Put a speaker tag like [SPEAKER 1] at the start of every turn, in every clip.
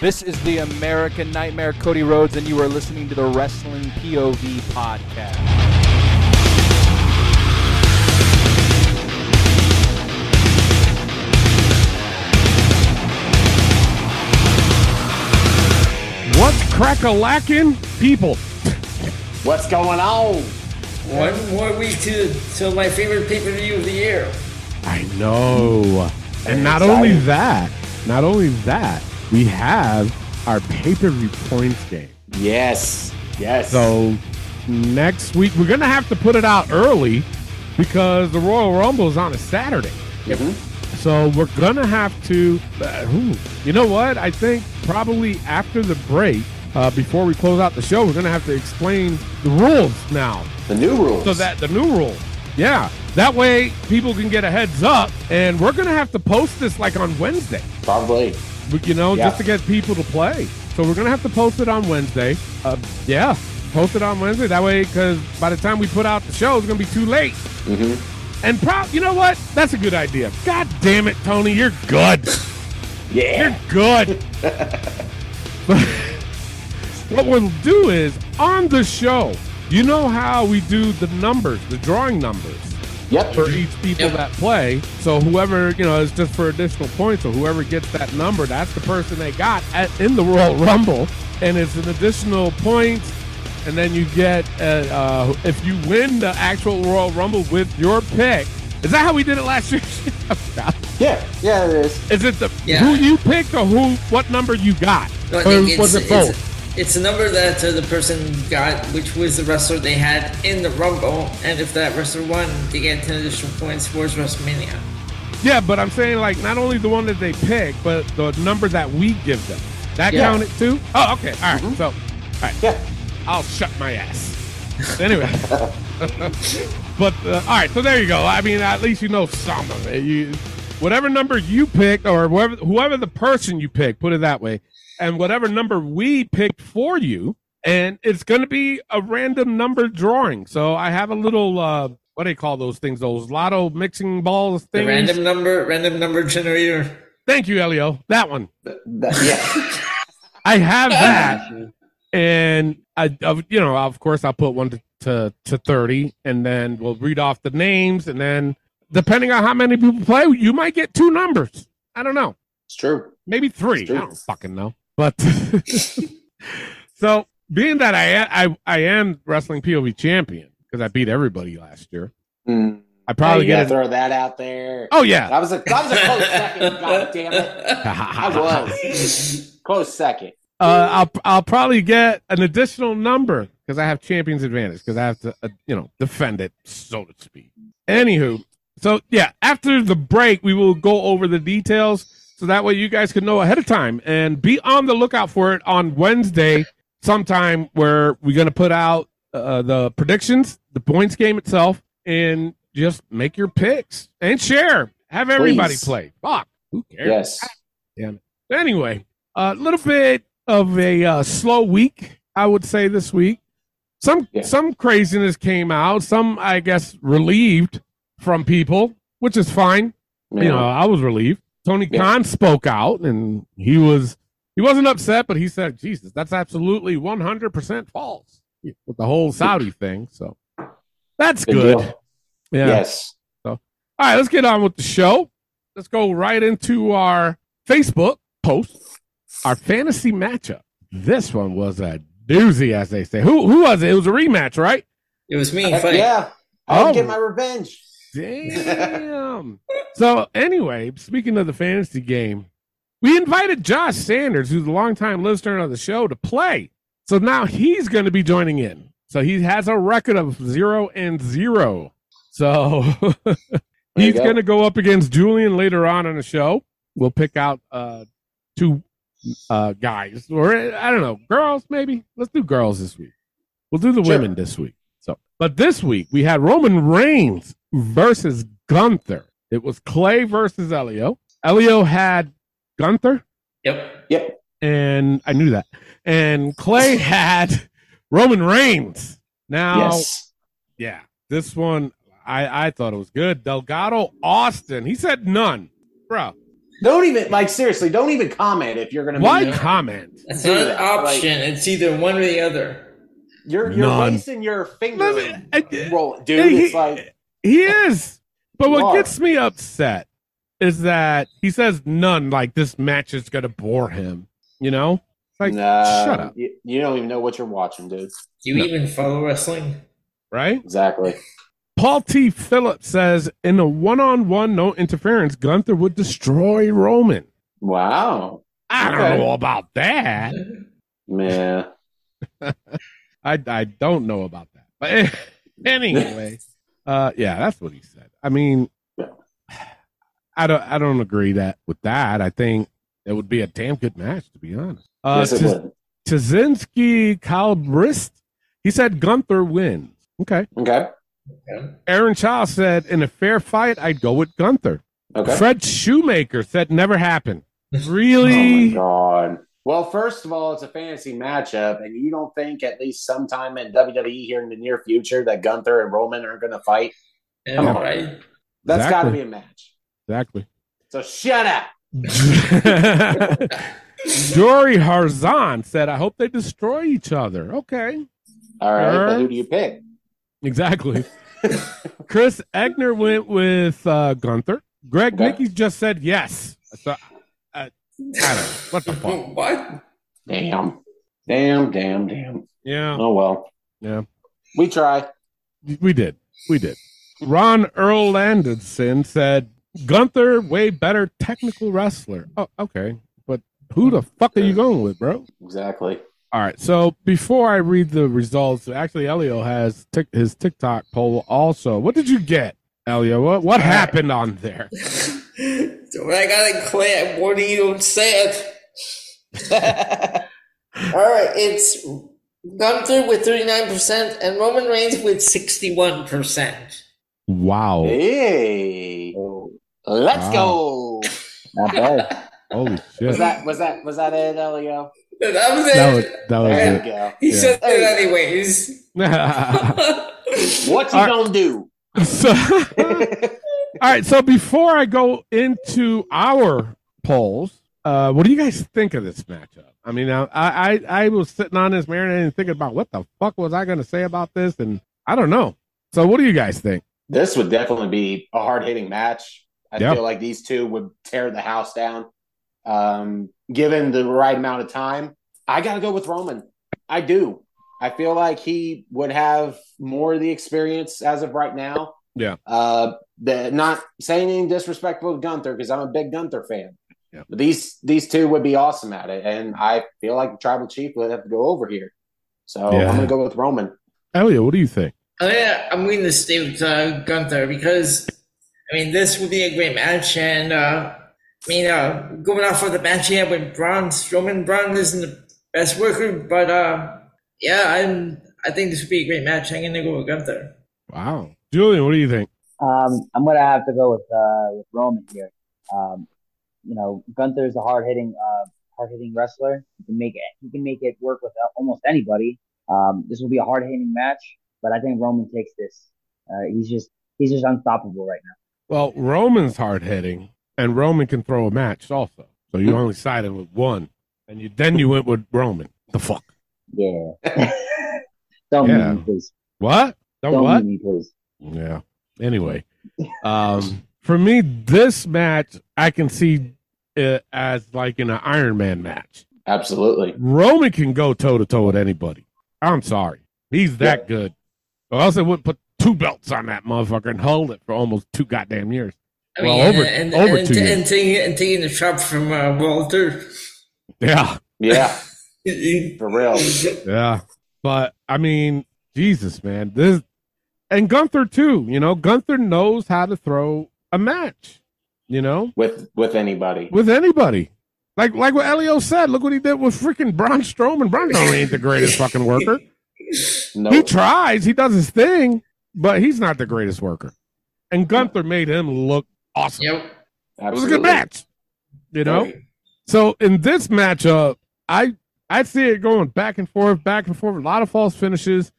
[SPEAKER 1] This is the American Nightmare, Cody Rhodes, and you are listening to the Wrestling POV podcast.
[SPEAKER 2] What's crack a lacking? People.
[SPEAKER 3] What's going on?
[SPEAKER 4] One more week to till my favorite pay per view of the year.
[SPEAKER 2] I know. And not
[SPEAKER 3] excited.
[SPEAKER 2] only that, not only that, we have our pay per view points game.
[SPEAKER 3] Yes. Yes.
[SPEAKER 2] So next week, we're going to have to put it out early because the Royal Rumble is on a Saturday.
[SPEAKER 3] Mhm.
[SPEAKER 2] So we're going to have to, uh, ooh, you know what? I think probably after the break, uh, before we close out the show, we're going to have to explain the rules now
[SPEAKER 3] the new rules.
[SPEAKER 2] So that the new rule. Yeah. That way people can get a heads up and we're gonna have to post this like on Wednesday.
[SPEAKER 3] probably.
[SPEAKER 2] we- You know,
[SPEAKER 3] Yeah.
[SPEAKER 2] just to get people to play. So we're gonna have to post it on Wednesday. Uh, yeah, post it on Wednesday. That way, because by the time we put out the show, it's gonna be too late. Mm-hmm. And pro, you know what? That's a good idea. God damn it, Tony, you're good.
[SPEAKER 3] Yeah.
[SPEAKER 2] You're good. what we'll do is on the show, you know how we do the numbers, the drawing numbers
[SPEAKER 3] Yep.
[SPEAKER 2] for each people
[SPEAKER 4] Yep.
[SPEAKER 2] that play. So whoever, you know, it's just for additional points. So whoever gets that number, that's the person they got at, in the Royal Rumble, and it's an additional point. And then you get uh, uh, if you win the actual Royal Rumble with your pick. Is that how we did it last year? I forgot.
[SPEAKER 3] Yeah. Yeah. It is.
[SPEAKER 2] Is it the
[SPEAKER 4] Yeah.
[SPEAKER 2] who you picked or who what number you got?
[SPEAKER 4] No, I
[SPEAKER 2] or
[SPEAKER 4] think
[SPEAKER 2] was it
[SPEAKER 4] it's,
[SPEAKER 2] both?
[SPEAKER 4] It's, it's a number that uh, the person got, which was the wrestler they had in the Rumble, and if that wrestler won, they get 10 additional points towards WrestleMania.
[SPEAKER 2] yeah, but I'm saying like not only the one that they picked, but the number that we give them. That
[SPEAKER 3] Yeah. Mm-hmm.
[SPEAKER 2] counted too? Oh, okay. All right. So all right.
[SPEAKER 3] Yeah.
[SPEAKER 2] I'll shut my ass. Anyway. but uh, all right, so there you go. I mean, at least you know some of it. You, whatever number you picked, or whoever whoever the person you picked, put it that way, and whatever number we picked for you, and it's going to be a random number drawing. So I have a little uh, what do they call those things? Those lotto mixing balls
[SPEAKER 4] The
[SPEAKER 2] things.
[SPEAKER 4] random number, random number generator.
[SPEAKER 2] Thank you, Elio. That one.
[SPEAKER 3] That- yeah.
[SPEAKER 2] I have that, and I, of- you know, of course, I'll put one to, to to thirty, and then we'll read off the names, and then depending on how many people play, you might get two numbers. I don't know,
[SPEAKER 3] It's true.
[SPEAKER 2] maybe three. I
[SPEAKER 3] Sure.
[SPEAKER 2] don't fucking know. But so, being that I I I am wrestling POV champion because I beat everybody last year,
[SPEAKER 3] Mm.
[SPEAKER 2] I probably
[SPEAKER 3] Hey, you
[SPEAKER 2] get.
[SPEAKER 3] gotta
[SPEAKER 2] A,
[SPEAKER 3] throw that out there.
[SPEAKER 2] oh yeah,
[SPEAKER 3] That was a that was a close second. God damn it. I was close second.
[SPEAKER 2] uh, I'll I'll probably get an additional number because I have champions advantage because I have to uh, you know defend it so to speak. Anywho, so yeah, after the break we will go over the details so that way you guys can know ahead of time and be on the lookout for it on Wednesday sometime where we're gonna put out uh, the predictions, the points game itself, and just make your picks and share. Have everybody
[SPEAKER 3] Please.
[SPEAKER 2] play. Fuck, who cares?
[SPEAKER 3] Yes.
[SPEAKER 2] Anyway, a little bit of a uh, slow week, I would say this week. Some
[SPEAKER 3] Yeah.
[SPEAKER 2] some craziness came out. Some, I guess, relieved from people, which is fine. You know, I was relieved. Tony
[SPEAKER 3] Yeah.
[SPEAKER 2] Khan spoke out, and he was he wasn't upset, but he said, "Jesus, that's absolutely one hundred percent false with the whole Saudi thing." So that's
[SPEAKER 3] Good
[SPEAKER 2] good.
[SPEAKER 3] deal.
[SPEAKER 2] Yeah.
[SPEAKER 3] Yes.
[SPEAKER 2] All right, let's get on with the show. Let's go right into our Facebook post, our fantasy matchup. This one was a doozy, as they say. Who who was it? It was a rematch, right?
[SPEAKER 4] It was me.
[SPEAKER 3] Heck
[SPEAKER 4] fight.
[SPEAKER 3] Uh, yeah. I'll
[SPEAKER 2] Oh.
[SPEAKER 3] get my revenge.
[SPEAKER 2] Damn. so anyway, speaking of the fantasy game, we invited Josh Sanders, who's a longtime listener of the show, to play. So now he's going to be joining in. So he has a record of zero and zero. So
[SPEAKER 3] you
[SPEAKER 2] he's
[SPEAKER 3] go.
[SPEAKER 2] going to go up against Julian later on in the show. We'll pick out uh, two uh, guys, or I don't know, girls maybe. Let's do girls this week. We'll do the
[SPEAKER 3] Sure.
[SPEAKER 2] women this week. So, but this week we had Roman Reigns versus Gunther. It was Clay versus Elio. Elio had Gunther,
[SPEAKER 4] Yep.
[SPEAKER 3] Yep.
[SPEAKER 2] and I knew that. And Clay had Roman Reigns. Now,
[SPEAKER 3] yes.
[SPEAKER 2] yeah, this one I, I thought it was good. Delgado Austin. He said none. Bro,
[SPEAKER 3] Don't even like seriously. Don't even comment if you're gonna. be-
[SPEAKER 2] why comment?
[SPEAKER 4] That's
[SPEAKER 3] Do
[SPEAKER 4] not an
[SPEAKER 3] that,
[SPEAKER 4] option. it's either one or the other.
[SPEAKER 3] You're you're
[SPEAKER 2] None.
[SPEAKER 3] wasting your
[SPEAKER 2] Let
[SPEAKER 3] finger
[SPEAKER 2] me- I-
[SPEAKER 3] roll, dude.
[SPEAKER 2] He-
[SPEAKER 3] It's like
[SPEAKER 2] He is. But what
[SPEAKER 3] Mark.
[SPEAKER 2] gets me upset is that he says none like this match is going to bore him. You know? Like,
[SPEAKER 3] nah,
[SPEAKER 2] shut up.
[SPEAKER 3] You, you don't even know what you're watching, dude.
[SPEAKER 4] Do you
[SPEAKER 2] No.
[SPEAKER 4] even follow wrestling?
[SPEAKER 2] Right?
[SPEAKER 3] Exactly.
[SPEAKER 2] Paul T. Phillips says in a one on one, no interference, Gunther would destroy Roman.
[SPEAKER 3] Wow,
[SPEAKER 2] I
[SPEAKER 3] Okay.
[SPEAKER 2] don't know about that.
[SPEAKER 3] man.
[SPEAKER 2] I, I don't know about that. But anyway, uh, yeah, that's what he said. I mean,
[SPEAKER 3] Yeah.
[SPEAKER 2] I don't I don't agree that with that. I think it would be a damn good match, to be honest. Uh,
[SPEAKER 3] yes, it
[SPEAKER 2] Tsz-
[SPEAKER 3] would.
[SPEAKER 2] Tzinski Kalbrist, he said Gunther wins. Okay.
[SPEAKER 3] Okay.
[SPEAKER 4] Okay.
[SPEAKER 2] Aaron Child said in a fair fight, I'd go with Gunther.
[SPEAKER 3] Okay.
[SPEAKER 2] Fred Shoemaker said never happened.
[SPEAKER 3] Oh my
[SPEAKER 2] Really?
[SPEAKER 3] god. Well, first of all, it's a fantasy matchup, and you don't think at least sometime in WWE here in the near future that Gunther and Roman are going to fight?
[SPEAKER 4] Yeah,
[SPEAKER 3] Come on.
[SPEAKER 4] right.
[SPEAKER 3] That's got to
[SPEAKER 2] Exactly.
[SPEAKER 3] be a match.
[SPEAKER 2] exactly.
[SPEAKER 3] So shut up.
[SPEAKER 2] Jory Harzan said, I hope they destroy each other. Okay.
[SPEAKER 3] All right, but who
[SPEAKER 2] Sure.
[SPEAKER 3] do you pick?
[SPEAKER 2] Exactly. Chris Egner went with uh, Gunther. Greg
[SPEAKER 3] Okay.
[SPEAKER 2] Nickies just said yes. So, uh, I don't know. What the fuck?
[SPEAKER 4] What?
[SPEAKER 3] Damn, damn, damn, damn.
[SPEAKER 2] Yeah.
[SPEAKER 3] Oh well,
[SPEAKER 2] Yeah.
[SPEAKER 3] we try.
[SPEAKER 2] We did. We did. Ron Earl Landonson said Gunther way better technical wrestler. Oh, okay. But who the fuck are you going with, bro?
[SPEAKER 3] Exactly.
[SPEAKER 2] All right. So before I read the results, actually, Elio has tick his TikTok poll also. What did you get, Elio? What what happened on there?
[SPEAKER 4] so when I got it clear, what do you say it? All right, it's Gunther with 39% and Roman Reigns with 61%.
[SPEAKER 2] Wow.
[SPEAKER 3] Hey,
[SPEAKER 2] Oh.
[SPEAKER 3] let's
[SPEAKER 2] Ah.
[SPEAKER 3] go. Not bad.
[SPEAKER 2] Holy
[SPEAKER 3] was
[SPEAKER 2] shit. That
[SPEAKER 3] that was that was that it, Elio?
[SPEAKER 4] That was it.
[SPEAKER 2] was that was
[SPEAKER 3] There you
[SPEAKER 2] it.
[SPEAKER 3] go.
[SPEAKER 4] he
[SPEAKER 2] yeah.
[SPEAKER 4] said that anyways.
[SPEAKER 3] What you
[SPEAKER 2] All right.
[SPEAKER 3] gonna do?
[SPEAKER 2] So- all right. So before I go into our polls, uh, what do you guys think of this matchup? I mean, I I, I was sitting on this marinating and thinking about what the fuck was I going to say about this, and I don't know. So what do you guys think?
[SPEAKER 3] This would definitely be a hard hitting match. I
[SPEAKER 2] Yeah.
[SPEAKER 3] feel like these two would tear the house down. Um, given the right amount of time, I got to go with Roman. I do. I feel like he would have more of the experience as of right now.
[SPEAKER 2] Yeah.
[SPEAKER 3] Uh, the, not saying anything disrespectful to Gunther because I'm a big Gunther fan.
[SPEAKER 2] Yeah.
[SPEAKER 3] But these these two would be awesome at it, and I feel like the Tribal Chief would have to go over here. So
[SPEAKER 2] Yeah.
[SPEAKER 3] I'm gonna go with Roman.
[SPEAKER 2] Elliot, what do you think?
[SPEAKER 4] I mean, I'm going to stay with uh, Gunther because, I mean, this would be a great match. And, uh, I mean, uh, going off of the match he had with Braun Strowman, Braun isn't the best worker, but, uh, yeah, I'm, I think this would be a great match. I'm going to go with Gunther.
[SPEAKER 2] Wow. Julian, what do you think?
[SPEAKER 5] Um, I'm gonna have to go with uh, with Roman here. Um, you know, Gunther's a hard hitting uh, hard hitting wrestler. He can make it. He can make it work with uh, almost anybody. Um, this will be a hard hitting match, but I think Roman takes this. Uh, he's just he's just unstoppable right now.
[SPEAKER 2] Well, Roman's hard hitting, and Roman can throw a match also. So you
[SPEAKER 3] Hmm.
[SPEAKER 2] only sided with one, and you then you went with Roman. The fuck?
[SPEAKER 5] Yeah. Don't
[SPEAKER 2] Yeah.
[SPEAKER 5] meet me, please.
[SPEAKER 2] What? The
[SPEAKER 5] Don't
[SPEAKER 2] what?
[SPEAKER 5] meet me, please.
[SPEAKER 2] Yeah. Anyway, um, for me, this match I can see it as like in an Iron Man match.
[SPEAKER 3] Absolutely.
[SPEAKER 2] Roman can go toe to toe with anybody. I'm sorry. He's that good. Or else they would put two belts on that motherfucker and hold it for almost two goddamn years.
[SPEAKER 4] I
[SPEAKER 2] Well,
[SPEAKER 4] mean,
[SPEAKER 2] over-
[SPEAKER 4] and,
[SPEAKER 2] over
[SPEAKER 4] and,
[SPEAKER 2] to
[SPEAKER 4] and,
[SPEAKER 2] you.
[SPEAKER 4] taking, and taking the chop from uh, Walter.
[SPEAKER 2] Yeah.
[SPEAKER 3] Yeah, for real.
[SPEAKER 2] Yeah. But I mean, Jesus, man. This and Gunther too, you know, Gunther knows how to throw a match, you know,
[SPEAKER 3] With with anybody.
[SPEAKER 2] with anybody. Like like what Elio said, look what he did with freaking Braun Strowman. Braun Strowman ain't the greatest fucking worker.
[SPEAKER 3] No.
[SPEAKER 2] He tries, he does his thing, but he's not the greatest worker. And Gunther made him look awesome.
[SPEAKER 4] Yep.
[SPEAKER 2] it was a good match. You know?
[SPEAKER 4] Right.
[SPEAKER 2] So in this matchup, I I see it going back and forth, back and forth, a lot of false finishes,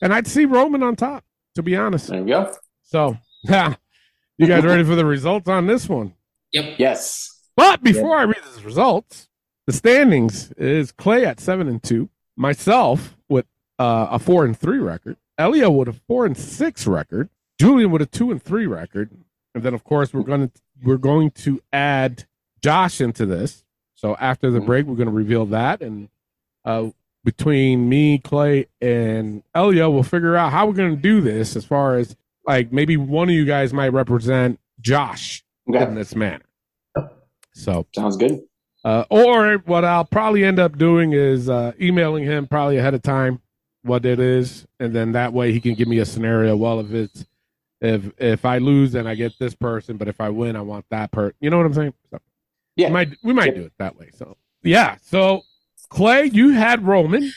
[SPEAKER 2] and I'd see Roman on top. To be honest,
[SPEAKER 3] There you go.
[SPEAKER 2] So, you guys ready for the results on this one?
[SPEAKER 4] Yep.
[SPEAKER 3] Yes.
[SPEAKER 2] But before I read his results, the standings is Clay at seven and two, myself with uh, a four and three record, Elio with a four and six record, Julian with a two and three record, and then of course we're gonna we're going to add Josh into this. So after the break, we're gonna reveal that, and uh, between me, Clay, and Elio, we'll figure out how we're gonna do this. As far as like maybe one of you guys might represent Josh in
[SPEAKER 3] Okay.
[SPEAKER 2] this manner. So
[SPEAKER 3] Sounds good.
[SPEAKER 2] uh, or what I'll probably end up doing is uh, emailing him probably ahead of time what it is, and then that way he can give me a scenario. Well, if it's if if I lose, then I get this person, but if I win, I want that person. You know what I'm saying? So,
[SPEAKER 3] Yeah.
[SPEAKER 2] we might we might
[SPEAKER 3] Yep.
[SPEAKER 2] do it that way. So yeah, so Clay, you had Roman,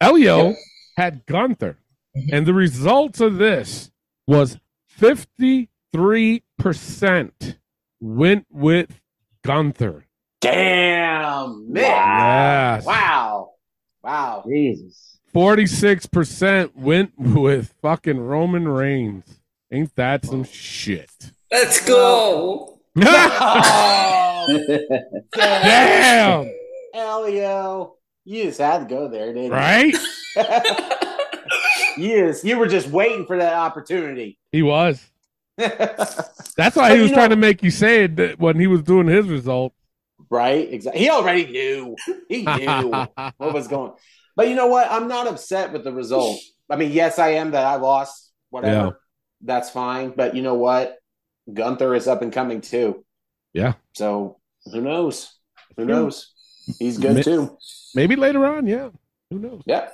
[SPEAKER 2] Elio
[SPEAKER 3] Yep.
[SPEAKER 2] had Gunther,
[SPEAKER 4] Mhm.
[SPEAKER 3] Mm-hmm.
[SPEAKER 2] and the results of this was 53 percent went with Gunther.
[SPEAKER 3] Damn, man.
[SPEAKER 2] Yes.
[SPEAKER 3] Wow. Wow.
[SPEAKER 5] Jesus.
[SPEAKER 2] Forty-six percent went with fucking Roman Reigns. Ain't that some shit?
[SPEAKER 4] Let's go. Uh,
[SPEAKER 3] Oh,
[SPEAKER 2] Damn!
[SPEAKER 3] Elio. You just had to go there, didn't
[SPEAKER 2] Right?
[SPEAKER 3] you? you, just, you were just waiting for that opportunity.
[SPEAKER 2] He was. That's
[SPEAKER 3] But
[SPEAKER 2] why he
[SPEAKER 3] you
[SPEAKER 2] was
[SPEAKER 3] know-
[SPEAKER 2] trying to make you say it that when he was doing his result.
[SPEAKER 3] right? Exactly. He already knew. He knew.
[SPEAKER 2] Uh,
[SPEAKER 3] what was going. But you know what? I'm not upset with the result. I mean, yes, I am that I lost. Whatever,
[SPEAKER 2] Yeah.
[SPEAKER 3] that's fine. But you know what? Gunther is up and coming too.
[SPEAKER 2] Yeah.
[SPEAKER 3] So who knows? Who knows? He's good
[SPEAKER 2] Mi-
[SPEAKER 3] too.
[SPEAKER 2] Maybe later on, yeah. Who knows?
[SPEAKER 3] Yeah.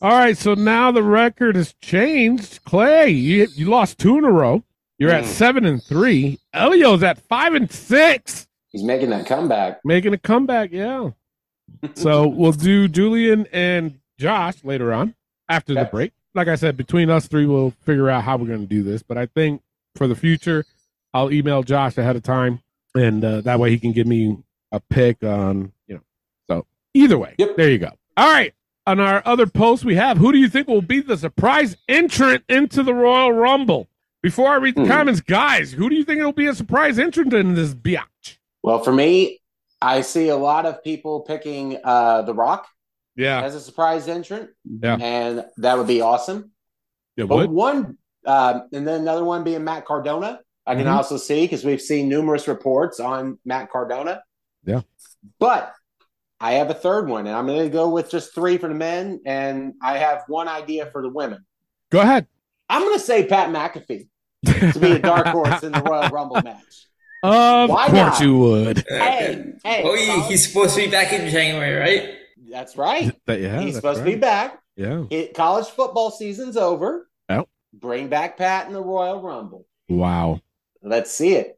[SPEAKER 2] All right, so now the record has changed. Clay, you, you lost two in a row. You're at
[SPEAKER 3] Mm.
[SPEAKER 2] seven and three. Elio's at five and six.
[SPEAKER 3] He's making that comeback.
[SPEAKER 2] making a comeback. Yeah. so we'll do Julian and Josh later on after the
[SPEAKER 3] Okay.
[SPEAKER 2] break. Like I said, between us three, we'll figure out how we're going to do this. But I think for the future, I'll email Josh ahead of time, and uh, that way he can give me a pick on you know. So either way,
[SPEAKER 3] Yep.
[SPEAKER 2] there you go. All right. On our other post, we have who do you think will be the surprise entrant into the Royal Rumble? Before I read the
[SPEAKER 3] Hmm.
[SPEAKER 2] comments, guys, who do you think will be a surprise entrant in this biatch?
[SPEAKER 3] Well, for me, I see a lot of people picking uh, The Rock
[SPEAKER 2] Yeah,
[SPEAKER 3] as a surprise entrant,
[SPEAKER 2] Yeah.
[SPEAKER 3] and that would be awesome.
[SPEAKER 2] it
[SPEAKER 3] But
[SPEAKER 2] would.
[SPEAKER 3] one, um, and then another one being Matt Cardona. I can
[SPEAKER 2] Mhm.
[SPEAKER 3] also see because we've seen numerous reports on Matt Cardona.
[SPEAKER 2] Yeah.
[SPEAKER 3] But I have a third one, and I'm going to go with just three for the men, and I have one idea for the women.
[SPEAKER 2] Go ahead.
[SPEAKER 3] I'm going to say Pat McAfee to be a dark horse in the Royal Rumble match.
[SPEAKER 2] Of
[SPEAKER 3] Why
[SPEAKER 2] course
[SPEAKER 3] not?
[SPEAKER 2] you would.
[SPEAKER 3] Hey, hey,
[SPEAKER 4] Oh, he, he's supposed to be back in January, right?
[SPEAKER 3] that's right.
[SPEAKER 2] yeah,
[SPEAKER 3] He's supposed to be back.
[SPEAKER 2] be. Yeah.
[SPEAKER 3] It, college football season's over.
[SPEAKER 2] Yep.
[SPEAKER 3] Bring back Pat in the Royal Rumble.
[SPEAKER 2] Wow.
[SPEAKER 3] Let's see it.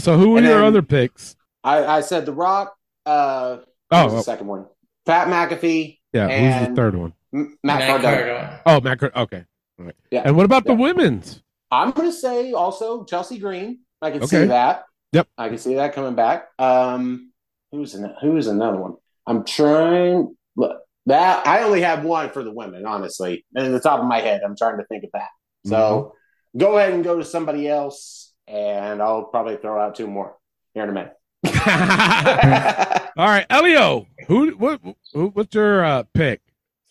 [SPEAKER 2] So who were
[SPEAKER 3] And
[SPEAKER 2] your
[SPEAKER 3] then-
[SPEAKER 2] other picks?
[SPEAKER 3] I, I said The Rock. Uh, Who's
[SPEAKER 2] Oh,
[SPEAKER 3] the second one? Pat McAfee,
[SPEAKER 2] yeah. Who's the
[SPEAKER 3] and-
[SPEAKER 2] third one?
[SPEAKER 3] M- Matt Cardona.
[SPEAKER 2] Oh, Matt. Car- Okay. All right.
[SPEAKER 3] Yeah.
[SPEAKER 2] And what about the
[SPEAKER 3] Yeah.
[SPEAKER 2] women's?
[SPEAKER 3] I'm going to say also Chelsea Green. I can see
[SPEAKER 2] Okay.
[SPEAKER 3] that.
[SPEAKER 2] Yep.
[SPEAKER 3] I can see that coming back. Um, who's an, who's another one? I'm trying. Look, that I only have one for the women, honestly, and in the top of my head, I'm trying to think of that. So
[SPEAKER 2] Mm-hmm.
[SPEAKER 3] go ahead and go to somebody else, and I'll probably throw out two more here in a
[SPEAKER 2] Mhm.
[SPEAKER 3] minute.
[SPEAKER 2] All right, Elio. Who? What? Who, what's your uh, pick?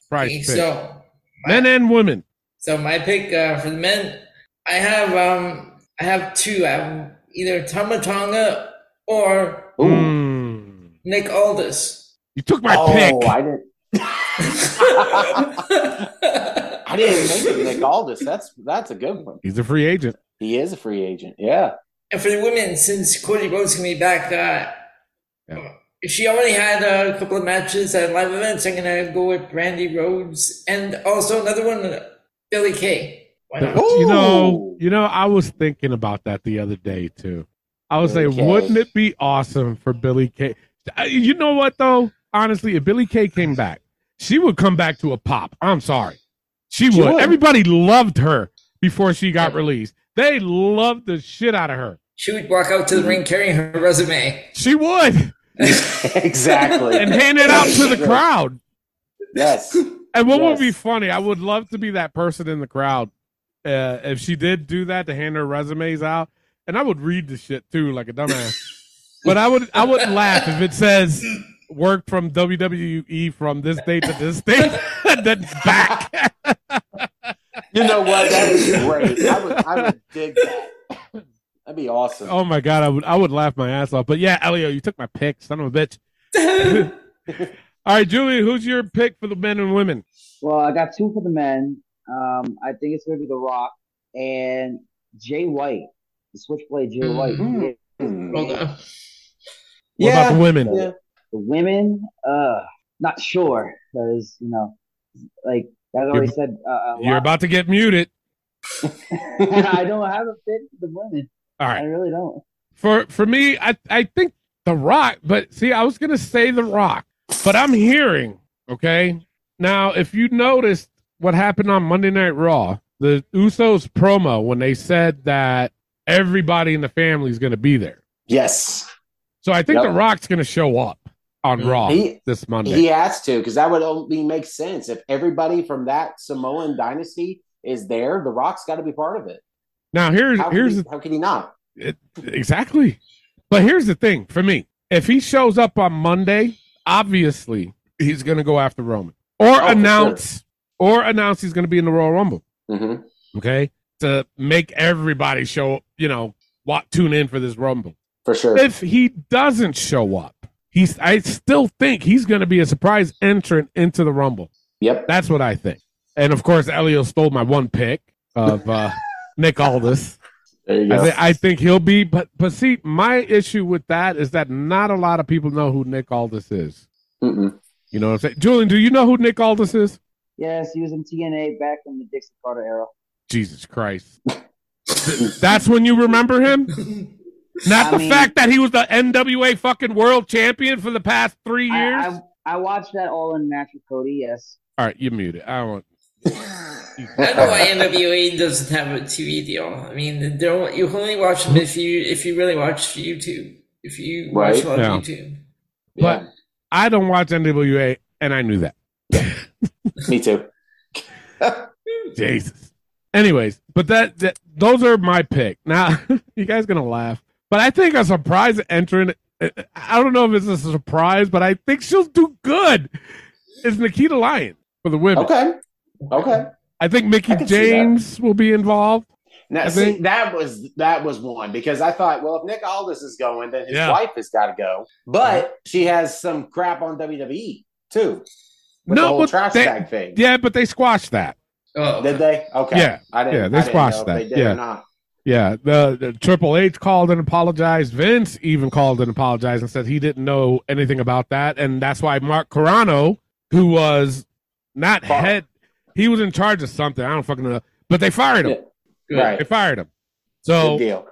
[SPEAKER 2] Surprise pick.
[SPEAKER 4] So,
[SPEAKER 2] Men and women.
[SPEAKER 4] so my pick uh, for the men, I have um, I have two. I have either Tomatonga or
[SPEAKER 3] Ooh.
[SPEAKER 2] Hmm.
[SPEAKER 4] Nick Aldis.
[SPEAKER 2] You took my
[SPEAKER 3] oh,
[SPEAKER 2] pick.
[SPEAKER 3] I didn't. I didn't make it Nick Aldis. That's that's a good one.
[SPEAKER 2] He's a free agent.
[SPEAKER 3] He is a free agent. Yeah.
[SPEAKER 4] And for the women, since Cody Rhodes can be back, uh,
[SPEAKER 2] Yeah.
[SPEAKER 4] she already had a couple of matches at live events. I'm gonna go with Brandy Rhodes and also another one, uh, Billy Kay. Why not?
[SPEAKER 2] You know,
[SPEAKER 3] Ooh.
[SPEAKER 2] you know, I was thinking about that the other day too. I was like,
[SPEAKER 3] Okay.
[SPEAKER 2] wouldn't it be awesome for Billy Kay? Uh, You know what though? Honestly, if Billy Kay came back, she would come back to a pop. I'm sorry, she,
[SPEAKER 3] She
[SPEAKER 2] would.
[SPEAKER 3] would.
[SPEAKER 2] Everybody loved her before she got
[SPEAKER 4] Yeah.
[SPEAKER 2] released. They loved the shit out of her.
[SPEAKER 4] She would walk out to the ring carrying her resume.
[SPEAKER 2] She would
[SPEAKER 3] exactly.
[SPEAKER 2] and hand it out to the crowd.
[SPEAKER 3] yes.
[SPEAKER 2] And what would
[SPEAKER 3] Yes.
[SPEAKER 2] be funny? I would love to be that person in the crowd uh, if she did do that to hand her resumes out, and I would read the shit too, like a dumbass. but I would I would laugh if it says work from WWE from this date to this date, then back.
[SPEAKER 3] You know what? That is great. I would, I would dig that. That'd be awesome.
[SPEAKER 2] oh my god, I would I would laugh my ass off. But yeah, Elio, you took my pick, son of a bitch. All right, Julie, who's your pick for the men and women?
[SPEAKER 5] Well, I got two for the men. Um, I think it's going to be The Rock and Jay White, the Switchblade Jay White.
[SPEAKER 2] Mm-hmm.
[SPEAKER 3] Mhm.
[SPEAKER 4] Hold on.
[SPEAKER 2] What about the women?
[SPEAKER 3] yeah.
[SPEAKER 5] The women, uh, not sure because you know, like I already said, uh, a
[SPEAKER 2] You're
[SPEAKER 5] lot-
[SPEAKER 2] about to get muted.
[SPEAKER 5] I don't have a fit for the women.
[SPEAKER 2] All right.
[SPEAKER 5] I really don't.
[SPEAKER 2] For for me, I I think The Rock, but see, I was gonna say The Rock, but I'm hearing okay now. If you noticed what happened on Monday Night Raw, the Usos promo when they said that everybody in the family is gonna be there,
[SPEAKER 3] Yes.
[SPEAKER 2] so I think
[SPEAKER 3] Yep. Mm-hmm.
[SPEAKER 2] The Rock's gonna show up on
[SPEAKER 4] Mhm.
[SPEAKER 2] Raw
[SPEAKER 3] He-
[SPEAKER 2] this Monday.
[SPEAKER 3] He has to, because that would only make sense. If everybody from that Samoan dynasty is there, The Rock's got to be part of it.
[SPEAKER 2] now here's
[SPEAKER 3] How,
[SPEAKER 2] here's
[SPEAKER 3] could, he, how could he not?
[SPEAKER 2] Exactly. But here's the thing for me. If he shows up on Monday, obviously he's going to go after Roman or
[SPEAKER 3] Oh, for
[SPEAKER 2] announce or announce he's going to be in the Royal Rumble,
[SPEAKER 3] Mhm.
[SPEAKER 2] okay? To make everybody show, you know, what tune in for this Rumble.
[SPEAKER 3] For sure.
[SPEAKER 2] If he doesn't show up, he's I still think he's going to be a surprise entrant into the Rumble.
[SPEAKER 3] yep.
[SPEAKER 2] That's what I think. And of course, Elio stole my one pick of uh, Nick Aldis.
[SPEAKER 3] There you
[SPEAKER 2] I,
[SPEAKER 3] go.
[SPEAKER 2] thi- I think he'll be, but but see, my issue with that is that not a lot of people know who Nick Aldis is.
[SPEAKER 3] Mm-mm.
[SPEAKER 2] You know what I'm saying? Julian, do you know who Nick Aldis is?
[SPEAKER 5] Yes, he was in TNA back in the Dixie Carter era.
[SPEAKER 2] Jesus Christ! Th- That's when you remember him. Not
[SPEAKER 5] I
[SPEAKER 2] the
[SPEAKER 5] mean-
[SPEAKER 2] fact that he was the NWA fucking world champion for the past three
[SPEAKER 5] I-
[SPEAKER 2] years.
[SPEAKER 5] I, I watched that all in match with Cody. Yes,
[SPEAKER 2] All right, you muted. I don't. want-
[SPEAKER 4] I know why NWA doesn't have a TV deal. I mean, they don't, you only watch them if you if you really watch YouTube. If you watch
[SPEAKER 3] Right.
[SPEAKER 4] them on
[SPEAKER 2] Yeah.
[SPEAKER 4] YouTube.
[SPEAKER 2] But
[SPEAKER 3] Yeah,
[SPEAKER 2] I don't watch NWA, and I knew that.
[SPEAKER 3] me too.
[SPEAKER 2] Jesus. Anyways, but that, that those are my pick. Now you guys gonna laugh, but I think a surprise entrant. uh, I don't know if it's a surprise, but I think she'll do good. Is Nikita Lyon for the women?
[SPEAKER 3] Okay. Okay.
[SPEAKER 2] I think Mickey
[SPEAKER 3] I can see that.
[SPEAKER 2] James will be involved.
[SPEAKER 3] Now,
[SPEAKER 2] I
[SPEAKER 3] see,
[SPEAKER 2] think-
[SPEAKER 3] that was that was one because I thought, well, if Nick Aldis is going, then his
[SPEAKER 2] Yeah.
[SPEAKER 3] wife has got to go. But she has some crap on WWE too. With
[SPEAKER 2] No,
[SPEAKER 3] the whole
[SPEAKER 2] but
[SPEAKER 3] trash
[SPEAKER 2] they-
[SPEAKER 3] bag thing.
[SPEAKER 2] Yeah, but they squashed that.
[SPEAKER 4] Oh,
[SPEAKER 3] Did they? Okay.
[SPEAKER 2] Yeah.
[SPEAKER 3] I didn't.
[SPEAKER 2] Yeah, they
[SPEAKER 3] I didn't
[SPEAKER 2] squashed
[SPEAKER 3] know
[SPEAKER 2] that.
[SPEAKER 3] if They did
[SPEAKER 2] Yeah.
[SPEAKER 3] or not.
[SPEAKER 2] Yeah, the, the Triple H called and apologized. Vince even called and apologized and said he didn't know anything about that, and that's why Mark Carano, who was not
[SPEAKER 3] Fuck.
[SPEAKER 2] head, he was in charge of something. I don't fucking know, but they fired him.
[SPEAKER 3] Yeah,
[SPEAKER 4] good.
[SPEAKER 2] They
[SPEAKER 3] Right.
[SPEAKER 2] fired him.
[SPEAKER 3] Good
[SPEAKER 2] So,
[SPEAKER 3] deal.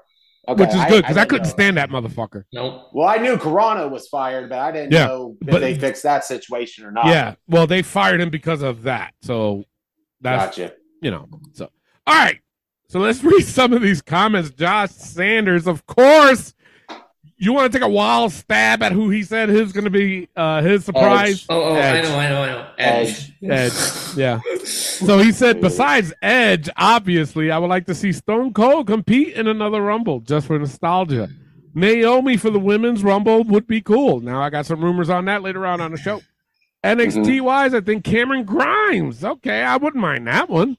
[SPEAKER 3] Okay.
[SPEAKER 2] which is good because I,
[SPEAKER 3] didn't
[SPEAKER 2] couldn't
[SPEAKER 3] know.
[SPEAKER 2] stand that motherfucker.
[SPEAKER 4] Nope.
[SPEAKER 3] Well, I knew Corona was fired, but I didn't
[SPEAKER 2] Yeah,
[SPEAKER 3] know if
[SPEAKER 2] but-
[SPEAKER 3] they fixed that situation or not.
[SPEAKER 2] Yeah. Well, they fired him because of that. So that's
[SPEAKER 3] Gotcha.
[SPEAKER 2] you know. So all right. So let's read some of these comments. Josh Sanders, of course. You want to take a wild stab at who he said who's going to be uh, his surprise?
[SPEAKER 4] Oh, oh, I
[SPEAKER 2] Edge.
[SPEAKER 4] know, I know, I know.
[SPEAKER 3] Edge.
[SPEAKER 4] Edge.
[SPEAKER 2] Edge. Yeah. So he said, besides Edge, obviously, I would like to see Stone Cold compete in another Rumble just for nostalgia. Naomi for the women's Rumble would be cool. Now I got some rumors on that later on on the show. NXT wise, I think Cameron Grimes. Okay, I wouldn't mind that one.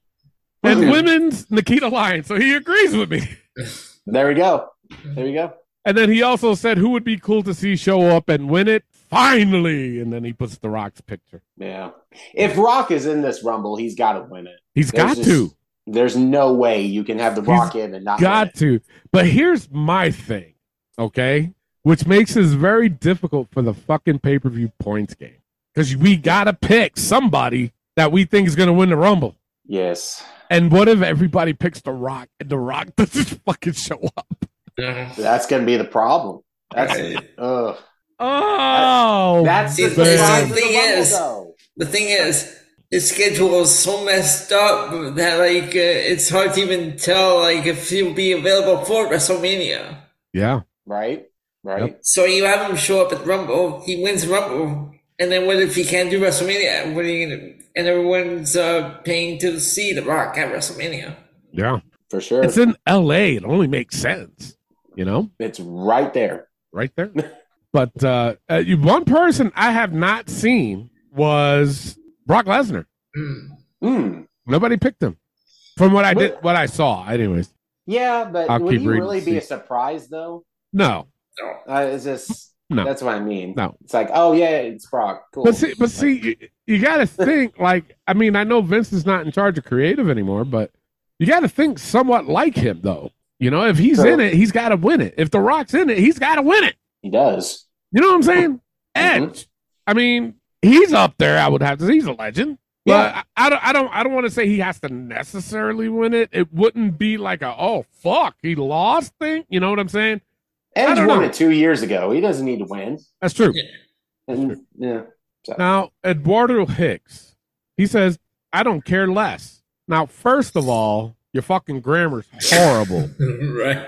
[SPEAKER 2] And
[SPEAKER 3] Mhm.
[SPEAKER 2] women's Nikita Lyons. So he agrees with me.
[SPEAKER 3] There we go. There we go.
[SPEAKER 2] And then he also said, who would be cool to see show up and win it? Finally. And then he puts The Rock's picture.
[SPEAKER 3] Yeah. If Rock is in this Rumble, he's got to win it.
[SPEAKER 2] He's
[SPEAKER 3] There's
[SPEAKER 2] got
[SPEAKER 3] just-
[SPEAKER 2] to.
[SPEAKER 3] There's no way you can have the
[SPEAKER 2] He's
[SPEAKER 3] Rock in and not win
[SPEAKER 2] got
[SPEAKER 3] it.
[SPEAKER 2] to. But here's my thing, okay? Which makes this very difficult for the fucking pay per view points game because we gotta pick somebody that we think is gonna win the rumble.
[SPEAKER 3] Yes.
[SPEAKER 2] And what if everybody picks The Rock and The Rock doesn't fucking show up?
[SPEAKER 4] No.
[SPEAKER 3] That's going to be the problem. That's
[SPEAKER 4] Uh,
[SPEAKER 3] ugh.
[SPEAKER 2] Oh,
[SPEAKER 3] That's the
[SPEAKER 4] See,
[SPEAKER 2] man.
[SPEAKER 3] surprise of
[SPEAKER 4] the thing
[SPEAKER 3] the Rumble,
[SPEAKER 4] is-
[SPEAKER 3] though.
[SPEAKER 4] The thing is, his schedule is so messed up that like uh, it's hard to even tell like if he'll be available for WrestleMania.
[SPEAKER 2] yeah.
[SPEAKER 3] Right. Right.
[SPEAKER 4] So you have him show up at Rumble, he wins Rumble, and then what if he can't do WrestleMania? What are you gonna? And everyone's uh, paying to see The Rock at WrestleMania.
[SPEAKER 2] Yeah.
[SPEAKER 3] for sure.
[SPEAKER 2] It's
[SPEAKER 3] It's,
[SPEAKER 2] in LA. It only makes sense, you know,
[SPEAKER 3] right there.
[SPEAKER 2] right there. but uh, uh, you- one person I have not seen was Brock Lesnar.
[SPEAKER 4] Mm.
[SPEAKER 3] Mm.
[SPEAKER 2] Nobody picked him. From what I did, what I saw, anyways.
[SPEAKER 3] Yeah, but
[SPEAKER 2] I'll
[SPEAKER 3] would
[SPEAKER 2] keep
[SPEAKER 3] you
[SPEAKER 2] reading
[SPEAKER 3] really
[SPEAKER 2] to
[SPEAKER 3] be
[SPEAKER 2] see.
[SPEAKER 3] a surprise though?
[SPEAKER 2] No,
[SPEAKER 3] Uh, is this?
[SPEAKER 2] No.
[SPEAKER 3] That's what I mean.
[SPEAKER 2] No.
[SPEAKER 3] It's like, oh yeah, it's Brock. Cool.
[SPEAKER 2] but see, but see, you, you got to think like I mean, I know Vince is not in charge of creative anymore, but you got to think somewhat like him, though. You know, if he's
[SPEAKER 3] Sure.
[SPEAKER 2] in it, he's got to win it. If The Rock's in it, he's got to win it.
[SPEAKER 3] he does.
[SPEAKER 2] You know what I'm saying? Edge.
[SPEAKER 3] Mhm.
[SPEAKER 2] I mean, he's up there. I would have to. He's a legend. But
[SPEAKER 3] Yeah.
[SPEAKER 2] I, I don't. I don't. I don't want to say he has to necessarily win it. It wouldn't be like a oh fuck he lost thing. You know what I'm saying? I
[SPEAKER 3] Edge
[SPEAKER 2] don't
[SPEAKER 3] won
[SPEAKER 2] know.
[SPEAKER 3] it two years ago. He doesn't need to win.
[SPEAKER 2] That's true.
[SPEAKER 3] And, yeah.
[SPEAKER 2] Now, Eduardo Hicks, he says, I don't care less. Now, first of all, your fucking grammar's horrible.
[SPEAKER 4] right.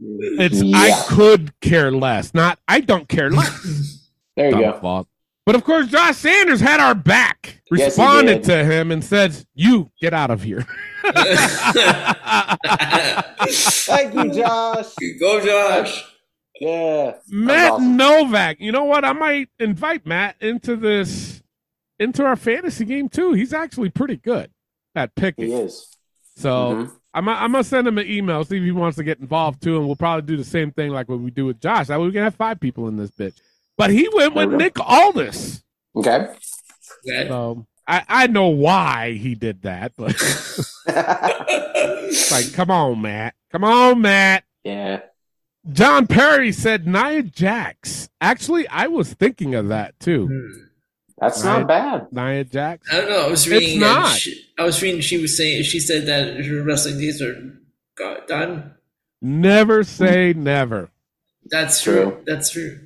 [SPEAKER 2] It's
[SPEAKER 3] yeah.
[SPEAKER 2] I could care less, not I don't care less.
[SPEAKER 3] there you
[SPEAKER 2] Dumb
[SPEAKER 3] go.
[SPEAKER 2] fuck. But of course, Josh Sanders had our back,
[SPEAKER 3] Yes, he
[SPEAKER 2] responded
[SPEAKER 3] did.
[SPEAKER 2] to him, and said, You get out of here.
[SPEAKER 3] Thank you, Josh.
[SPEAKER 4] Go, Josh.
[SPEAKER 3] Yeah.
[SPEAKER 2] Matt
[SPEAKER 3] awesome.
[SPEAKER 2] Novak, you know what? I might invite Matt into this, into our fantasy game too. He's actually pretty good at
[SPEAKER 3] He
[SPEAKER 2] picking.
[SPEAKER 3] is.
[SPEAKER 2] So.
[SPEAKER 3] Mhm.
[SPEAKER 2] I'm I'm gonna send him an email, see if he wants to get involved too, and we'll probably do the same thing like what we do with Josh. That way we can have five people in this bitch. But he went with
[SPEAKER 3] Okay.
[SPEAKER 2] Nick Aldis,
[SPEAKER 3] Okay.
[SPEAKER 2] so I I know why he did that. But it's like, come on, Matt, come on, Matt.
[SPEAKER 3] yeah.
[SPEAKER 2] John Perry said Nia Jax. Actually, I was thinking of that too.
[SPEAKER 4] Hmm.
[SPEAKER 3] That's
[SPEAKER 2] Right.
[SPEAKER 3] not bad.
[SPEAKER 2] Nia Jax.
[SPEAKER 4] I don't know. I was
[SPEAKER 2] It's
[SPEAKER 4] reading. and
[SPEAKER 2] not.
[SPEAKER 4] She, I was reading. She was saying. She said that her wrestling days are got done.
[SPEAKER 2] Never say never.
[SPEAKER 4] That's true.
[SPEAKER 3] True.
[SPEAKER 4] That's true.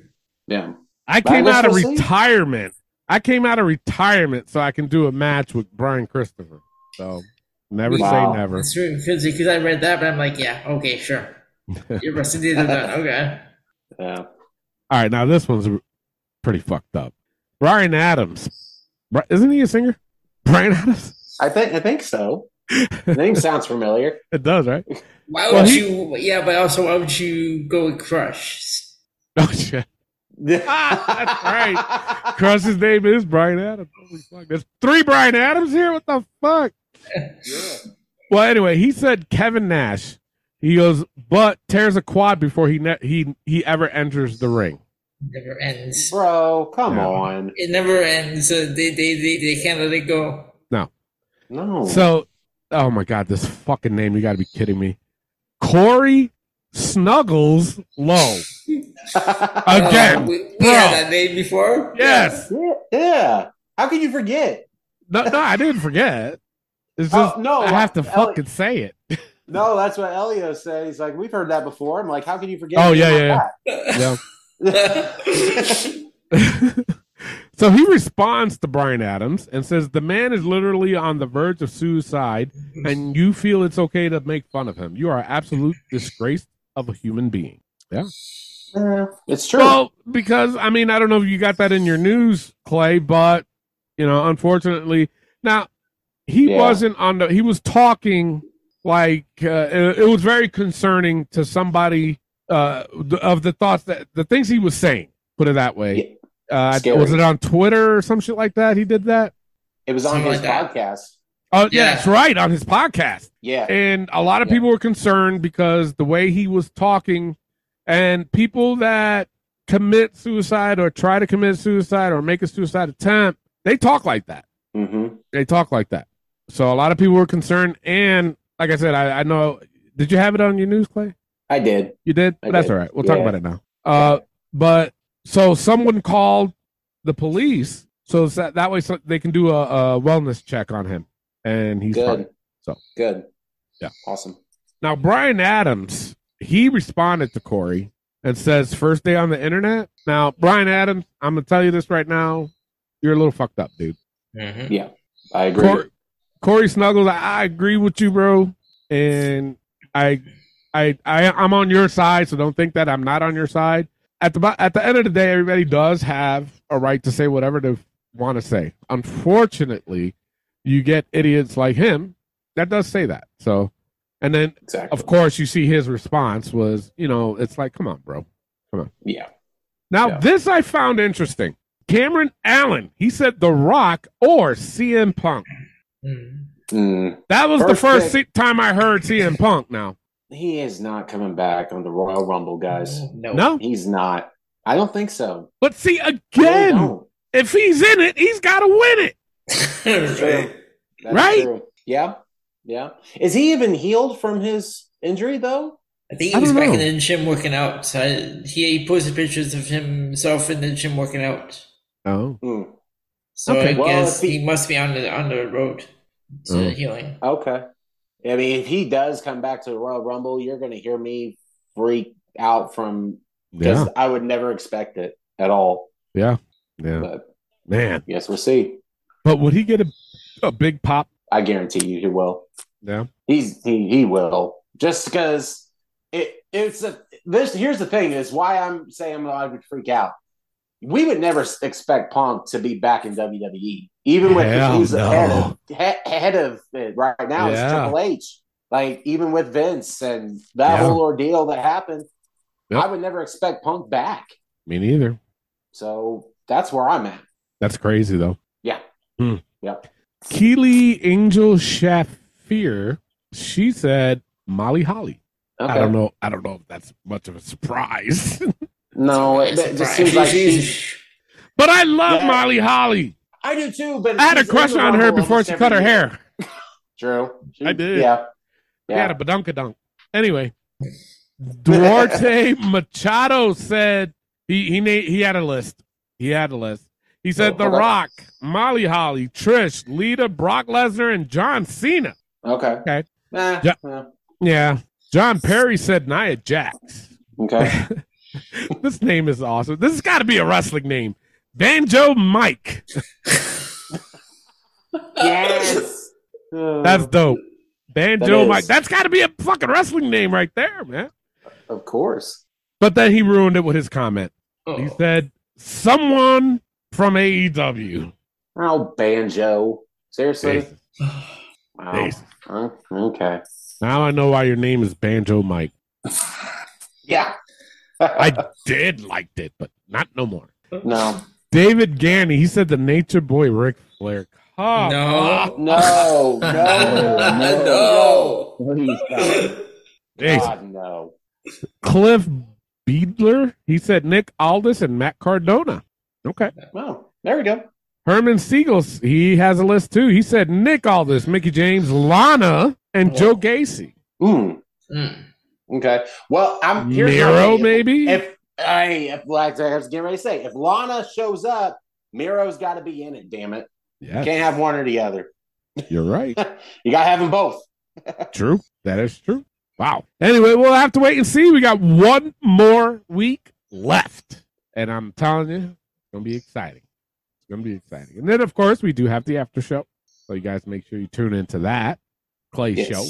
[SPEAKER 3] Yeah.
[SPEAKER 2] I came out of
[SPEAKER 3] let's see.
[SPEAKER 2] retirement. I came out of retirement so I can do a match with Brian Christopher. So never say
[SPEAKER 3] Wow.
[SPEAKER 2] never.
[SPEAKER 4] That's true because because I read that, but I'm like, yeah, okay, sure. Your wrestling days are done. Okay.
[SPEAKER 3] Yeah.
[SPEAKER 2] All right, now this one's pretty fucked up. Brian Adams, Bri- isn't he a singer? Brian Adams.
[SPEAKER 3] I think I think so. The name sounds familiar.
[SPEAKER 2] It does, right?
[SPEAKER 4] Why would
[SPEAKER 2] Well, he-
[SPEAKER 4] you? Yeah, but also, why would you go with Crush?
[SPEAKER 2] Oh shit! Ah,
[SPEAKER 3] right.
[SPEAKER 2] Cross his name is Brian Adams. Holy fuck! There's three Brian Adams here. What the fuck? Well, anyway, he said Kevin Nash. He goes, but tears a quad before he ne- he he ever enters the ring.
[SPEAKER 4] Never ends.
[SPEAKER 3] Bro, come
[SPEAKER 2] Yeah.
[SPEAKER 3] on.
[SPEAKER 4] It never ends. Uh, they, they they they can't let it go.
[SPEAKER 3] No.
[SPEAKER 2] So, oh my god, this fucking name! You got to be kidding me, Corey Snuggles Low
[SPEAKER 4] Uh,
[SPEAKER 2] again.
[SPEAKER 4] we we
[SPEAKER 2] bro.
[SPEAKER 4] had that name before.
[SPEAKER 2] yes,
[SPEAKER 3] yeah, yeah. How can you forget?
[SPEAKER 2] no, no, I didn't forget. It's just
[SPEAKER 3] Oh, no,
[SPEAKER 2] I have to
[SPEAKER 3] Ellie-
[SPEAKER 2] fucking say it.
[SPEAKER 3] No, that's what Elio said. He's like, we've heard that before. I'm like, how can you forget?
[SPEAKER 2] Oh,
[SPEAKER 3] a name
[SPEAKER 2] yeah,
[SPEAKER 3] like
[SPEAKER 2] yeah,
[SPEAKER 3] that?
[SPEAKER 2] Yeah.
[SPEAKER 4] Yeah.
[SPEAKER 2] so he responds to Brian Adams and says, "The man is literally on the verge of suicide, and you feel it's okay to make fun of him. You are absolute disgrace of a human being."
[SPEAKER 3] Yeah, it's true.
[SPEAKER 2] Well, because I mean, I don't know if you got that in your news, Clay, but you know, unfortunately, now he
[SPEAKER 3] Yeah.
[SPEAKER 2] wasn't on the. He was talking like uh, it, it was very concerning to somebody uh, th- of the thoughts that the things he was saying. Put it that way. Uh,
[SPEAKER 3] Scary.
[SPEAKER 2] was it on Twitter or some shit like that? He did that.
[SPEAKER 3] it was on
[SPEAKER 4] Something
[SPEAKER 3] his
[SPEAKER 4] like
[SPEAKER 3] podcast.
[SPEAKER 2] Oh yeah,
[SPEAKER 4] Yeah.
[SPEAKER 2] that's right on his podcast.
[SPEAKER 3] Yeah.
[SPEAKER 2] And a lot of
[SPEAKER 3] Yeah.
[SPEAKER 2] people were concerned because the way he was talking and people that commit suicide or try to commit suicide or make a suicide attempt, they talk like that.
[SPEAKER 3] Mm-hmm.
[SPEAKER 2] They talk like that. So a lot of people were concerned. And like I said, I, I know. Did you have it on your news, Clay?
[SPEAKER 3] I did.
[SPEAKER 2] You did?
[SPEAKER 3] I
[SPEAKER 2] That's
[SPEAKER 3] did.
[SPEAKER 2] all right. We'll talk
[SPEAKER 3] Yeah.
[SPEAKER 2] about it now. Uh, But so someone called the police. So it's that, that way so they can do a, a wellness check on him. And he's fine.
[SPEAKER 3] Good.
[SPEAKER 2] So.
[SPEAKER 3] good.
[SPEAKER 2] Yeah.
[SPEAKER 3] Awesome.
[SPEAKER 2] Now, Brian Adams, he responded to Corey and says, first day on the internet. Now, Brian Adams, I'm going to tell you this right now. You're a little fucked up, dude.
[SPEAKER 4] Mhm.
[SPEAKER 3] I agree.
[SPEAKER 2] Cor- Corey Snuggles, I, I agree with you, bro. And I, I, I, I'm on your side, so don't think that I'm not on your side. At the bo- at the end of the day, everybody does have a right to say whatever they want to say. Unfortunately, you get idiots like him that does say that. So, And then,
[SPEAKER 3] Exactly.
[SPEAKER 2] of course, you see his response was, you know, it's like, come on, bro.
[SPEAKER 3] Yeah.
[SPEAKER 2] Now,
[SPEAKER 3] Yeah.
[SPEAKER 2] this I found interesting. Cameron Allen, he said The Rock or CM Punk.
[SPEAKER 4] Mm.
[SPEAKER 3] Mm.
[SPEAKER 2] That was the
[SPEAKER 3] First
[SPEAKER 2] first
[SPEAKER 3] pick.
[SPEAKER 2] se- time I heard CM Punk now.
[SPEAKER 3] He is not coming back on the Royal Rumble, guys.
[SPEAKER 4] No.
[SPEAKER 2] No?
[SPEAKER 3] He's not. I don't think so.
[SPEAKER 2] But see,
[SPEAKER 3] Really
[SPEAKER 2] again,
[SPEAKER 3] don't.
[SPEAKER 2] if he's in it, he's got to win it.
[SPEAKER 4] Right.
[SPEAKER 3] That's
[SPEAKER 2] Right?
[SPEAKER 3] true. Yeah. Yeah. Is he even healed from his injury though?
[SPEAKER 4] I think
[SPEAKER 2] I
[SPEAKER 4] he was
[SPEAKER 2] don't
[SPEAKER 4] back
[SPEAKER 2] know.
[SPEAKER 4] in the gym working out. I, he, he posted pictures of himself in the gym working out.
[SPEAKER 2] Oh.
[SPEAKER 3] Hmm.
[SPEAKER 4] So
[SPEAKER 2] Okay.
[SPEAKER 4] I
[SPEAKER 3] Well,
[SPEAKER 4] guess
[SPEAKER 3] if
[SPEAKER 4] he,
[SPEAKER 3] he-
[SPEAKER 4] must be on the on the road to
[SPEAKER 2] Oh.
[SPEAKER 4] healing.
[SPEAKER 3] Okay. I mean, if he does come back to the Royal Rumble, you're going to hear me freak out from because
[SPEAKER 2] Yeah.
[SPEAKER 3] I would never expect it at all.
[SPEAKER 2] Yeah.
[SPEAKER 3] But
[SPEAKER 2] Man.
[SPEAKER 3] yes, we'll see.
[SPEAKER 2] But would he get a, a big pop?
[SPEAKER 3] I guarantee you, he will.
[SPEAKER 2] Yeah.
[SPEAKER 3] He's he he will just because it it's a this. Here's the thing: is why I'm saying I would freak out. We would never s- expect Punk to be back in WWE, even with
[SPEAKER 2] Hell
[SPEAKER 3] who's
[SPEAKER 2] no.
[SPEAKER 3] ahead of he- head of it right now
[SPEAKER 2] Yeah.
[SPEAKER 3] is Triple H. Like even with Vince and that
[SPEAKER 2] Yeah.
[SPEAKER 3] whole ordeal that happened,
[SPEAKER 2] Yep.
[SPEAKER 3] I would never expect Punk back.
[SPEAKER 2] Me neither.
[SPEAKER 3] So that's where I'm at.
[SPEAKER 2] That's crazy, though.
[SPEAKER 3] Yeah.
[SPEAKER 2] Hmm.
[SPEAKER 3] Yep.
[SPEAKER 2] Keely Angel Shafir, she said Molly Holly. I don't know. I don't know if that's much of a surprise.
[SPEAKER 3] No, it, it just seems like she's.
[SPEAKER 2] but I love
[SPEAKER 3] Yeah.
[SPEAKER 2] Molly Holly.
[SPEAKER 3] I do too, but
[SPEAKER 2] I had a
[SPEAKER 3] she's in the
[SPEAKER 2] crush on
[SPEAKER 3] Rumble
[SPEAKER 2] her
[SPEAKER 3] almost
[SPEAKER 2] before she
[SPEAKER 3] every
[SPEAKER 2] cut her
[SPEAKER 3] year.
[SPEAKER 2] hair.
[SPEAKER 3] True. She-
[SPEAKER 2] I did.
[SPEAKER 3] Yeah.
[SPEAKER 2] She
[SPEAKER 3] Yeah.
[SPEAKER 2] had a badunkadunk. Anyway, Duarte Machado said he he na- he had a list. He had a list. He said
[SPEAKER 3] Oh,
[SPEAKER 2] The
[SPEAKER 3] hold on.
[SPEAKER 2] Rock, Molly Holly, Trish, Lita, Brock Lesnar, and John Cena.
[SPEAKER 3] Okay. Eh,
[SPEAKER 2] Okay.
[SPEAKER 3] Nah,
[SPEAKER 2] Yeah.
[SPEAKER 3] yeah.
[SPEAKER 2] Yeah. John Perry said Nia Jax.
[SPEAKER 3] Okay.
[SPEAKER 2] this name is awesome. This has got to be a wrestling name. Banjo Mike.
[SPEAKER 3] yes.
[SPEAKER 2] That's
[SPEAKER 3] Uh,
[SPEAKER 2] dope. Banjo
[SPEAKER 3] That is.
[SPEAKER 2] Mike. That's got to be a fucking wrestling name right there, man.
[SPEAKER 3] of course.
[SPEAKER 2] But then he ruined it with his comment. He
[SPEAKER 4] Oh.
[SPEAKER 2] said, someone from E AEW.
[SPEAKER 3] Oh, banjo. Seriously.
[SPEAKER 2] Jesus.
[SPEAKER 3] Wow.
[SPEAKER 2] Jesus.
[SPEAKER 3] Huh? Okay.
[SPEAKER 2] Now I know why your name is Banjo Mike.
[SPEAKER 3] Yeah.
[SPEAKER 2] I did liked it, but not no more.
[SPEAKER 3] no.
[SPEAKER 2] David Ganny, he said the nature boy Ric Flair. Come
[SPEAKER 4] No.
[SPEAKER 3] No. No. No.
[SPEAKER 4] no.
[SPEAKER 5] Please, God.
[SPEAKER 2] on.
[SPEAKER 3] God, no.
[SPEAKER 2] Cliff Biedler. He said Nick Aldis and Matt Cardona. Okay.
[SPEAKER 3] Well, there we go.
[SPEAKER 2] Herman Siegels, he has a list too. He said Nick Aldis, Mickey James, Lana, and
[SPEAKER 4] Wow.
[SPEAKER 2] Joe Gacy.
[SPEAKER 3] Mm.
[SPEAKER 4] Mm.
[SPEAKER 3] Okay. Well, I'm uh, here's my
[SPEAKER 2] Miro,
[SPEAKER 3] thing.
[SPEAKER 2] maybe?
[SPEAKER 3] If I, if, like I was getting ready to say, if Lana shows up, Miro's got to be in it. Damn it,
[SPEAKER 2] yeah,
[SPEAKER 3] can't have one or the other.
[SPEAKER 2] you're right.
[SPEAKER 3] You got to have them both.
[SPEAKER 2] true. That is true. Wow. Anyway, we'll have to wait and see. We got one more week left. And I'm telling you, it's going to be exciting. It's going to be exciting. And then, of course, we do have the after show. So you guys make sure you tune into that Clay
[SPEAKER 3] Yes.
[SPEAKER 2] show.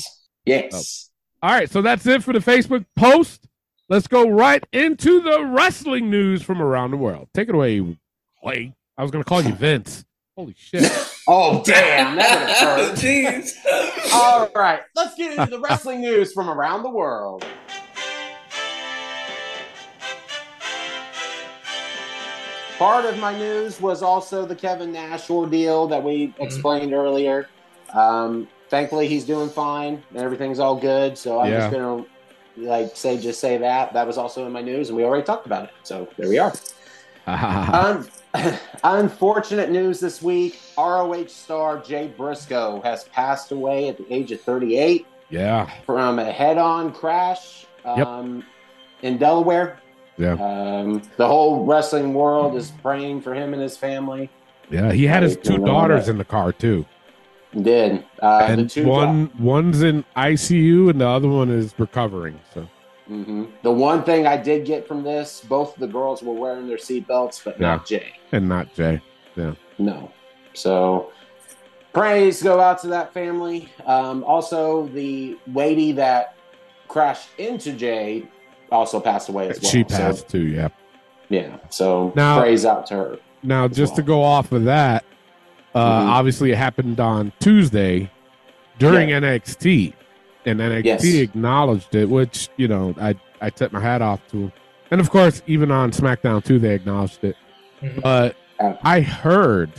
[SPEAKER 3] Yes.
[SPEAKER 2] All right, so that's it for the Facebook post. Let's go right into the wrestling news from around the world. Take it away, Clay. I was going to call you Vince. Holy shit.
[SPEAKER 3] Oh, damn. That would've hurt.
[SPEAKER 4] Jeez.
[SPEAKER 3] All right. Let's get into the wrestling news from around the world. Part of my news was also the Kevin Nash ordeal that we explained earlier. Um, thankfully, he's doing fine and everything's all good. So I'm just going to like say just say that that was also in my news and we already talked about it so there we are Un- unfortunate news this week. ROH star Jay Briscoe has passed away at the age of 38
[SPEAKER 2] yeah.
[SPEAKER 3] from a head-on crash um, in Delaware.
[SPEAKER 2] Yeah.
[SPEAKER 3] Um, the whole wrestling world is praying for him and his family.
[SPEAKER 2] Yeah. He had his
[SPEAKER 3] Right,
[SPEAKER 2] two
[SPEAKER 3] and all
[SPEAKER 2] daughters
[SPEAKER 3] that.
[SPEAKER 2] in the car, too.
[SPEAKER 3] Did uh, the
[SPEAKER 2] and
[SPEAKER 3] two
[SPEAKER 2] one one's in ICU and the other one is recovering. So
[SPEAKER 3] Mhm. The one thing I did get from this, both of the girls were wearing their seatbelts, but not Jay.
[SPEAKER 2] and not Jay.
[SPEAKER 3] No. So praise go out to that family. Um, also, the lady that crashed into Jay also passed away as well.
[SPEAKER 2] she
[SPEAKER 3] So,
[SPEAKER 2] passed too, yeah.
[SPEAKER 3] yeah. So
[SPEAKER 2] Now-
[SPEAKER 3] praise out to her.
[SPEAKER 2] Now
[SPEAKER 3] as
[SPEAKER 2] just to
[SPEAKER 3] well.
[SPEAKER 2] go off of that, uh
[SPEAKER 3] Mhm.
[SPEAKER 2] obviously it happened on Tuesday during NXT. and NXT
[SPEAKER 3] Yes.
[SPEAKER 2] acknowledged it, which you know I I took my hat off to, 'em. and of course even on SmackDown too they acknowledged it.
[SPEAKER 4] Mhm.
[SPEAKER 2] But
[SPEAKER 3] Mm-hmm. Yeah.
[SPEAKER 2] I heard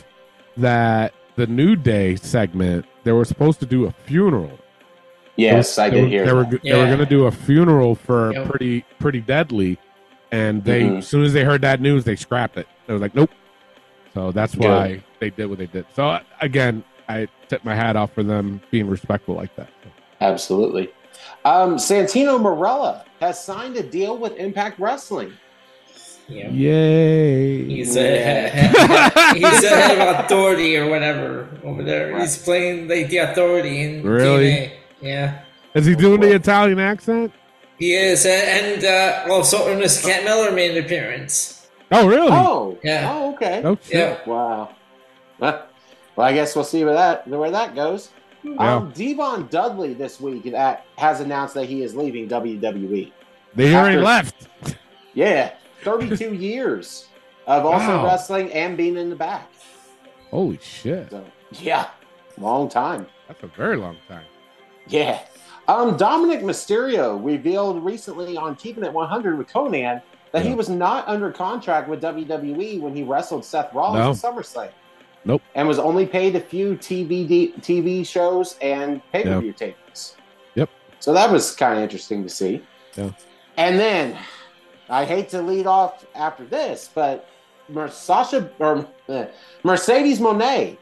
[SPEAKER 2] that the New Day segment they were supposed to do a funeral.
[SPEAKER 3] Yes, I
[SPEAKER 2] They
[SPEAKER 3] did
[SPEAKER 2] were-
[SPEAKER 3] hear.
[SPEAKER 2] They were
[SPEAKER 3] that.
[SPEAKER 2] they were
[SPEAKER 4] Yeah.
[SPEAKER 2] going to do a funeral for
[SPEAKER 4] Yep.
[SPEAKER 2] pretty pretty deadly, and they
[SPEAKER 3] Mhm.
[SPEAKER 2] as soon as they heard that news they scrapped it. They were like, nope. So that's
[SPEAKER 3] Good.
[SPEAKER 2] why they did what they did. So uh, again, I took my hat off for them being respectful like that.
[SPEAKER 3] Absolutely. Um, Santino Morella has signed a deal with Impact Wrestling.
[SPEAKER 4] Yeah.
[SPEAKER 2] Yay!
[SPEAKER 4] He's a, he's a head of authority or whatever over there. He's playing like the authority in
[SPEAKER 2] Really?
[SPEAKER 4] TNA. Yeah.
[SPEAKER 2] Is he doing the Italian accent?
[SPEAKER 4] He is, and, and uh, also Ernest Cat Miller made an appearance.
[SPEAKER 2] Oh, really?
[SPEAKER 3] Oh,
[SPEAKER 4] Yeah.
[SPEAKER 3] Oh, okay.
[SPEAKER 2] Oh, shit.
[SPEAKER 4] Yeah.
[SPEAKER 3] Wow. Well, I guess we'll see where that where that goes. Um, Devon Dudley this week that has announced that he is leaving WWE.
[SPEAKER 2] They already
[SPEAKER 3] After-
[SPEAKER 2] left.
[SPEAKER 3] Yeah, 32 years of also
[SPEAKER 2] Wow.
[SPEAKER 3] wrestling and being in the back.
[SPEAKER 2] Holy shit!
[SPEAKER 3] So yeah, long time.
[SPEAKER 2] That's a very long time.
[SPEAKER 3] Yeah. Um, Dominic Mysterio revealed recently on Keeping It 100 with Conan that he
[SPEAKER 2] Yeah.
[SPEAKER 3] was not under contract with WWE when he wrestled Seth Rollins at SummerSlam.
[SPEAKER 2] Nope.
[SPEAKER 3] And was only paid a few TV d- TV shows and pay per view tapings.
[SPEAKER 2] Yep.
[SPEAKER 3] So that was kind of interesting to see.
[SPEAKER 2] Yeah.
[SPEAKER 3] And then I hate to lead off after this, but Mer- Sasha or eh, Mercedes Monet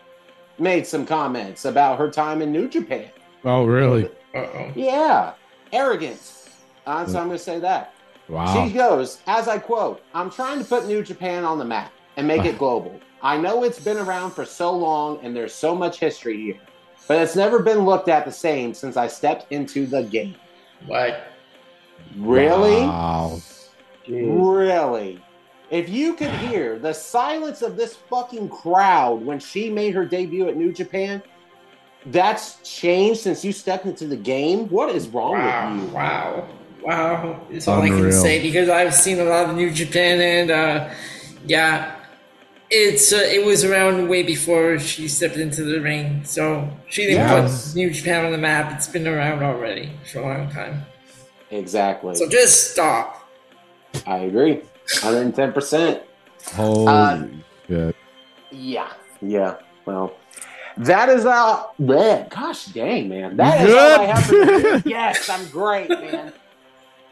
[SPEAKER 3] made some comments about her time in New Japan.
[SPEAKER 2] Oh, really?
[SPEAKER 4] Uh oh.
[SPEAKER 3] Yeah, arrogance. Uh, so I'm going to say that.
[SPEAKER 2] Wow.
[SPEAKER 3] She goes, as I quote, I'm trying to put New Japan on the map and make it global. I know it's been around for so long and there's so much history here, but it's never been looked at the same since I stepped into the game.
[SPEAKER 4] What?
[SPEAKER 3] Really?
[SPEAKER 2] Wow.
[SPEAKER 5] Jeez.
[SPEAKER 3] Really? If you could hear the silence of this fucking crowd when she made her debut at New Japan, that's changed since you stepped into the game. What is wrong with
[SPEAKER 4] Wow.
[SPEAKER 3] you?
[SPEAKER 4] Wow. Wow. It's all I can
[SPEAKER 2] Unreal.
[SPEAKER 4] say because I've seen a lot of New Japan and uh, yeah, it's uh, it was around way before she stepped into the ring. So she didn't
[SPEAKER 2] Yeah.
[SPEAKER 4] put New Japan on the map. It's been around already for a long time.
[SPEAKER 3] Exactly.
[SPEAKER 4] So just stop.
[SPEAKER 3] I agree. 110%.
[SPEAKER 2] Holy
[SPEAKER 3] Uh,
[SPEAKER 2] shit!
[SPEAKER 3] Yeah. Yeah. Well, that is all. Man, gosh dang, man. That is all I have for the news.
[SPEAKER 2] Good.
[SPEAKER 3] Yes, I'm great, man.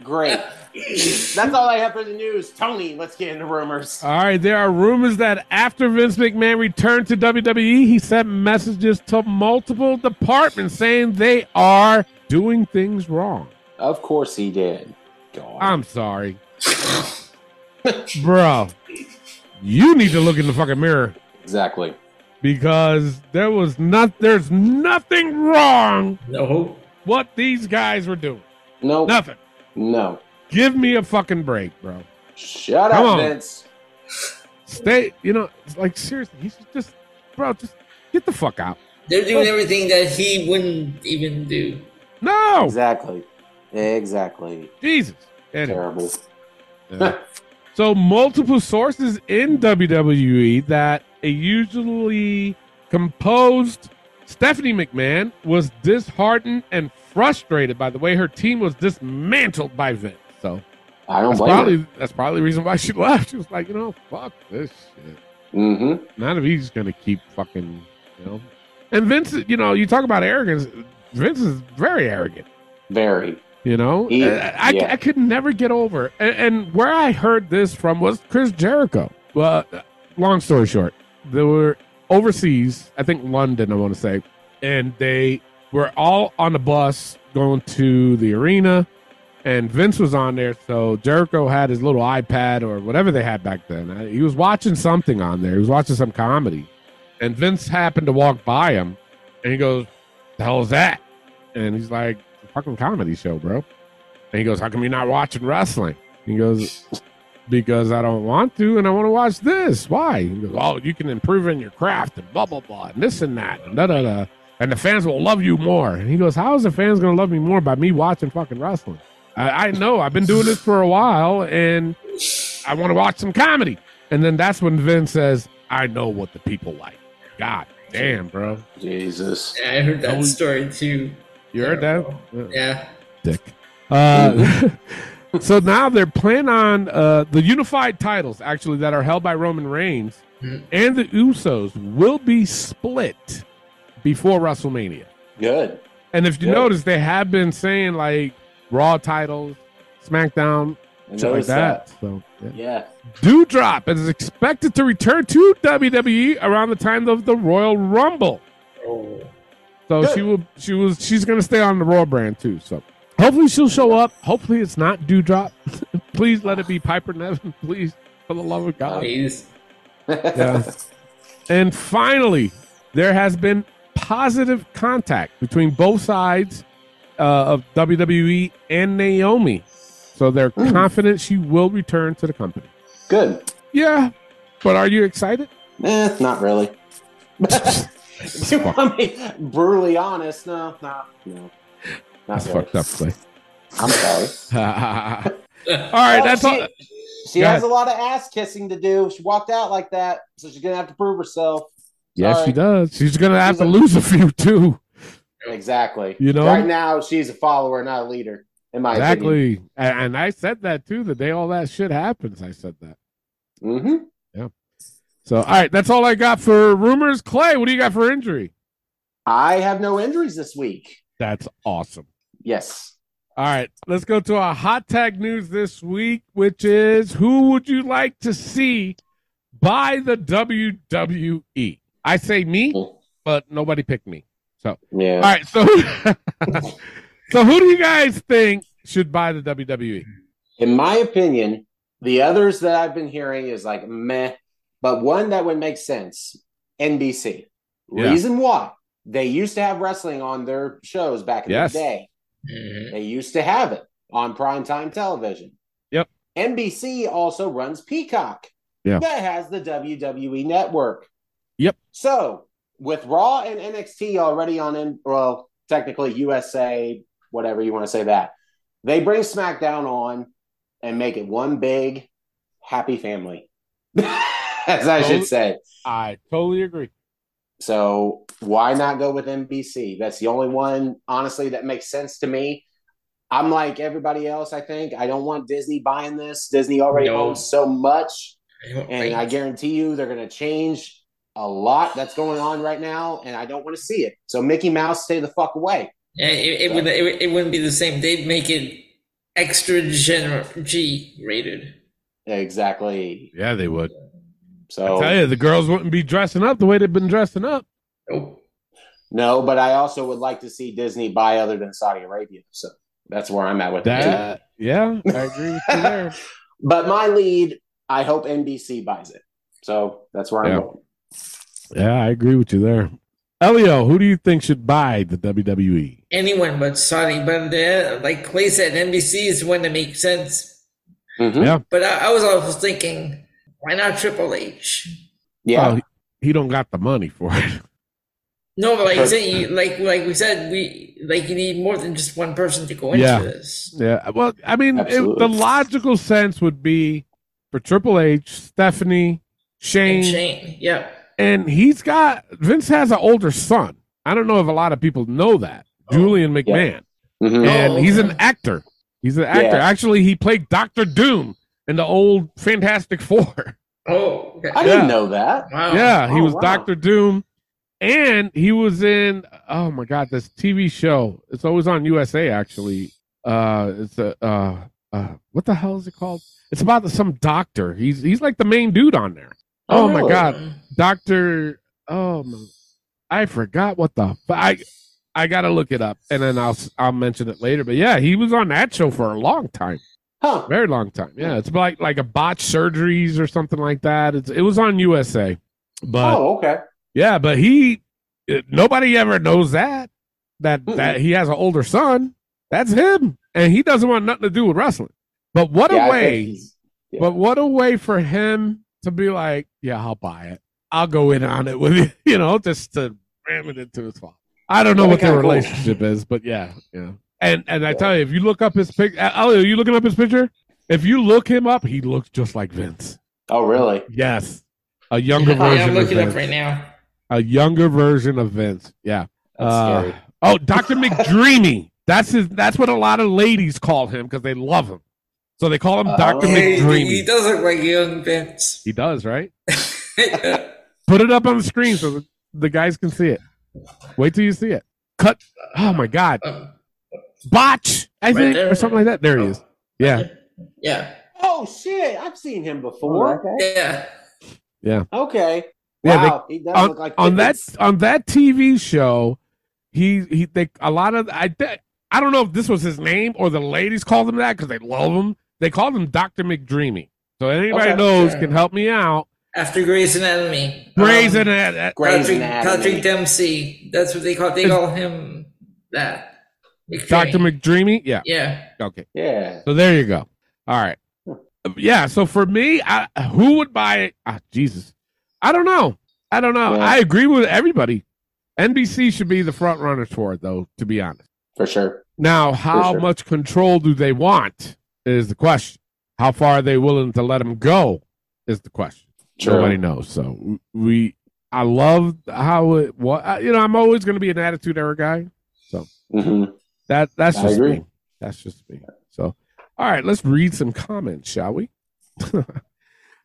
[SPEAKER 3] Great. That's all I have for the news. Tony, let's get into rumors.
[SPEAKER 2] All right, there are rumors that after Vince McMahon returned to WWE, he sent messages to multiple departments saying they are doing things wrong.
[SPEAKER 3] Of course he did. God.
[SPEAKER 2] I'm sorry. Bro, you need to look in the fucking mirror
[SPEAKER 3] exactly.
[SPEAKER 2] because there was not there's nothing wrong
[SPEAKER 4] No.
[SPEAKER 2] what these guys were doing.
[SPEAKER 3] No. No.
[SPEAKER 2] Nothing. Give me a fucking break, bro.
[SPEAKER 3] Shut
[SPEAKER 2] Come
[SPEAKER 3] up,
[SPEAKER 2] on.
[SPEAKER 3] Vince.
[SPEAKER 2] Stay, you know, it's like seriously, he should just bro, just get the fuck out.
[SPEAKER 4] They're doing everything that he wouldn't even do.
[SPEAKER 2] No.
[SPEAKER 3] Exactly. Exactly.
[SPEAKER 2] Jesus. Anyway.
[SPEAKER 3] Terrible.
[SPEAKER 2] Yeah. so multiple sources in WWE that a usually composed Stephanie McMahon was disheartened and frustrated by the way her team was dismantled by Vince. So
[SPEAKER 3] I don't
[SPEAKER 2] that's
[SPEAKER 3] blame
[SPEAKER 2] probably
[SPEAKER 3] him.
[SPEAKER 2] that's probably the reason why she left. She was like, you know, fuck this shit.
[SPEAKER 3] Mm-hmm.
[SPEAKER 2] None of he's gonna keep fucking you know. And Vince, you know, you talk about arrogance. Vince is very arrogant.
[SPEAKER 3] Very.
[SPEAKER 2] You know,
[SPEAKER 3] He-
[SPEAKER 2] I, I-
[SPEAKER 3] yeah.
[SPEAKER 2] I could never get over. And, and where I heard this from was Chris Jericho. Well, long story short, they were overseas, I think London, I want to say, and they were all on the bus going to the arena, and Vince was on there. So Jericho had his little iPad or whatever they had back then. I- He was watching something on there, he was watching some comedy, and Vince happened to walk by him, and he goes, The hell is that? And he's like, fucking comedy show, bro. And he goes, How come you're not watching wrestling? He goes, Because I don't want to and I want to watch this. Why? He goes, Oh, you can improve in your craft and blah, blah, blah, and this and that, and da, da, da. And the fans will love you more. And he goes, How is the fans going to love me more by me watching fucking wrestling? I, I know I've been doing this for a while and I want to watch some comedy. And then that's when Vin says, I know what the people like. God damn, bro.
[SPEAKER 3] Jesus.
[SPEAKER 4] Yeah, I heard that
[SPEAKER 2] Don't-
[SPEAKER 4] story too.
[SPEAKER 2] You heard that? Yeah.
[SPEAKER 4] Terrible. Yeah.
[SPEAKER 2] dick. Uh, so now they're planning on uh, the unified titles, actually, that are held by Roman Reigns
[SPEAKER 3] Mm-hmm.
[SPEAKER 4] Mhm.
[SPEAKER 2] and the Usos will be split before WrestleMania.
[SPEAKER 3] Good.
[SPEAKER 2] And if you
[SPEAKER 3] Yeah.
[SPEAKER 2] notice, they have been saying like Raw titles, SmackDown,
[SPEAKER 3] I
[SPEAKER 2] shit like
[SPEAKER 3] noticed
[SPEAKER 2] that. So, yeah.
[SPEAKER 3] that. Yeah.
[SPEAKER 2] Dewdrop is expected to return to WWE around the time of the Royal Rumble.
[SPEAKER 4] Oh.
[SPEAKER 2] So
[SPEAKER 3] Good.
[SPEAKER 2] she will. She was. She's gonna stay on the Raw brand too. So hopefully she'll show up. Hopefully it's not Dewdrop. please let it be Piper Nevin. Please, for the love of God.
[SPEAKER 4] Please.
[SPEAKER 2] Yeah. And finally, there has been positive contact between both sides uh, of WWE and Naomi. So they're confident she will return to the company.
[SPEAKER 3] Good.
[SPEAKER 2] Yeah, but are you excited?
[SPEAKER 3] Eh, not really. you want me brutally honest? No, no, no. Not
[SPEAKER 2] That's
[SPEAKER 3] really.
[SPEAKER 2] fucked up, Clay.
[SPEAKER 3] I'm sorry.
[SPEAKER 2] all right,
[SPEAKER 3] Oh,
[SPEAKER 2] that's
[SPEAKER 3] she,
[SPEAKER 2] all.
[SPEAKER 3] She
[SPEAKER 2] Go
[SPEAKER 3] has
[SPEAKER 2] ahead.
[SPEAKER 3] a lot of ass kissing to do. She walked out like that, so she's gonna have to prove herself.
[SPEAKER 2] Yes,
[SPEAKER 3] Sorry.
[SPEAKER 2] she does. She's gonna have
[SPEAKER 3] She's
[SPEAKER 2] to
[SPEAKER 3] a-
[SPEAKER 2] lose a few too.
[SPEAKER 3] Exactly.
[SPEAKER 2] You know?
[SPEAKER 3] right now she's a follower, not a leader. In my
[SPEAKER 2] Exactly. And, and I said that too. The day all that shit happens, I said that.
[SPEAKER 3] opinion. hmm
[SPEAKER 2] So, all right, that's all I got for rumors. Clay, what do you got for injury?
[SPEAKER 3] I have no injuries this week.
[SPEAKER 2] That's awesome.
[SPEAKER 3] Yes.
[SPEAKER 2] All right, let's go to our hot tag news this week, which is who would you like to see by the WWE? I say me, but nobody picked me.
[SPEAKER 3] Yeah.
[SPEAKER 2] All right, so so who do you guys think should buy the E? WWE?
[SPEAKER 3] In my opinion, the others that I've been hearing is like meh, but one that would make sense NBC.
[SPEAKER 2] Yeah.
[SPEAKER 3] Reason why they used to have wrestling on their shows back in
[SPEAKER 2] Yes.
[SPEAKER 3] the day,
[SPEAKER 2] Mm-hmm.
[SPEAKER 4] Mhm.
[SPEAKER 3] they used to have it on primetime television.
[SPEAKER 2] Yep.
[SPEAKER 3] NBC also runs Peacock,
[SPEAKER 2] Yeah.
[SPEAKER 3] that has the WWE network.
[SPEAKER 2] Yep.
[SPEAKER 3] So with Raw and NXT already on, in, well, technically USA, whatever you want to say that, they bring SmackDown on and make it one big happy family, as I
[SPEAKER 2] Totally.
[SPEAKER 3] should say.
[SPEAKER 2] I totally agree.
[SPEAKER 3] So why not go with NBC? That's the only one, honestly, that makes sense to me. I'm like everybody else, I think. I don't want Disney buying this. Disney already
[SPEAKER 4] No.
[SPEAKER 3] owns so much,
[SPEAKER 4] I don't
[SPEAKER 3] and
[SPEAKER 4] like-
[SPEAKER 3] I guarantee you they're going to change a lot that's going on right now, and I don't want to see it. So Mickey Mouse, stay the fuck away.
[SPEAKER 4] Yeah, it, it would it, would- it wouldn't be the same. They'd make it extra gener- G rated.
[SPEAKER 3] Exactly.
[SPEAKER 2] Yeah, they would. I tell
[SPEAKER 3] So
[SPEAKER 2] you, the girls wouldn't be dressing up the way they've been dressing up.
[SPEAKER 4] Nope.
[SPEAKER 3] no, but I also would like to see Disney buy other than Saudi Arabia. So that's where I'm at with it, too.
[SPEAKER 2] That, yeah, I agree with you there.
[SPEAKER 3] But my lead, I hope NBC buys it. So that's where
[SPEAKER 2] Yeah.
[SPEAKER 3] I'm going.
[SPEAKER 2] Yeah, I agree with you there. Elio, who do you think should buy the E? WWE?
[SPEAKER 4] Anyone but Saudi, but uh, like Clay said, NBC is the one that makes sense.
[SPEAKER 3] Mhm.
[SPEAKER 2] Yeah.
[SPEAKER 4] But I, I was also thinking, why not Triple H?
[SPEAKER 3] Yeah.
[SPEAKER 2] Oh, he don't got the money for it.
[SPEAKER 4] No, but like
[SPEAKER 3] But-
[SPEAKER 4] say, you- like like we said, we like you need more than just one person to go into
[SPEAKER 2] Yeah.
[SPEAKER 4] this.
[SPEAKER 2] Yeah, well, I mean, it- the
[SPEAKER 3] Absolutely.
[SPEAKER 2] logical sense would be for Triple H, Stephanie,
[SPEAKER 4] And
[SPEAKER 2] Shane, and,
[SPEAKER 4] Shane, yeah,
[SPEAKER 2] he's got Vince has an older son. I don't know if a lot of people know that Julian McMahon,
[SPEAKER 3] Mhm.
[SPEAKER 2] and
[SPEAKER 4] Oh,
[SPEAKER 2] he's
[SPEAKER 4] okay.
[SPEAKER 2] an actor. He's an actor.
[SPEAKER 3] Yeah.
[SPEAKER 2] Actually, he played Doctor Doom in the old Fantastic Four.
[SPEAKER 4] oh, okay.
[SPEAKER 3] I
[SPEAKER 2] Yeah.
[SPEAKER 3] didn't know that.
[SPEAKER 4] wow,
[SPEAKER 2] Yeah, he
[SPEAKER 3] Oh,
[SPEAKER 2] was
[SPEAKER 3] wow.
[SPEAKER 2] Doctor Doom, and he was in oh my god, this TV show. It's always on USA actually. Uh, it's a uh, uh, what the hell is it called? It's about some doctor. He's he's like the main dude on there. Oh,
[SPEAKER 3] Oh,
[SPEAKER 2] my
[SPEAKER 3] really?
[SPEAKER 2] god, Doctor. Oh my, I forgot what the fu- I I gotta look it up and then I'll s- I'll mention it later. But yeah, he was on that show for a long time,
[SPEAKER 3] Huh.
[SPEAKER 2] very long time. Yeah, it's like like a botched surgeries or something like that. It's it was on USA, but.
[SPEAKER 3] oh, okay.
[SPEAKER 2] Yeah, but he uh, nobody ever knows that that
[SPEAKER 3] Mm-mm.
[SPEAKER 2] that he has an older son. That's him, and he doesn't want nothing to do with wrestling. But what
[SPEAKER 3] Yeah,
[SPEAKER 2] a
[SPEAKER 3] I think
[SPEAKER 2] way!
[SPEAKER 3] he's- yeah.
[SPEAKER 2] But what a way for him to be like, yeah, I'll buy it. I'll go in on it with you, you know, just to ram it into his father. I don't know
[SPEAKER 3] That'd
[SPEAKER 2] what
[SPEAKER 3] be
[SPEAKER 2] their
[SPEAKER 3] kinda cool.
[SPEAKER 2] relationship is, but yeah, yeah. And and I
[SPEAKER 3] Yeah.
[SPEAKER 2] tell you, if you look up his pic, Ellie, are you looking up his picture? If you look him up, he looks just like Vince.
[SPEAKER 3] Oh, really?
[SPEAKER 2] Yes, a younger
[SPEAKER 4] Yeah,
[SPEAKER 2] version.
[SPEAKER 4] I'm
[SPEAKER 2] of
[SPEAKER 4] looking
[SPEAKER 2] Vince
[SPEAKER 4] up right now.
[SPEAKER 2] a younger version of Vince. Yeah.
[SPEAKER 3] That's
[SPEAKER 2] Uh,
[SPEAKER 3] scary.
[SPEAKER 2] Oh, Dr. McDreamy. That's his. That's what a lot of ladies call him because they love him. So they call him
[SPEAKER 3] Oh.
[SPEAKER 2] Dr.
[SPEAKER 4] He,
[SPEAKER 2] McDreamy.
[SPEAKER 4] he does look like a young Vince.
[SPEAKER 2] He does, right? Put it up on the screen so the, the guys can see it. Wait till you see it. Cut. Oh my God.
[SPEAKER 4] Um,
[SPEAKER 2] Botch. I
[SPEAKER 4] Right
[SPEAKER 2] think
[SPEAKER 4] there.
[SPEAKER 2] or something like that. There he is. Yeah.
[SPEAKER 4] yeah,
[SPEAKER 3] Oh shit! I've seen him
[SPEAKER 5] Oh,
[SPEAKER 3] before.
[SPEAKER 5] okay.
[SPEAKER 4] yeah.
[SPEAKER 3] Okay.
[SPEAKER 2] Yeah, they-
[SPEAKER 3] wow, he does
[SPEAKER 2] on,
[SPEAKER 3] look like
[SPEAKER 2] on that
[SPEAKER 3] Pickens.
[SPEAKER 2] on that TV show, he he they a lot of I thi- I don't know if this was his name or the ladies called him that because they love him. They called him Doctor McDreamy. So anybody
[SPEAKER 3] Okay.
[SPEAKER 2] knows
[SPEAKER 4] Yeah.
[SPEAKER 2] can help me out.
[SPEAKER 4] After Grey's Anatomy.
[SPEAKER 2] Grey's
[SPEAKER 4] Um,
[SPEAKER 2] Anat-
[SPEAKER 3] Grey's
[SPEAKER 4] Patrick,
[SPEAKER 3] Anatomy.
[SPEAKER 4] Patrick Dempsey. That's what they call. They
[SPEAKER 2] Is-
[SPEAKER 4] call him that.
[SPEAKER 2] Doctor McDreamy. Yeah.
[SPEAKER 4] Yeah.
[SPEAKER 2] Okay.
[SPEAKER 3] Yeah.
[SPEAKER 2] So there you go. All right. Yeah. So for me, I, who would buy it? Ah, Jesus. I don't know. I don't know.
[SPEAKER 3] Yeah.
[SPEAKER 2] I agree with everybody. NBC should be the front runners for it, though. To be honest.
[SPEAKER 3] for sure.
[SPEAKER 2] Now, how
[SPEAKER 3] sure.
[SPEAKER 2] much control do they want is the question. How far are they willing to let him go is the question.
[SPEAKER 3] True.
[SPEAKER 2] Nobody knows. So we, I love how it. What you know, I'm always going to be an attitude era guy.
[SPEAKER 3] hmm
[SPEAKER 2] That that's
[SPEAKER 3] I
[SPEAKER 2] just
[SPEAKER 3] agree.
[SPEAKER 2] me. That's just me. So, all right, let's read some comments, shall we?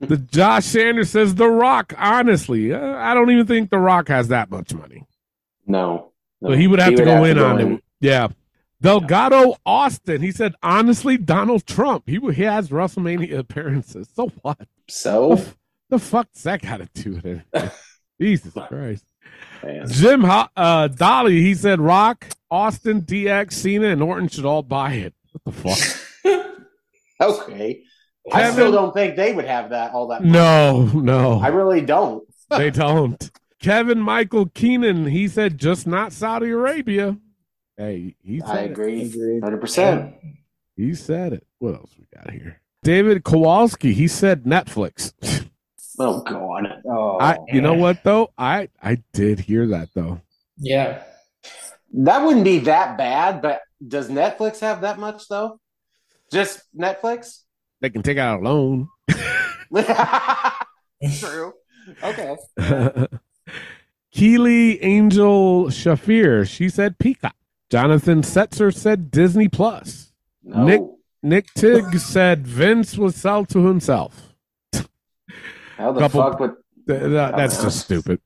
[SPEAKER 2] the Josh Sanders says The Rock. Honestly, uh, I don't even think The Rock has that much money.
[SPEAKER 3] No. no.
[SPEAKER 2] So he would have to go
[SPEAKER 3] have
[SPEAKER 2] in on it. Yeah. Delgado Austin. He said, honestly, Donald Trump. He he has WrestleMania appearances. So what? The,
[SPEAKER 3] So,
[SPEAKER 2] f- the fuck's that got to do with it? Jesus Christ.
[SPEAKER 3] man.
[SPEAKER 2] Jim Ho- uh, Dolly. He said, Rock, Austin, DX, Cena, and Orton should all buy it. What the fuck?
[SPEAKER 3] okay. I
[SPEAKER 2] Kevin-
[SPEAKER 3] still don't think they would have that all that.
[SPEAKER 2] no,
[SPEAKER 3] I
[SPEAKER 2] no,
[SPEAKER 3] really don't.
[SPEAKER 2] they don't. Kevin Michael Keenan. He said, just not Saudi Arabia. Hey, he said
[SPEAKER 3] I
[SPEAKER 2] it.
[SPEAKER 3] agree,
[SPEAKER 5] Agreed.
[SPEAKER 3] hundred percent.
[SPEAKER 2] He said it. What else we got here? David Kowalski. He said Netflix.
[SPEAKER 3] Oh god.
[SPEAKER 5] Oh,
[SPEAKER 2] I, you know what though? I I did hear that though.
[SPEAKER 4] Yeah.
[SPEAKER 3] That wouldn't be that bad, but does Netflix have that much though? Just Netflix?
[SPEAKER 2] They can take out a loan.
[SPEAKER 3] True. Okay.
[SPEAKER 2] Keely Angel Shafir. She said Peacock. Jonathan Setzer said Disney Plus.
[SPEAKER 3] No.
[SPEAKER 2] Nick- Nick Tig said Vince will sell to himself.
[SPEAKER 3] How the
[SPEAKER 2] Couple-
[SPEAKER 3] fuck would
[SPEAKER 2] Th- th- that's just stupid.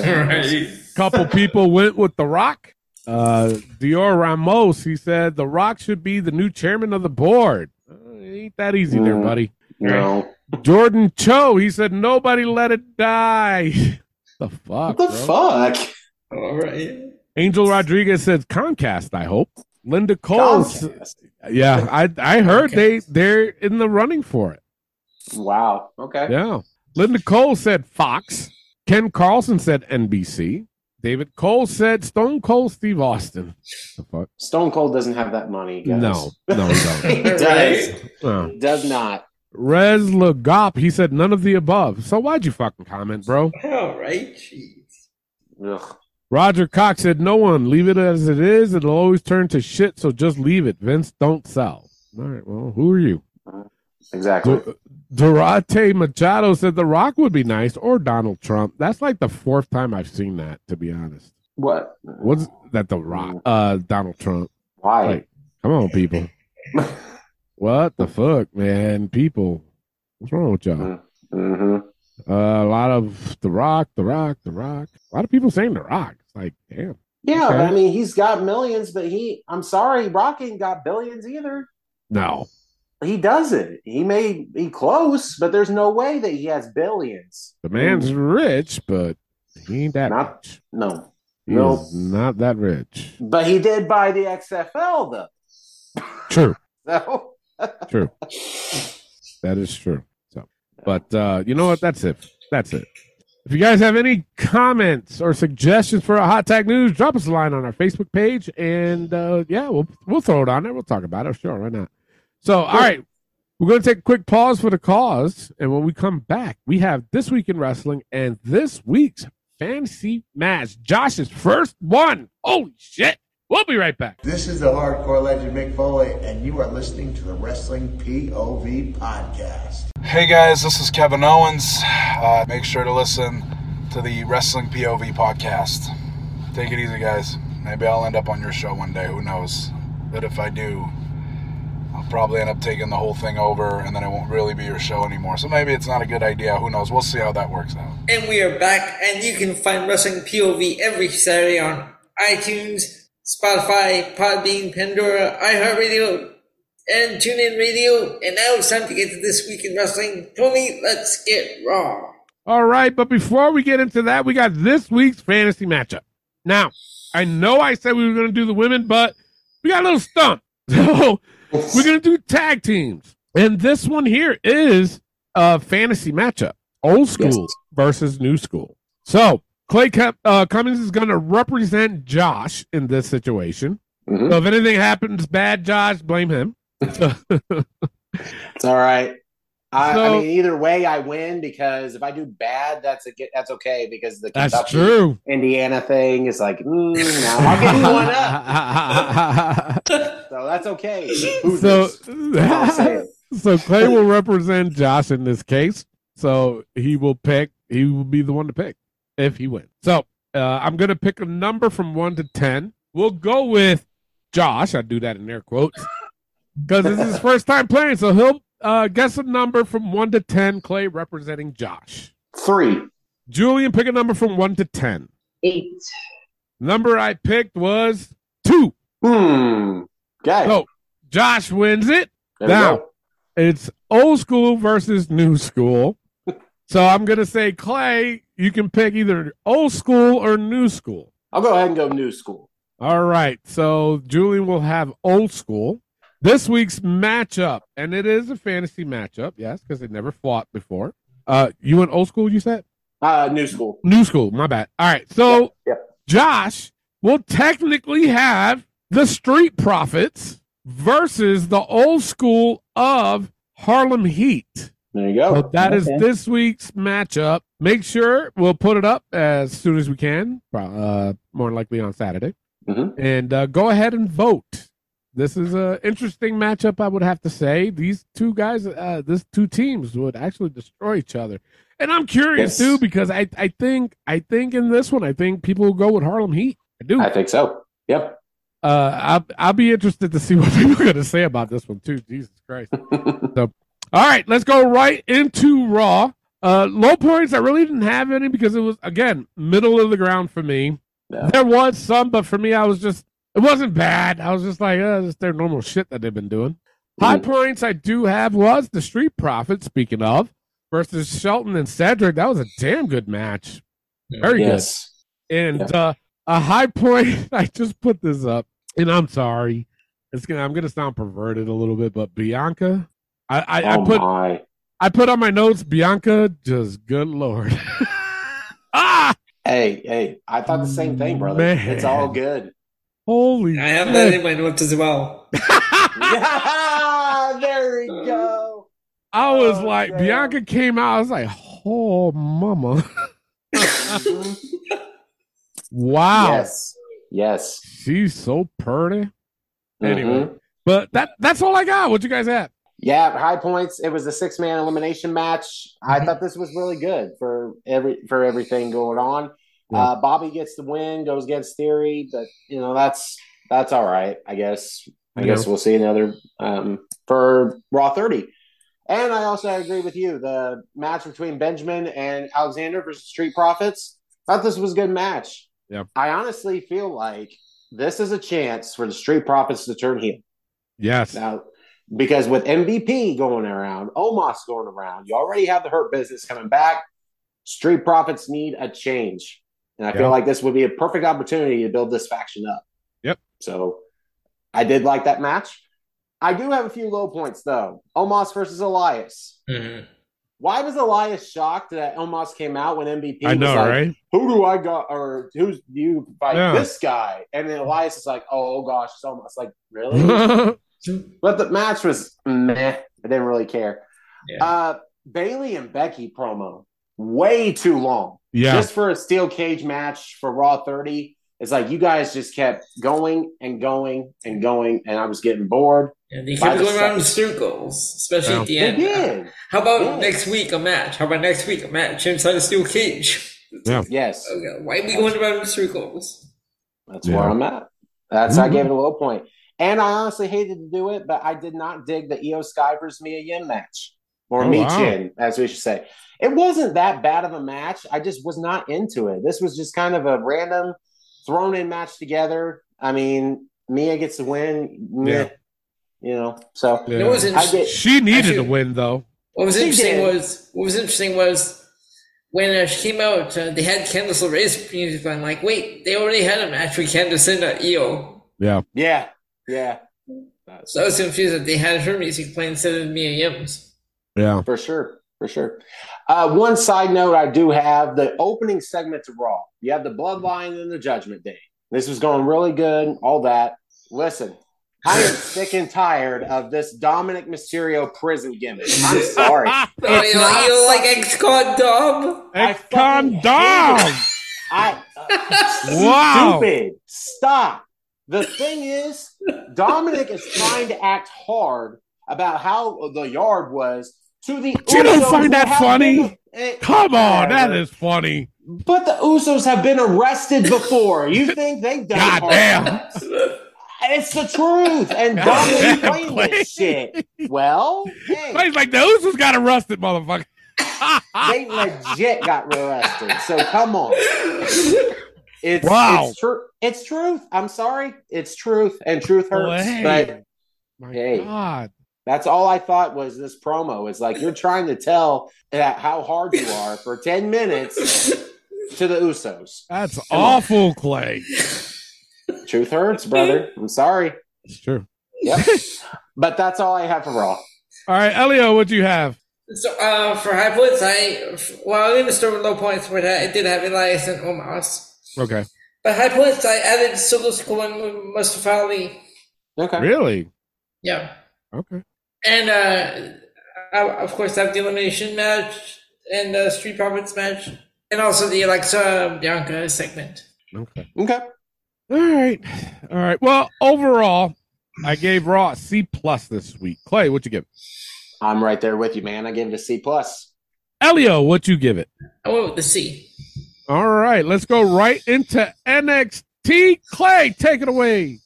[SPEAKER 4] right.
[SPEAKER 2] couple people went with The Rock. Uh, Dior Ramos, he said, The Rock should be the new chairman of the board. Uh, it ain't that easy there,
[SPEAKER 3] Mm.
[SPEAKER 2] buddy.
[SPEAKER 3] no?
[SPEAKER 2] Jordan Cho, he said, Nobody let it die. the fuck?
[SPEAKER 3] What the
[SPEAKER 2] bro?
[SPEAKER 3] fuck?
[SPEAKER 4] All right.
[SPEAKER 2] Angel Rodriguez said, Comcast, I hope. Linda Cole. s-
[SPEAKER 3] Comcast.
[SPEAKER 2] Yeah, I, I heard they, they're in the running for it.
[SPEAKER 3] Wow. Okay.
[SPEAKER 2] Yeah. Linda Cole said Fox. Ken Carlson said NBC. David Cole said Stone Cold Steve Austin. The fuck?
[SPEAKER 3] Stone Cold doesn't have that money. guys.
[SPEAKER 2] No, no, he don't.
[SPEAKER 3] he does.
[SPEAKER 2] Uh,
[SPEAKER 3] Does not.
[SPEAKER 2] Rez Lagop, he said none of the above. So why'd you fucking comment, bro?
[SPEAKER 4] All right. Jeez.
[SPEAKER 3] Ugh.
[SPEAKER 2] Roger Cox said no one. Leave it as it is. It'll always turn to shit. So just leave it. Vince, don't sell. All right. Well, who are you?
[SPEAKER 3] Exactly.
[SPEAKER 2] Du- Durate Machado said The Rock would be nice or Donald Trump. That's like the fourth time I've seen that, to be honest.
[SPEAKER 3] What?
[SPEAKER 2] What's that? The Rock, uh, Donald Trump.
[SPEAKER 3] Why?
[SPEAKER 2] Like, come on, people. What the fuck, man? People, what's wrong with y'all?
[SPEAKER 3] hmm
[SPEAKER 2] Uh, a lot of The Rock, The Rock, The Rock. A lot of people saying The Rock. It's like, damn.
[SPEAKER 3] Yeah,
[SPEAKER 2] Okay.
[SPEAKER 3] but I mean, he's got millions, but he, I'm sorry, Rock ain't got billions either.
[SPEAKER 2] No.
[SPEAKER 3] He doesn't. He may be close, but there's no way that he has billions.
[SPEAKER 2] The man's rich, but he ain't that
[SPEAKER 3] Not-
[SPEAKER 2] rich.
[SPEAKER 3] No.
[SPEAKER 2] He
[SPEAKER 3] No.
[SPEAKER 2] is not that rich.
[SPEAKER 3] But he did buy the XFL, though.
[SPEAKER 2] True.
[SPEAKER 3] So,
[SPEAKER 2] That is true. So, but uh, you know what? That's it. That's it. If you guys have any comments or suggestions for our hot tag news, drop us a line on our Facebook page, and uh, yeah, we'll we'll throw it on there. We'll talk about it. Sure, why not? So, all right, we're going to take a quick pause for the cause, and when we come back, we have this week in wrestling and this week's fantasy match. Josh's first one. Holy shit! We'll be right back.
[SPEAKER 6] This is the hardcore legend Mick Foley, and you are listening to the Wrestling POV Podcast.
[SPEAKER 7] Hey guys, this is Kevin Owens. Uh, make sure to listen to the Wrestling POV podcast. Take it easy, guys. Maybe I'll end up on your show one day. Who knows? But if I do, I'll probably end up taking the whole thing over, and then it won't really be your show anymore. So maybe it's not a good idea. Who knows? We'll see how that works out.
[SPEAKER 4] And we are back, and you can find Wrestling POV every Saturday on iTunes, Spotify, Podbean, Pandora, iHeartRadio, and TuneIn Radio. And now it's time to get to This Week in Wrestling. Tony, let's get raw.
[SPEAKER 2] All right, but before we get into that, we got this week's fantasy matchup. Now, I know I said we were going to do the women, but we got a little stumped. So we're going to do tag teams. And this one here is a fantasy matchup old school
[SPEAKER 3] Yes.
[SPEAKER 2] versus new school. So Clay Cup, uh, Cummings is going to represent Josh in this situation.
[SPEAKER 3] Mhm.
[SPEAKER 2] So if anything happens bad, Josh, blame him.
[SPEAKER 3] It's all right. I, I
[SPEAKER 2] So-
[SPEAKER 3] mean, either way, I win because if I do bad, that's a get, that's okay because the
[SPEAKER 2] That's
[SPEAKER 3] Kentucky,
[SPEAKER 2] true.
[SPEAKER 3] Indiana thing is like, mm, no, I'll give you one up, so that's okay. Hoosiers.
[SPEAKER 2] so,
[SPEAKER 3] I'll say it.
[SPEAKER 2] so Clay will represent Josh in this case. So he will pick. He will be the one to pick if he wins. So uh, I'm going to pick a number from one to ten. We'll go with Josh. I do that in air quotes because this is his first time playing. So he'll uh, guess a number from one to ten. Clay representing Josh.
[SPEAKER 3] three.
[SPEAKER 2] Julian, pick a number from one to ten.
[SPEAKER 5] Eight.
[SPEAKER 2] Number I picked was two.
[SPEAKER 3] Hmm. Okay.
[SPEAKER 2] So Josh wins it.
[SPEAKER 3] There we
[SPEAKER 2] Oh, now-
[SPEAKER 3] go.
[SPEAKER 2] it's old school versus new school. So I'm gonna say Clay, you can pick either old school or new school.
[SPEAKER 3] I'll go ahead and go new school.
[SPEAKER 2] All right. So Julian will have old school. This week's matchup, and it is a fantasy matchup, yes, because they never fought before. Uh you went old school, you said?
[SPEAKER 3] Uh, new school.
[SPEAKER 2] New school, my bad. All right. So
[SPEAKER 3] Yeah, yeah.
[SPEAKER 2] Josh will technically have the Street Profits versus the old school of Harlem Heat.
[SPEAKER 3] There you
[SPEAKER 2] So
[SPEAKER 3] go.
[SPEAKER 2] that is
[SPEAKER 5] okay.
[SPEAKER 2] this week's matchup. Make sure we'll put it up as soon as we can, pro- uh, more than likely on Saturday.
[SPEAKER 3] Mhm.
[SPEAKER 2] And uh, go ahead and vote. This is an interesting matchup, I would have to say. These two guys, uh, these two teams would actually destroy each other. And I'm curious
[SPEAKER 3] Yes.
[SPEAKER 2] too because I, I think I think in this one I think people will go with Harlem Heat. I do.
[SPEAKER 3] I think so. Yep.
[SPEAKER 2] Uh, I'll, I'll be interested to see what people are going to say about this one too. Jesus Christ. so, all right, let's go right into Raw. Uh, low points. I really didn't have any because it was again middle of the ground for me.
[SPEAKER 3] Yeah.
[SPEAKER 2] There was some, but for me, I was just it wasn't bad. I was just like, uh, it's their normal shit that they've been doing.
[SPEAKER 3] Hmm.
[SPEAKER 2] High points I do have was the Street Profits. Speaking of versus Shelton and Cedric, that was a damn good match. Very good.
[SPEAKER 3] Yes.
[SPEAKER 2] And
[SPEAKER 3] Yeah.
[SPEAKER 2] uh, a high point, I just put this up, and I'm sorry. It's gonna I'm gonna sound perverted a little bit, but Bianca, I I,
[SPEAKER 3] oh
[SPEAKER 2] I put
[SPEAKER 3] my.
[SPEAKER 2] I put on my notes Bianca, just good lord. ah,
[SPEAKER 3] Hey, hey! I thought the same thing, brother.
[SPEAKER 2] Man.
[SPEAKER 3] It's all good.
[SPEAKER 2] holy!
[SPEAKER 4] I have that
[SPEAKER 2] shit.
[SPEAKER 4] in my notes as well.
[SPEAKER 3] yeah, there we go.
[SPEAKER 2] I was
[SPEAKER 3] Oh,
[SPEAKER 2] like
[SPEAKER 3] damn.
[SPEAKER 2] Bianca came out. I was like, oh mama, wow,
[SPEAKER 3] Yes. Yes.
[SPEAKER 2] she's so pretty. Anyway,
[SPEAKER 3] Mhm.
[SPEAKER 2] but that that's all I got. What you guys have?
[SPEAKER 3] Yeah, high points. It was a six man elimination match. I thought this was really good for every for everything going on.
[SPEAKER 2] Yeah.
[SPEAKER 3] Uh, Bobby gets the win, goes against Theory, but you know that's that's all right. I guess. I
[SPEAKER 2] Yeah.
[SPEAKER 3] guess we'll see another um, for Raw thirty. And I also agree with you. The match between Benjamin and Alexander versus Street Profits. Thought this was a good match.
[SPEAKER 2] Yeah.
[SPEAKER 3] I honestly feel like this is a chance for the Street Profits to turn heel.
[SPEAKER 2] Yes,
[SPEAKER 3] Now, because with MVP going around, Omos going around, you already have the Hurt Business coming back. Street Profits need a change. And I
[SPEAKER 2] Yeah.
[SPEAKER 3] feel like this would be a perfect opportunity to build this faction up.
[SPEAKER 2] Yep.
[SPEAKER 3] So I did like that match. I do have a few low points, though. Omos versus Elias.
[SPEAKER 2] Mm-hmm.
[SPEAKER 4] Mhm.
[SPEAKER 3] Why was Elias shocked that Omos came out when MVP
[SPEAKER 2] I know,
[SPEAKER 3] was like,
[SPEAKER 2] right?
[SPEAKER 3] who do I got or who's do you fight
[SPEAKER 2] Yeah.
[SPEAKER 3] this guy? And then Elias is like, oh, gosh, it's Omos. Like, really? But the match was meh. I didn't really care.
[SPEAKER 4] Yeah.
[SPEAKER 3] Uh, Bailey and Becky promo way too long.
[SPEAKER 2] yeah,
[SPEAKER 3] Just for a steel cage match for Raw 30. It's like you guys just kept going and going and going, and I was getting bored.
[SPEAKER 4] And they
[SPEAKER 3] By
[SPEAKER 4] keep
[SPEAKER 3] the
[SPEAKER 4] going around in
[SPEAKER 3] second.
[SPEAKER 4] circles, especially
[SPEAKER 2] Yeah.
[SPEAKER 4] at the
[SPEAKER 3] They
[SPEAKER 4] end.
[SPEAKER 3] did.
[SPEAKER 4] How about
[SPEAKER 3] Yeah.
[SPEAKER 4] next week a match? How about next week a match inside a steel cage?
[SPEAKER 2] yeah.
[SPEAKER 3] Yes.
[SPEAKER 4] Okay, Why are we going around in circles?
[SPEAKER 3] That's
[SPEAKER 2] Yeah.
[SPEAKER 3] where I'm at. That's I
[SPEAKER 2] Mhm.
[SPEAKER 3] gave it a low point. And I honestly hated to do it, but I did not dig the Io Sky versus Mia Yim match. Or
[SPEAKER 2] Oh,
[SPEAKER 3] Mi
[SPEAKER 2] wow.
[SPEAKER 3] Chin, as we should say. It wasn't that bad of a match. I just was not into it. This was just kind of a random thrown in match together. I mean, Mia gets the win. Meh.
[SPEAKER 2] Yeah.
[SPEAKER 3] You know, so
[SPEAKER 2] Yeah.
[SPEAKER 4] You know what was
[SPEAKER 3] I
[SPEAKER 4] interesting?
[SPEAKER 3] get
[SPEAKER 2] She needed
[SPEAKER 4] Actually-
[SPEAKER 2] to win though.
[SPEAKER 4] What was
[SPEAKER 3] She
[SPEAKER 4] interesting
[SPEAKER 3] did.
[SPEAKER 4] was what was interesting was when uh, she came out, uh, they had Candice LeRae's music on. Like, wait, they already had a match with Candice and uh, Io.
[SPEAKER 2] Yeah.
[SPEAKER 3] yeah, yeah,
[SPEAKER 4] So I was confused that they had her music playing instead of Mia Yim's.
[SPEAKER 2] Yeah.
[SPEAKER 3] for sure, for sure. Uh, one side note I do have the opening segment to Raw. You have the Bloodline and the Judgment Day. This was going really good, all that. Listen, I am sick and tired of this Dominic Mysterio prison gimmick. I'm sorry.
[SPEAKER 4] Oh, you know,
[SPEAKER 3] not-
[SPEAKER 4] you know, like ex-con Dom.
[SPEAKER 3] I
[SPEAKER 2] Ex
[SPEAKER 3] fucking
[SPEAKER 2] condom.
[SPEAKER 3] hate I uh,
[SPEAKER 2] Wow.
[SPEAKER 3] stupid. Stop. The thing is, Dominic is trying to act hard about how the yard was to the.
[SPEAKER 2] You don't
[SPEAKER 3] Usos
[SPEAKER 2] find
[SPEAKER 3] who
[SPEAKER 2] that
[SPEAKER 3] have
[SPEAKER 2] funny?
[SPEAKER 3] been- eh,
[SPEAKER 2] Come on, that
[SPEAKER 3] whatever.
[SPEAKER 2] is funny.
[SPEAKER 3] But the Usos have been arrested before. You think they've done?
[SPEAKER 2] God
[SPEAKER 3] hard
[SPEAKER 2] damn.
[SPEAKER 3] times? It's the truth, and
[SPEAKER 2] God
[SPEAKER 3] Dominic
[SPEAKER 2] damn,
[SPEAKER 3] playing
[SPEAKER 2] Clay.
[SPEAKER 3] this shit. Well, hey,
[SPEAKER 2] He's like the Usos got arrested, motherfucker.
[SPEAKER 3] they legit got arrested. So come on. It's
[SPEAKER 2] Wow.
[SPEAKER 3] it's true. It's truth. I'm sorry. It's truth, and truth hurts.
[SPEAKER 2] Clay.
[SPEAKER 3] But
[SPEAKER 2] My
[SPEAKER 3] Hey.
[SPEAKER 2] God.
[SPEAKER 3] that's all I thought was this promo. It's like you're trying to tell that how hard you are for ten minutes to the Usos.
[SPEAKER 2] That's
[SPEAKER 3] Come on.
[SPEAKER 2] awful, Clay.
[SPEAKER 3] Truth hurts, brother. I'm sorry.
[SPEAKER 2] It's true.
[SPEAKER 3] Yep. but that's all I have for Raw.
[SPEAKER 2] All right, Elio, what'd you have?
[SPEAKER 4] So uh, for high points, I well, I'm going to start with low points, but I did have Elias and Omos.
[SPEAKER 2] Okay.
[SPEAKER 4] But high points, I added Solo School and Mustafa Ali.
[SPEAKER 3] Okay.
[SPEAKER 2] Really?
[SPEAKER 4] Yeah.
[SPEAKER 2] Okay.
[SPEAKER 4] And uh, I, of course, I have the elimination match and the Street Profits match, and also the Alexa Bianca segment.
[SPEAKER 2] Okay.
[SPEAKER 3] Okay.
[SPEAKER 2] All right. All right. Well, overall, I gave Raw a C plus this week. Clay, what'd you give? it?
[SPEAKER 3] I'm right there with you, man. I give it a C plus.
[SPEAKER 2] Elio, what'd you give it?
[SPEAKER 4] I went with the C.
[SPEAKER 2] All right, let's go right into NXT. Clay, take it away.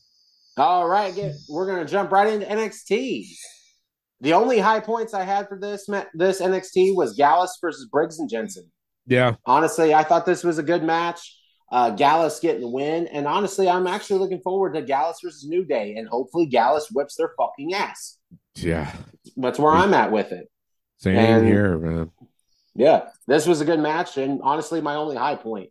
[SPEAKER 3] All right, get, we're gonna jump right into NXT. The only high points I had for this ma- this NXT was Gallus versus Briggs and Jensen.
[SPEAKER 2] Yeah.
[SPEAKER 3] Honestly, I thought this was a good match. Uh, Gallus getting the win, and honestly, I'm actually looking forward to Gallus versus New Day, and hopefully Gallus whips their fucking ass.
[SPEAKER 2] Yeah.
[SPEAKER 3] That's where I'm at with it.
[SPEAKER 2] Same
[SPEAKER 3] And-
[SPEAKER 2] here, man.
[SPEAKER 3] Yeah, this was a good match, and honestly, my only high point.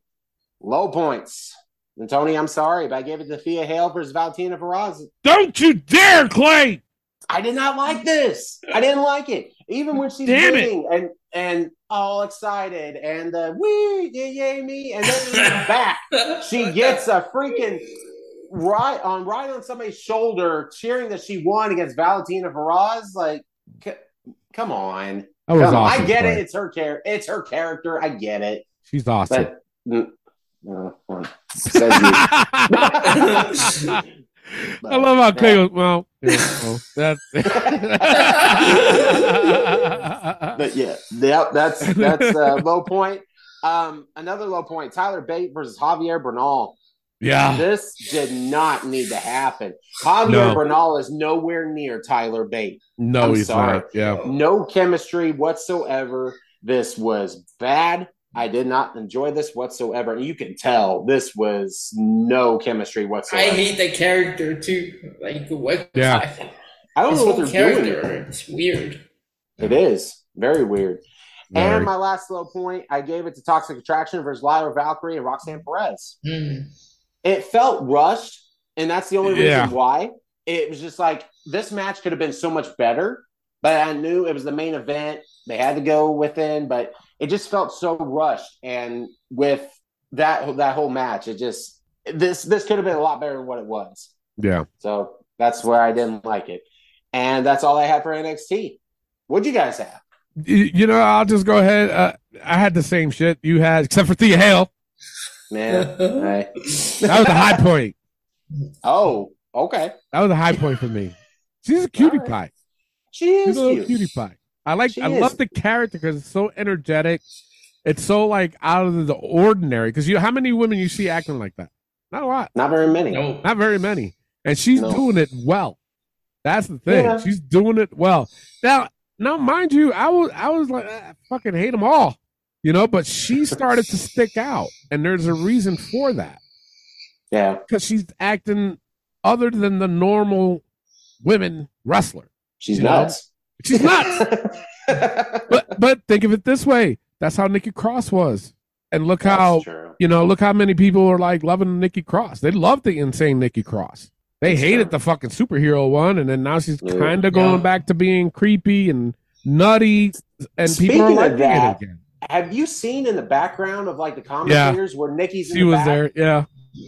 [SPEAKER 3] Low points. And Tony, I'm sorry, but I gave it to Thea Hale versus Valentina Ferraz.
[SPEAKER 2] Don't you dare, Clay.
[SPEAKER 3] I did not like this. I didn't like it. Even when she's
[SPEAKER 2] Damn it.
[SPEAKER 3] winning and and all excited and uh, wee yay, yay me and then in the back she gets a freaking right on right on somebody's shoulder cheering that she won against Valentina Varaz. Like, c- come on,
[SPEAKER 2] That was
[SPEAKER 3] Come on.
[SPEAKER 2] awesome.
[SPEAKER 3] I get
[SPEAKER 2] Clay.
[SPEAKER 3] it. It's her character. It's her character. I get it.
[SPEAKER 2] She's awesome.
[SPEAKER 3] But mm, uh, uh, says you.
[SPEAKER 2] I love how Clay goes, well, yeah, well, that's
[SPEAKER 3] but yeah, yep, that's that's a low point. Um, another low point: Tyler Bate versus Javier Bernal.
[SPEAKER 2] Yeah.
[SPEAKER 3] This did not need to happen. Javier
[SPEAKER 2] No.
[SPEAKER 3] Bernal is nowhere near Tyler Bate.
[SPEAKER 2] No,
[SPEAKER 3] I'm
[SPEAKER 2] he's
[SPEAKER 3] sorry.
[SPEAKER 2] not. Yeah.
[SPEAKER 3] No chemistry whatsoever. This was bad. I did not enjoy this whatsoever. You can tell this was no chemistry
[SPEAKER 4] I
[SPEAKER 3] whatsoever. I,
[SPEAKER 4] hate the character too. Like what?
[SPEAKER 2] Yeah.
[SPEAKER 3] don't
[SPEAKER 4] His
[SPEAKER 3] know what
[SPEAKER 4] whole
[SPEAKER 3] they're
[SPEAKER 4] character.
[SPEAKER 3] doing.
[SPEAKER 4] It's weird.
[SPEAKER 3] It is very weird.
[SPEAKER 2] Very-
[SPEAKER 3] And my last low point, I gave it to Toxic Attraction versus Lyra Valkyrie and Roxanne Perez.
[SPEAKER 4] Hmm.
[SPEAKER 3] It felt rushed, and that's the only reason
[SPEAKER 2] Yeah.
[SPEAKER 3] why. It was just like this match could have been so much better, but I knew it was the main event. They had to go within, but it just felt so rushed. And with that that whole match, it just this this could have been a lot better than what it was.
[SPEAKER 2] yeah.
[SPEAKER 3] So that's where I didn't like it. And that's all I had for NXT. What'd you guys have?
[SPEAKER 2] You you know, I'll just go ahead. Uh, I had the same shit you had, except for Thea Hale.
[SPEAKER 3] Man, all right.
[SPEAKER 2] That was a high point.
[SPEAKER 3] Oh, okay.
[SPEAKER 2] That was a high point for me. She's a cutie
[SPEAKER 3] All
[SPEAKER 2] pie.
[SPEAKER 3] right. She is
[SPEAKER 2] She's a little
[SPEAKER 3] cute.
[SPEAKER 2] cutie pie. I like.
[SPEAKER 3] She
[SPEAKER 2] I
[SPEAKER 3] is.
[SPEAKER 2] love the character because it's so energetic. It's so like out of the ordinary. Because you, how many women you see acting like that? Not a lot.
[SPEAKER 3] Not very many.
[SPEAKER 4] No.
[SPEAKER 2] Not very many. And she's
[SPEAKER 3] No.
[SPEAKER 2] doing it well. That's the thing.
[SPEAKER 3] Yeah.
[SPEAKER 2] She's doing it well. Now, now, mind you, I was I was like, I fucking hate them all, you know. But she started to stick out, and there's a reason for that
[SPEAKER 3] Yeah.
[SPEAKER 2] because she's acting other than the normal women wrestler.
[SPEAKER 3] She's
[SPEAKER 2] You know?
[SPEAKER 3] nuts.
[SPEAKER 2] She's nuts. but but think of it this way: that's how Nikki Cross was, and look how
[SPEAKER 3] That's true.
[SPEAKER 2] you know, look how many people are like loving Nikki Cross. They love the insane Nikki Cross. They
[SPEAKER 3] That's
[SPEAKER 2] hated
[SPEAKER 3] true.
[SPEAKER 2] the fucking superhero one, and then now she's
[SPEAKER 3] Yeah.
[SPEAKER 2] kind of going
[SPEAKER 4] Yeah.
[SPEAKER 2] back to being creepy and nutty, and people are
[SPEAKER 3] Speaking of
[SPEAKER 2] liking
[SPEAKER 3] that,
[SPEAKER 2] it again.
[SPEAKER 3] Have you seen in the background of like the
[SPEAKER 2] Yeah.
[SPEAKER 3] commentators where Nikki's in
[SPEAKER 2] She
[SPEAKER 3] the
[SPEAKER 2] was
[SPEAKER 3] back?
[SPEAKER 2] there, yeah,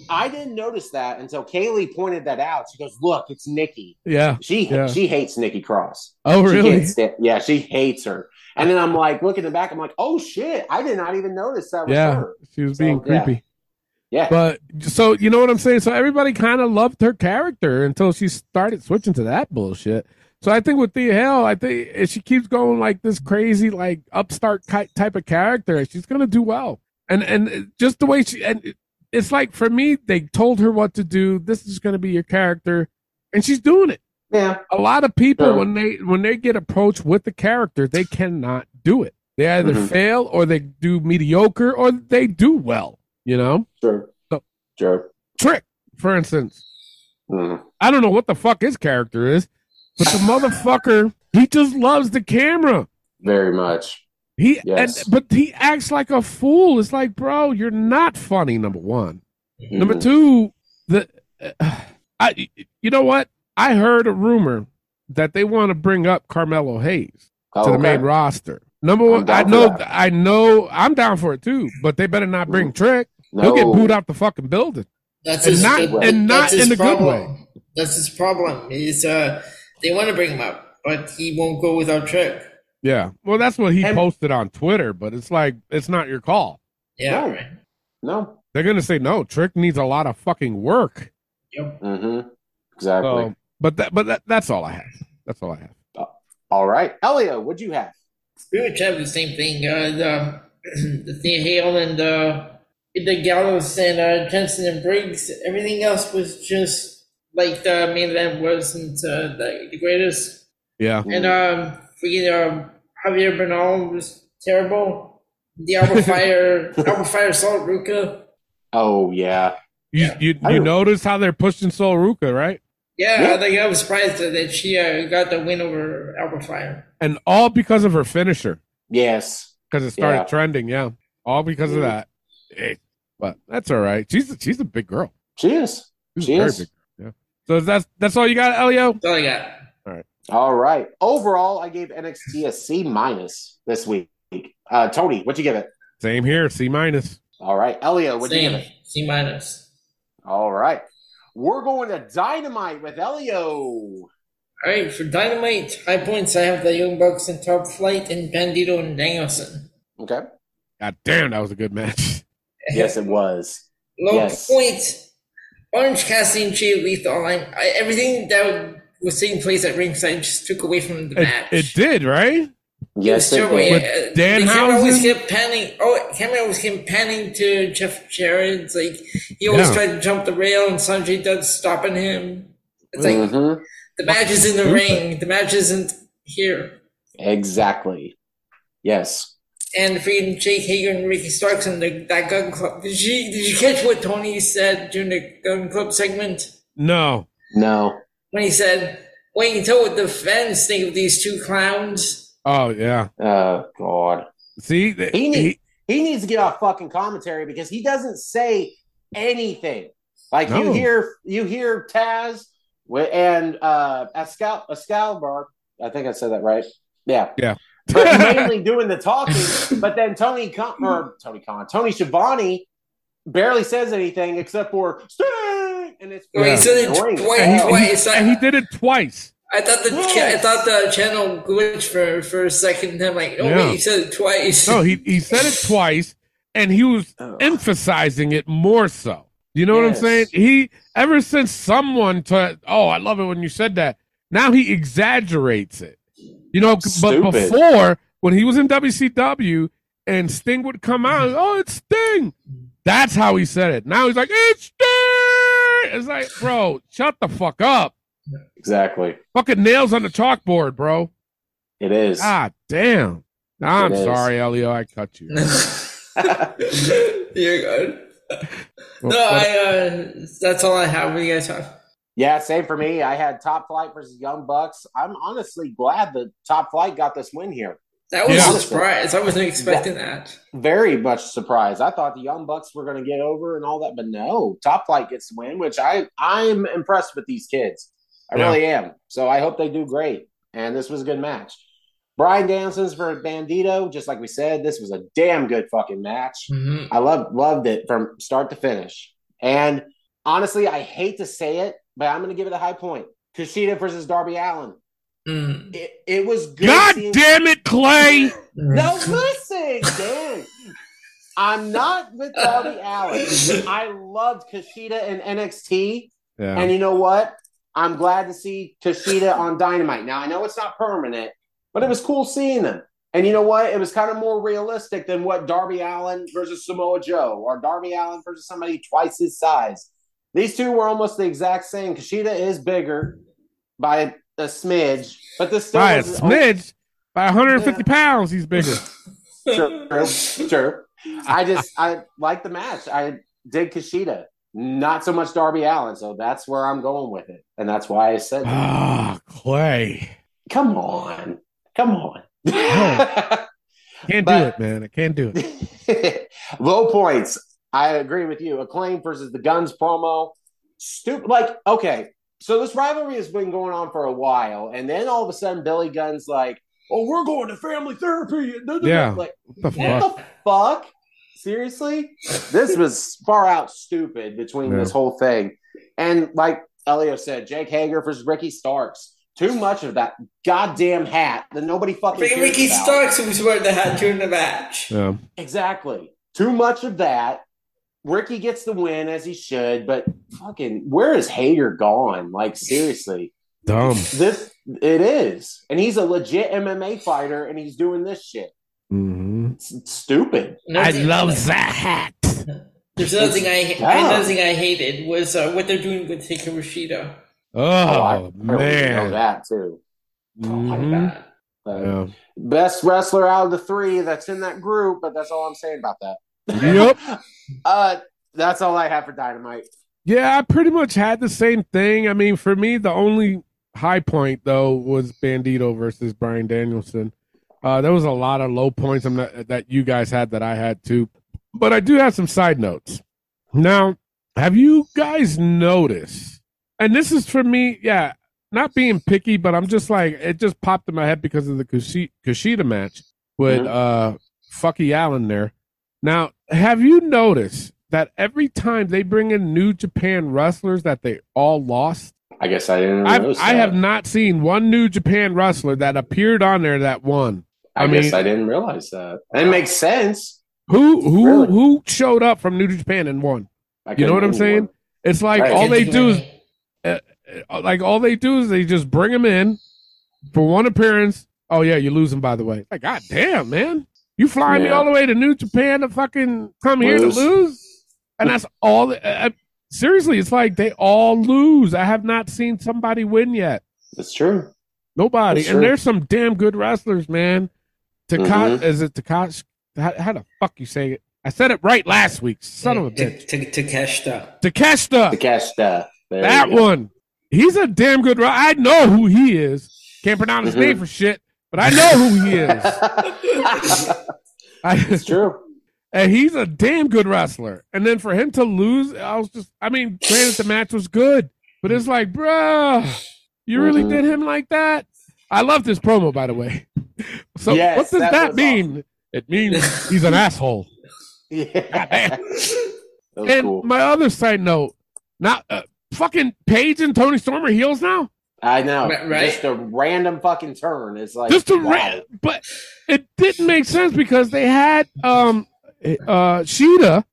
[SPEAKER 3] I didn't notice that until Kaylee pointed that out. She goes, "Look, it's Nikki.
[SPEAKER 2] yeah.
[SPEAKER 3] She
[SPEAKER 2] Yeah.
[SPEAKER 3] she hates Nikki Cross.
[SPEAKER 2] Oh,
[SPEAKER 3] She
[SPEAKER 2] really?
[SPEAKER 3] can't stand- yeah, she hates her." And then I'm like, looking in the back, I'm like, "Oh shit! I did not even notice that was
[SPEAKER 2] Yeah,
[SPEAKER 3] her."
[SPEAKER 2] she was
[SPEAKER 3] So,
[SPEAKER 2] being
[SPEAKER 3] yeah.
[SPEAKER 2] creepy.
[SPEAKER 3] Yeah,
[SPEAKER 2] But so you know what I'm saying. So everybody kind of loved her character until she started switching to that bullshit. So I think with Thea Hale, I think if she keeps going like this crazy, like upstart ki- type of character, she's gonna do well. And and just the way she and it's like for me, they told her what to do. This is gonna be your character, and she's doing it.
[SPEAKER 3] yeah,
[SPEAKER 2] A lot of people
[SPEAKER 3] Sure.
[SPEAKER 2] when they when they get approached with the character, they cannot do it. They either
[SPEAKER 3] Mhm.
[SPEAKER 2] fail or they do mediocre or they do well. You know
[SPEAKER 3] sure,
[SPEAKER 2] So-
[SPEAKER 3] sure.
[SPEAKER 2] trick, for instance.
[SPEAKER 3] Mm.
[SPEAKER 2] I don't know what the fuck his character is, but the motherfucker, he just loves the camera.
[SPEAKER 3] Very much.
[SPEAKER 2] He
[SPEAKER 3] Yes.
[SPEAKER 2] and, but he acts like a fool. It's like, bro, you're not funny. Number one. Number
[SPEAKER 3] Mhm.
[SPEAKER 2] two, the uh, I you know what? I heard a rumor that they want to bring up Carmelo Hayes
[SPEAKER 3] Oh,
[SPEAKER 2] to the
[SPEAKER 3] okay.
[SPEAKER 2] main roster. Number one, I
[SPEAKER 3] down for
[SPEAKER 2] know,
[SPEAKER 3] that. Mm.
[SPEAKER 2] I know, I'm down for it too. But they better not bring Trick.
[SPEAKER 3] No.
[SPEAKER 2] He'll get booed out the fucking building.
[SPEAKER 4] That's
[SPEAKER 2] And
[SPEAKER 4] his,
[SPEAKER 2] not-
[SPEAKER 4] that-
[SPEAKER 2] and
[SPEAKER 4] that's
[SPEAKER 2] not
[SPEAKER 4] his
[SPEAKER 2] in a good
[SPEAKER 4] problem. That's his problem. Is uh, they want to bring him up, but he won't go without Trick.
[SPEAKER 2] Yeah. Well, that's what he
[SPEAKER 3] And-
[SPEAKER 2] posted on Twitter, but it's like it's not your call.
[SPEAKER 4] Yeah,
[SPEAKER 3] No.
[SPEAKER 4] right.
[SPEAKER 3] No.
[SPEAKER 2] They're gonna say no. Trick needs a lot of fucking work.
[SPEAKER 4] Yep.
[SPEAKER 3] Mm-hmm. Exactly.
[SPEAKER 2] So, but that, but that, that's all I have. That's all I have.
[SPEAKER 3] All right, Elio, what'd you have?
[SPEAKER 4] We would have the same thing. Uh, the, the Thea Hale and uh, the Gallows and uh, Jensen and Briggs. Everything else was just like the main event wasn't uh, the, the greatest.
[SPEAKER 2] Yeah.
[SPEAKER 3] Mm.
[SPEAKER 4] And um, freaking um, Javier Bernal was terrible. The Alba Fire, Alba Fire Salt Ruka.
[SPEAKER 3] Oh yeah,
[SPEAKER 2] You you you notice how they're pushing Sol Ruka, right?
[SPEAKER 4] Yeah,
[SPEAKER 3] Yeah.
[SPEAKER 4] Like, I was surprised that, that she uh, got the win over Alba Fire.
[SPEAKER 2] And all because of her finisher,
[SPEAKER 3] yes,
[SPEAKER 2] because it started
[SPEAKER 3] Yeah.
[SPEAKER 2] trending. Yeah. All because of
[SPEAKER 3] Mhm.
[SPEAKER 2] that. Eh, But that's all right. She's she's a big girl.
[SPEAKER 3] she is.
[SPEAKER 2] She's
[SPEAKER 3] She
[SPEAKER 2] a very
[SPEAKER 3] is.
[SPEAKER 2] big girl. Yeah. So that's that's all you got, Elio?
[SPEAKER 4] That's all I got.
[SPEAKER 3] All right. Overall, I gave NXT a C minus this week. Uh, Tony, what'd you give it?
[SPEAKER 2] Same here. C minus.
[SPEAKER 3] All right, Elio, what'd you
[SPEAKER 4] Same.
[SPEAKER 3] give it?
[SPEAKER 4] C minus.
[SPEAKER 3] All right, we're going to Dynamite with Elio.
[SPEAKER 4] All right, for Dynamite, high points, I have the Young Bucks and Top Flight and Bandito and Danielson.
[SPEAKER 3] Okay.
[SPEAKER 2] God damn, that was a good match.
[SPEAKER 3] Yes, it was.
[SPEAKER 4] Low
[SPEAKER 3] Yes.
[SPEAKER 4] point, Orange Cassidy and Jay Lethal. I, I, everything that was taking place at ringside just took away from the
[SPEAKER 2] It,
[SPEAKER 4] match.
[SPEAKER 2] it did, right?
[SPEAKER 3] Yes, it
[SPEAKER 4] Sure,
[SPEAKER 3] was.
[SPEAKER 2] With
[SPEAKER 4] yeah, uh,
[SPEAKER 2] Dan
[SPEAKER 4] the camera always
[SPEAKER 2] Housen?
[SPEAKER 4] kept panning. Oh, camera always kept panning to Jeff Jarrett. It's like he always
[SPEAKER 2] Yeah.
[SPEAKER 4] tried to jump the rail, and Sanjay Dutt stopping him. It's like
[SPEAKER 3] Mhm.
[SPEAKER 4] the match is in the
[SPEAKER 2] Stupid.
[SPEAKER 4] ring. The match isn't here.
[SPEAKER 3] Exactly. Yes.
[SPEAKER 4] and freaking Jake Hager and Ricky Starks and the, that gun club. Did you did you catch what Tony said during the gun club segment
[SPEAKER 2] No.
[SPEAKER 3] No.
[SPEAKER 4] when he said, "Wait until what the fans think of these two clowns."
[SPEAKER 2] Oh yeah.
[SPEAKER 3] Oh God.
[SPEAKER 2] See, th-
[SPEAKER 3] He need-
[SPEAKER 2] he-
[SPEAKER 3] he needs to get off fucking commentary because he doesn't say anything. Like
[SPEAKER 2] No.
[SPEAKER 3] you hear, you hear Taz wi- and uh, Escal Escalbar. I think I said that right. Yeah,
[SPEAKER 2] Yeah.
[SPEAKER 3] But mainly doing the talking. But then Tony Con- or Tony Khan, Tony Schiavone barely says anything except for "Sting!" and it's
[SPEAKER 4] Or
[SPEAKER 2] Yeah.
[SPEAKER 4] he said it
[SPEAKER 3] annoying as
[SPEAKER 4] twice.
[SPEAKER 2] and, he,
[SPEAKER 3] hell.
[SPEAKER 4] twice.
[SPEAKER 2] and
[SPEAKER 3] uh,
[SPEAKER 2] he did it twice.
[SPEAKER 4] I thought the cha- I thought the channel glitched for for a second. I'm like, oh
[SPEAKER 2] Yeah.
[SPEAKER 4] wait, he said it twice.
[SPEAKER 2] No, he, he said it twice, and he was
[SPEAKER 3] Ugh.
[SPEAKER 2] emphasizing it more so. You know what I'm
[SPEAKER 3] Yes.
[SPEAKER 2] saying? He ever since someone to oh, I love it when you said that. Now he exaggerates it. You know, c- but
[SPEAKER 3] Stupid.
[SPEAKER 2] before when he was in WCW
[SPEAKER 3] Mm-hmm.
[SPEAKER 2] and Sting would come out, oh, it's Sting. That's how he said it. Now he's like, it's Sting. It's like, bro, shut the fuck up.
[SPEAKER 3] Exactly.
[SPEAKER 2] Fucking nails on the chalkboard, bro.
[SPEAKER 3] It is.
[SPEAKER 2] God damn. Nah, I'm
[SPEAKER 3] It is.
[SPEAKER 2] sorry, Elio. I cut you.
[SPEAKER 4] You're good. No, I. Uh, that's all I have. What do you guys have?
[SPEAKER 3] yeah, same for me. I had Top Flight versus Young Bucks. I'm honestly glad that Top Flight got this win here.
[SPEAKER 4] That was
[SPEAKER 2] Yeah.
[SPEAKER 4] a surprise. I wasn't expecting that.
[SPEAKER 3] Very much surprised. I thought the Young Bucks were going to get over and all that, but no. Top Flight gets the win, which I I'm impressed with these kids. I
[SPEAKER 2] Yeah.
[SPEAKER 3] really am. So I hope they do great. And this was a good match. Brian Danson's for Bandito. Just like we said, this was a damn good fucking match.
[SPEAKER 4] Mhm.
[SPEAKER 3] I loved loved it from start to finish. And honestly, I hate to say it, but I'm going to give it a high point. Kushida versus Darby Allen.
[SPEAKER 4] Mm.
[SPEAKER 3] It, it was good.
[SPEAKER 2] God
[SPEAKER 3] seeing-
[SPEAKER 2] damn it, Clay.
[SPEAKER 3] No, listen, Dan. I'm not with Darby Allen. I loved Kushida in NXT,
[SPEAKER 2] Yeah.
[SPEAKER 3] and you know what? I'm glad to see Kushida on Dynamite. Now I know it's not permanent, but it was cool seeing them. And you know what? It was kind of more realistic than what Darby Allen versus Samoa Joe or Darby Allen versus somebody twice his size. These two were almost the exact same. Kushida is bigger by a smidge, but this still
[SPEAKER 2] By a
[SPEAKER 3] was-
[SPEAKER 2] smidge, by 150 pounds, he's bigger.
[SPEAKER 3] Sure, sure. I just I like the match. I did Kushida, not so much Darby Allen. So that's where I'm going with it, and that's why I said,
[SPEAKER 2] Ah, Clay.
[SPEAKER 3] "Come on, come on."
[SPEAKER 2] Can't do
[SPEAKER 3] But-
[SPEAKER 2] it, man. I can't do it.
[SPEAKER 3] Low points. I agree with you. Acclaim versus the Guns promo. Stupid. Like okay, so this rivalry has been going on for a while, and then all of a sudden, Billy Gunn's like, "Oh, we're going to family therapy."
[SPEAKER 2] Yeah.
[SPEAKER 3] Like,
[SPEAKER 2] What the
[SPEAKER 3] What
[SPEAKER 2] fuck?
[SPEAKER 3] the fuck? Seriously? This was far out stupid between
[SPEAKER 2] Yeah.
[SPEAKER 3] this whole thing. And like Elio said, Jake Hager versus Ricky Starks. Too much of that goddamn hat that nobody fucking
[SPEAKER 4] Ricky-
[SPEAKER 3] cares
[SPEAKER 4] Ricky
[SPEAKER 3] about.
[SPEAKER 4] Starks was wearing the hat during the match.
[SPEAKER 2] Yeah.
[SPEAKER 3] Exactly. Too much of that. Ricky gets the win as he should, but fucking where is Hager gone? Like seriously.
[SPEAKER 2] Dumb.
[SPEAKER 3] This it is. And he's a legit MMA fighter and he's doing this shit.
[SPEAKER 2] hmm
[SPEAKER 3] It's stupid.
[SPEAKER 4] Nothing-
[SPEAKER 2] that hat.
[SPEAKER 4] There's another thing I,
[SPEAKER 3] Yeah.
[SPEAKER 4] another thing I hated was uh, what they're doing with Hikaru Shida.
[SPEAKER 2] Oh,
[SPEAKER 3] I- I already know
[SPEAKER 2] man.
[SPEAKER 3] that too.
[SPEAKER 2] Mhm.
[SPEAKER 4] Uh,
[SPEAKER 3] But-
[SPEAKER 2] Yeah.
[SPEAKER 3] best wrestler out of the three that's in that group, but that's all I'm saying about that.
[SPEAKER 2] Yep.
[SPEAKER 3] Uh, that's all I have for Dynamite.
[SPEAKER 2] Yeah, I pretty much had the same thing. I mean, for me, the only high point though was Bandito versus Brian Danielson. Uh, there was a lot of low points I'm not, that you guys had that I had too, but I do have some side notes. Now, have you guys noticed? And this is for me, yeah, not being picky, but I'm just like it just popped in my head because of the Kushi- Kushida match with
[SPEAKER 3] Mhm.
[SPEAKER 2] uh Fucky Allen there. Now, have you noticed that every time they bring in New Japan wrestlers that they all lost?
[SPEAKER 3] I guess I didn't.
[SPEAKER 2] I've,
[SPEAKER 3] notice
[SPEAKER 2] I
[SPEAKER 3] that.
[SPEAKER 2] have not seen one New Japan wrestler that appeared on there that won.
[SPEAKER 3] I,
[SPEAKER 2] I
[SPEAKER 3] guess
[SPEAKER 2] mean-
[SPEAKER 3] I didn't realize that. It makes sense.
[SPEAKER 2] Who who
[SPEAKER 3] Really?
[SPEAKER 2] who showed up from New Japan and won?
[SPEAKER 3] I
[SPEAKER 2] You know
[SPEAKER 3] couldn't
[SPEAKER 2] what I'm
[SPEAKER 3] name
[SPEAKER 2] saying?
[SPEAKER 3] one.
[SPEAKER 2] It's like
[SPEAKER 3] Right.
[SPEAKER 2] all they
[SPEAKER 4] Can't
[SPEAKER 2] do is
[SPEAKER 4] any.
[SPEAKER 2] Uh, like all they do is they just bring him in for one appearance. Oh yeah, you lose him by the way. Like god damn man, you fly me
[SPEAKER 3] Yeah.
[SPEAKER 2] all the way to New Japan to fucking come here
[SPEAKER 3] Lose.
[SPEAKER 2] to lose, and that's all. I, I- seriously, it's like they all lose. I have not seen somebody win yet.
[SPEAKER 3] That's true.
[SPEAKER 2] Nobody,
[SPEAKER 3] That's true.
[SPEAKER 2] and there's some damn good wrestlers, man. Taka
[SPEAKER 3] Mhm.
[SPEAKER 2] is it Takash? How, how the fuck you say it? I said it right last week. Son of a
[SPEAKER 4] Ta-
[SPEAKER 2] bitch,
[SPEAKER 4] ta- Takeshita.
[SPEAKER 2] Takeshita.
[SPEAKER 3] The cash stuff. There
[SPEAKER 2] That
[SPEAKER 3] you go.
[SPEAKER 2] one. He's a damn good. ri- I know who he is. Can't pronounce his
[SPEAKER 3] Mhm.
[SPEAKER 2] name for shit, but I know who he is. I,
[SPEAKER 3] it's true.
[SPEAKER 2] and he's a damn good wrestler. And then for him to lose, I was just. I mean, granted the match was good, but it's like, bruh, you really
[SPEAKER 3] Mhm.
[SPEAKER 2] did him like that. I love this promo, by the way. So
[SPEAKER 3] Yes,
[SPEAKER 2] what does
[SPEAKER 3] that
[SPEAKER 2] that,
[SPEAKER 3] was
[SPEAKER 2] mean? It means he's an asshole.
[SPEAKER 3] Yeah.
[SPEAKER 2] damn.
[SPEAKER 3] that was
[SPEAKER 2] And
[SPEAKER 3] cool.
[SPEAKER 2] my other side note, not uh, fucking Paige and Tony Storm are heels now.
[SPEAKER 3] I know.
[SPEAKER 4] Right- right?
[SPEAKER 3] Just a random fucking turn. It's like
[SPEAKER 2] just a
[SPEAKER 3] wow.
[SPEAKER 2] ra- but it didn't make sense because they had um uh Sheeta,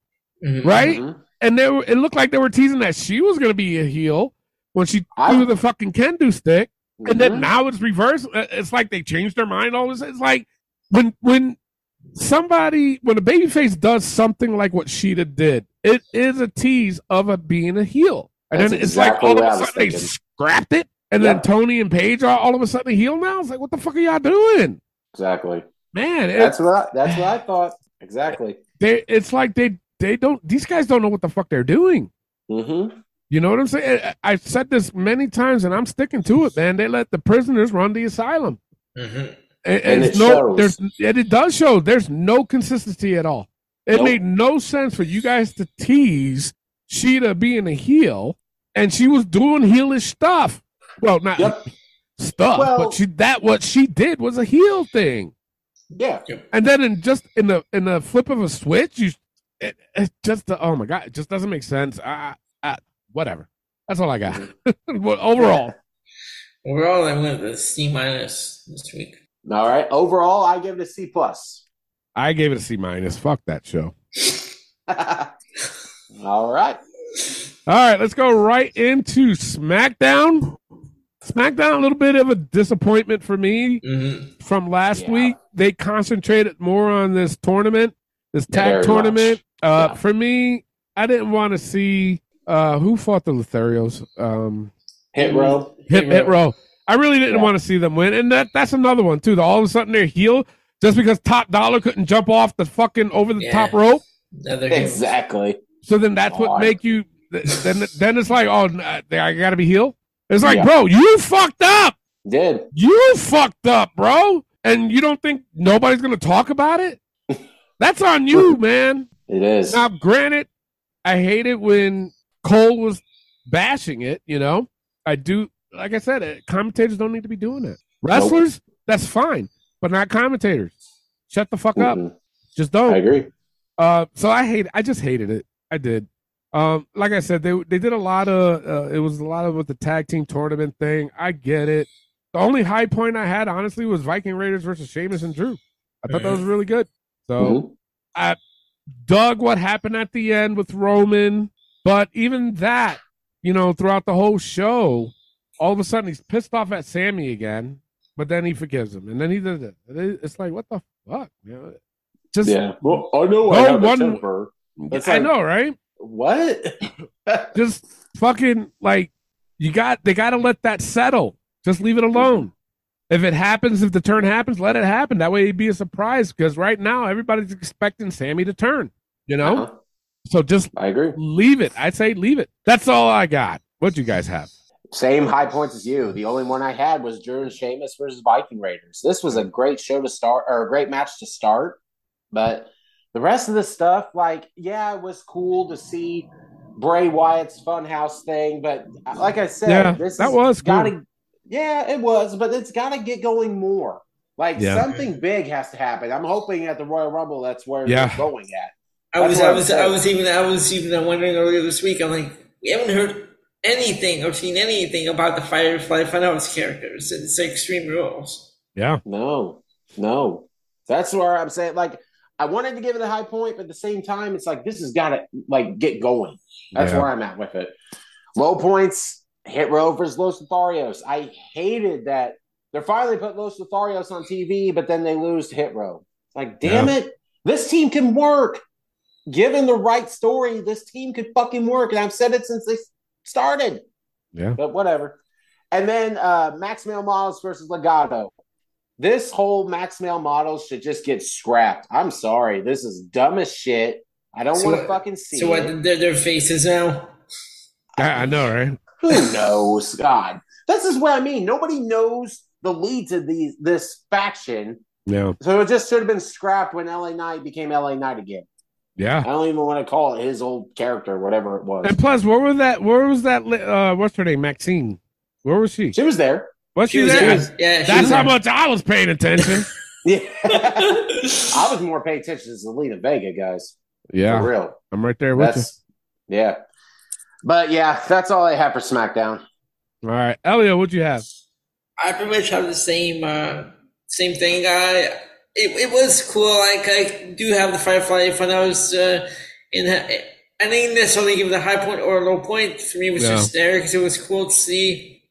[SPEAKER 4] Mhm.
[SPEAKER 2] Mm-hmm. right?
[SPEAKER 3] Mhm.
[SPEAKER 2] And they were, it looked like they were teasing that she was going to be a heel when she
[SPEAKER 3] I-
[SPEAKER 2] threw the fucking kendo stick, and
[SPEAKER 3] Mhm.
[SPEAKER 2] then now it's reversed. Uh, It's like they changed their mind. All this, it's like when when somebody when a babyface does something like what Sheeta did, it is a tease of a being a heel. And
[SPEAKER 3] That's
[SPEAKER 2] then it's
[SPEAKER 3] exactly
[SPEAKER 2] like all
[SPEAKER 3] what I
[SPEAKER 2] of a
[SPEAKER 3] was
[SPEAKER 2] sudden they
[SPEAKER 3] thinking.
[SPEAKER 2] scrapped it. And
[SPEAKER 3] Yeah.
[SPEAKER 2] then Tony and Paige are all of a sudden heel now. It's like, what the fuck are y'all doing?
[SPEAKER 3] Exactly.
[SPEAKER 2] Man, it,
[SPEAKER 3] That's what I, that's what I thought. Exactly.
[SPEAKER 2] they, it's like they, they don't, these guys don't know what the fuck they're doing.
[SPEAKER 3] Mm-hmm.
[SPEAKER 2] You know what I'm saying? I- I've said this many times and I'm sticking to it, man. They let the prisoners run the asylum.
[SPEAKER 4] Mhm.
[SPEAKER 2] And,
[SPEAKER 3] And
[SPEAKER 2] it's
[SPEAKER 3] it
[SPEAKER 2] no,
[SPEAKER 3] shows.
[SPEAKER 2] there's, and it does show there's no consistency at all. It
[SPEAKER 3] Nope.
[SPEAKER 2] made no sense for you guys to tease Sheeta being a heel, and she was doing heelish stuff. Well, not
[SPEAKER 3] Yep.
[SPEAKER 2] stuff,
[SPEAKER 3] Well-
[SPEAKER 2] but she that what she did was a heel thing.
[SPEAKER 3] Yeah.
[SPEAKER 2] And then in just in the in the flip of a switch, you it, it just the, oh my god, it just doesn't make sense. I, I, whatever. That's all I got.
[SPEAKER 3] Mm-hmm.
[SPEAKER 2] but overall,
[SPEAKER 4] Overall, I'm with a C minus this week.
[SPEAKER 3] All right. Overall, I give it a C plus.
[SPEAKER 2] I gave it a C minus. Fuck that show.
[SPEAKER 3] All right.
[SPEAKER 2] All right, let's go right into SmackDown. SmackDown, a little bit of a disappointment for me
[SPEAKER 4] Mm-hmm.
[SPEAKER 2] from last
[SPEAKER 3] Yeah.
[SPEAKER 2] week. They concentrated more on this tournament, this tag
[SPEAKER 3] Very
[SPEAKER 2] tournament. Uh,
[SPEAKER 3] Yeah.
[SPEAKER 2] For me, I didn't want to see uh, who fought the Lotharios. Um,
[SPEAKER 3] Hit row.
[SPEAKER 2] hit,
[SPEAKER 4] Hit
[SPEAKER 2] hit row. I really didn't
[SPEAKER 3] Yeah.
[SPEAKER 2] want to see them win, and that that's another one too. That all of a sudden they're heel just because Top Dollar couldn't jump off the fucking over the
[SPEAKER 4] Yeah.
[SPEAKER 2] top rope.
[SPEAKER 4] Another game.
[SPEAKER 3] Exactly.
[SPEAKER 2] So then that's what
[SPEAKER 3] Odd.
[SPEAKER 2] make you. th- Then then it's like, oh, n- I gotta be healed. It's like,
[SPEAKER 3] Yeah.
[SPEAKER 2] bro, you fucked up.
[SPEAKER 3] Did.
[SPEAKER 2] You fucked up, bro. And you don't think nobody's gonna talk about it? That's on you, man.
[SPEAKER 3] It is.
[SPEAKER 2] Now, granted, I hate it when Cole was bashing it. You know, I do. Like I said, uh, commentators don't need to be doing that. Wrestlers, that's fine, but not commentators. Shut the fuck up.
[SPEAKER 3] Mhm.
[SPEAKER 2] Just don't.
[SPEAKER 3] I agree.
[SPEAKER 2] Uh, so I hate. I just hated it. I did. Um, like I said, they they did a lot of. Uh, it was a lot of with the tag team tournament thing. I get it. The only high point I had, honestly, was Viking Raiders versus Sheamus and Drew. I thought that was really good. So
[SPEAKER 3] Mhm.
[SPEAKER 2] dug what happened at the end with Roman, but even that, you know, throughout the whole show, all of a sudden he's pissed off at Sammy again, but then he forgives him, and then he does it. It's like what the fuck, you know? Just
[SPEAKER 3] Yeah. Well, I know
[SPEAKER 2] No
[SPEAKER 3] I have
[SPEAKER 2] one-
[SPEAKER 3] a temper. It's
[SPEAKER 2] I
[SPEAKER 3] like-
[SPEAKER 2] know, right?
[SPEAKER 3] What?
[SPEAKER 2] just fucking like you got they got to let that settle just leave it alone if it happens if the turn happens let it happen that way it'd be a surprise because right now everybody's expecting sammy to turn you know
[SPEAKER 3] Uh-huh.
[SPEAKER 2] so just
[SPEAKER 3] I agree.
[SPEAKER 2] leave it i say leave it that's all i got what do you guys have
[SPEAKER 3] Same high points as you. The only one I had was Drew and Sheamus versus Viking Raiders. This was a great show to start, or a great match to start. But the rest of the stuff, like, yeah, it was cool to see Bray Wyatt's Funhouse thing. But like I said,
[SPEAKER 2] yeah
[SPEAKER 3] this
[SPEAKER 2] that
[SPEAKER 3] is
[SPEAKER 2] was
[SPEAKER 3] got
[SPEAKER 2] good
[SPEAKER 3] to yeah it was but it's got to get going more like
[SPEAKER 2] Yeah.
[SPEAKER 3] something big has to happen i'm hoping at the royal rumble that's where
[SPEAKER 2] Yeah.
[SPEAKER 3] they're going at
[SPEAKER 4] I was,
[SPEAKER 3] That's what
[SPEAKER 4] I
[SPEAKER 3] I'm
[SPEAKER 4] was, I
[SPEAKER 3] saying.
[SPEAKER 4] was even, I was even wondering earlier this week. I'm like, we haven't heard anything or seen anything about the Firefly Funhouse characters since Extreme Rules.
[SPEAKER 2] yeah
[SPEAKER 3] no no that's where i'm saying like i wanted to give it a high point but at the same time it's like this has got to like get going that's
[SPEAKER 2] Yeah.
[SPEAKER 3] where i'm at with it low points hit row versus los lotharios i hated that they're finally put los lotharios on tv but then they lose to hit row It's like damn it this team can work given the right story this team could fucking work and i've said it since they started
[SPEAKER 2] Yeah.
[SPEAKER 3] but whatever and then uh max male models versus legato this whole max male models should just get scrapped i'm sorry this is dumb as shit i don't
[SPEAKER 4] So
[SPEAKER 3] want to
[SPEAKER 4] what-
[SPEAKER 3] fucking see
[SPEAKER 4] So
[SPEAKER 3] it.
[SPEAKER 4] what? Their, their faces now.
[SPEAKER 2] I, I know right
[SPEAKER 3] Who knows? God, this is what I mean. Nobody knows the leads of these this faction,
[SPEAKER 2] yeah
[SPEAKER 3] so it just should have been scrapped when LA Knight became LA Knight again. I
[SPEAKER 2] yeah
[SPEAKER 3] don't even want to call it his old character, whatever it was.
[SPEAKER 2] and plus where was that where was that li- uh what's her name maxine where was she
[SPEAKER 3] She was there.
[SPEAKER 2] was she,
[SPEAKER 4] was
[SPEAKER 2] there
[SPEAKER 4] there. Yeah, she
[SPEAKER 2] that's
[SPEAKER 4] was
[SPEAKER 2] how
[SPEAKER 4] there.
[SPEAKER 2] much i was paying attention
[SPEAKER 3] Yeah, I was more paying attention to Zelina Vega, guys.
[SPEAKER 2] yeah
[SPEAKER 3] For real.
[SPEAKER 2] i'm right there with you
[SPEAKER 3] That's yeah. But yeah, that's all I have for SmackDown.
[SPEAKER 2] All right, Elio, what'd you have?
[SPEAKER 4] I pretty much have the same uh, same thing. I it, it was cool. Like I do have the Firefly when I was uh, in. I didn't necessarily give it a high point or a low point. For me, it was
[SPEAKER 2] Yeah.
[SPEAKER 4] just there because it was cool to see.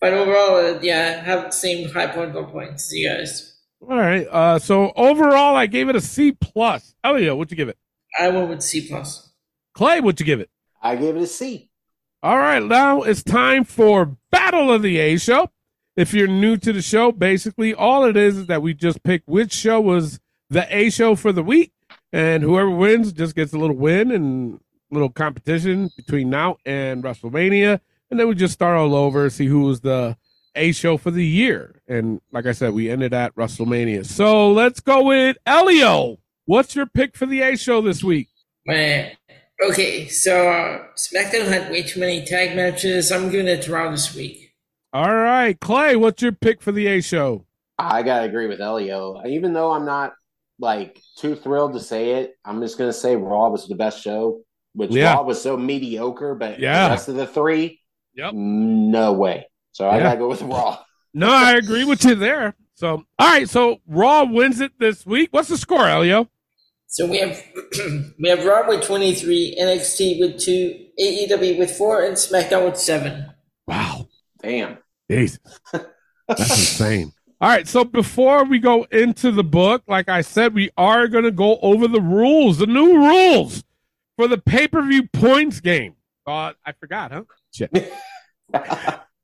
[SPEAKER 4] But overall, uh, yeah, I have the same high point, low point as you guys.
[SPEAKER 2] All right, uh, so overall, I gave it a C plus. Elio, what'd you give it?
[SPEAKER 4] I went with C plus.
[SPEAKER 2] Clay, what'd you give it?
[SPEAKER 3] I gave it a C.
[SPEAKER 2] All right, now it's time for Battle of the A Show. If you're new to the show, basically all it is is that we just pick which show was the A show for the week, and whoever wins just gets a little win and little competition between now and WrestleMania, and then we just start all over, see who was the A show for the year. And like I said, we ended at WrestleMania. So let's go with Elio. What's your pick for the A show this week?
[SPEAKER 4] Man. Okay, so uh, SmackDown had way too many tag matches. I'm giving it to Raw this week.
[SPEAKER 2] All right, Clay, what's your pick for the A show?
[SPEAKER 3] I gotta agree with Elio. Even though I'm not like too thrilled to say it, I'm just gonna say Raw was the best show, which
[SPEAKER 2] Yeah.
[SPEAKER 3] Raw was so mediocre. But
[SPEAKER 2] Yeah.
[SPEAKER 3] the rest of the three,
[SPEAKER 2] Yep.
[SPEAKER 3] no way. So I
[SPEAKER 2] Yeah.
[SPEAKER 3] gotta go with Raw.
[SPEAKER 2] No, I agree with you there. So, all right, so Raw wins it this week. What's the score, Elio?
[SPEAKER 4] So we have we have Raw with 23, NXT with two, AEW with four, and SmackDown with seven.
[SPEAKER 2] Wow.
[SPEAKER 3] Damn.
[SPEAKER 2] Jesus. That's insane. All right. So before we go into the book, like I said, we are going to go over the rules, the new rules for the pay per view points game. Uh, I forgot, huh? Shit. All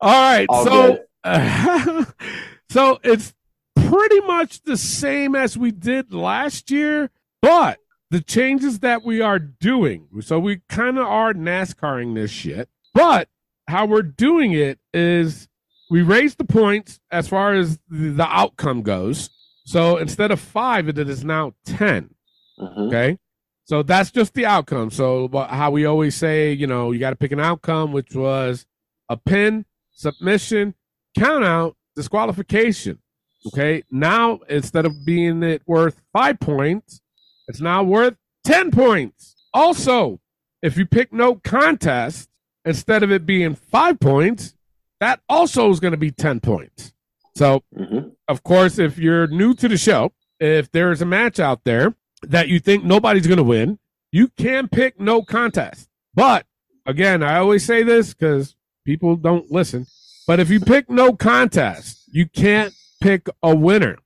[SPEAKER 2] right.
[SPEAKER 3] All
[SPEAKER 2] so,
[SPEAKER 3] good.
[SPEAKER 2] so it's pretty much the same as we did last year, but the changes that we are doing. So we kind of are NASCARing this shit, but how we're doing it is we raise the points as far as the the outcome goes. So instead of five, it is now 10.
[SPEAKER 3] Mhm.
[SPEAKER 2] Okay. So that's just the outcome. So wha- how we always say, you know, you got to pick an outcome, which was a pin, submission, count out, disqualification. Okay. Now instead of being it worth five points, it's now worth 10 points. Also, if you pick no contest, instead of it being five points, that also is going to be 10 points. So
[SPEAKER 3] Mhm.
[SPEAKER 2] of course, if you're new to the show, if there is a match out there that you think nobody's going to win, you can pick no contest. But again, I always say this because people don't listen. But if you pick no contest, you can't pick a winner.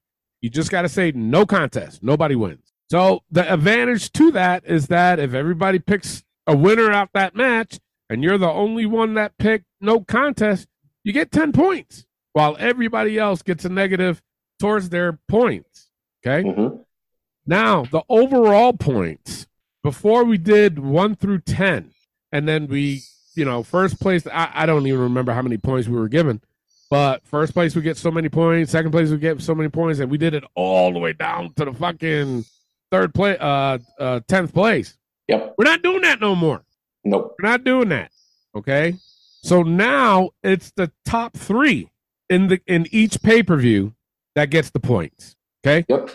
[SPEAKER 2] You just got to say no contest. Nobody wins. So the advantage to that is that if everybody picks a winner out that match and you're the only one that picked no contest, you get 10 points while everybody else gets a negative towards their points. Okay.
[SPEAKER 3] Mhm.
[SPEAKER 2] Now, the overall points before we did one through 10, and then we, you know, first place, I, I don't even remember how many points we were given, but first place we get so many points, second place we get so many points, and we did it all the way down to the fucking third place, uh, uh, 10th place.
[SPEAKER 3] Yep.
[SPEAKER 2] We're not doing that no more.
[SPEAKER 3] Nope.
[SPEAKER 2] We're not doing that. Okay. So now it's the top three in the in each pay per view that gets the points. Okay.
[SPEAKER 3] Yep.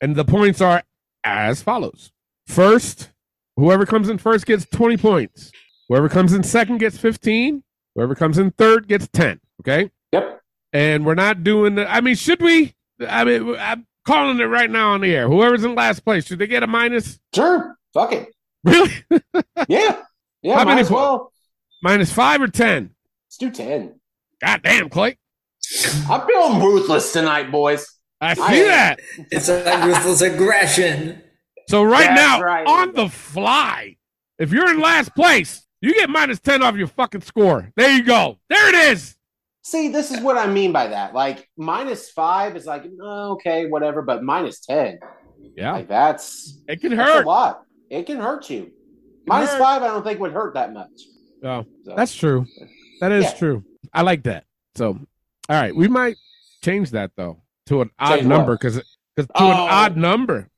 [SPEAKER 2] And the points are as follows. First, whoever comes in first gets 20 points. Whoever comes in second gets 15. Whoever comes in third gets 10. Okay.
[SPEAKER 3] Yep.
[SPEAKER 2] And we're not doing the, I mean, should we? I mean, I'm calling it right now on the air. Whoever's in last place, should they get a minus?
[SPEAKER 3] Sure. Fuck it.
[SPEAKER 2] Really?
[SPEAKER 3] Yeah. Yeah.
[SPEAKER 2] How
[SPEAKER 3] might
[SPEAKER 2] many
[SPEAKER 3] as
[SPEAKER 2] po-
[SPEAKER 3] well.
[SPEAKER 2] minus five or 10?
[SPEAKER 3] Let's do ten.
[SPEAKER 2] God damn, Clay.
[SPEAKER 3] I'm feeling ruthless tonight, boys.
[SPEAKER 2] I see
[SPEAKER 3] I-
[SPEAKER 2] that.
[SPEAKER 4] It's like ruthless aggression.
[SPEAKER 2] So right
[SPEAKER 3] That's
[SPEAKER 2] now,
[SPEAKER 3] right.
[SPEAKER 2] on the fly, if you're in last place, you get minus ten off your fucking score. There you go. There it is.
[SPEAKER 3] See, this is what I mean by that. Like minus five is like oh, okay, whatever, but minus ten,
[SPEAKER 2] Yeah,
[SPEAKER 3] like that's,
[SPEAKER 2] it can
[SPEAKER 3] that's
[SPEAKER 2] Oh. hurt.
[SPEAKER 3] a lot. It can hurt you. Minus
[SPEAKER 2] hurt.
[SPEAKER 3] five, I don't think would hurt that much.
[SPEAKER 2] Oh,
[SPEAKER 3] So,
[SPEAKER 2] that's true. That is
[SPEAKER 3] Yeah.
[SPEAKER 2] true. I like that. So, all right, we might change that though to an odd
[SPEAKER 3] Change what?
[SPEAKER 2] number because because to an
[SPEAKER 3] Oh.
[SPEAKER 2] odd number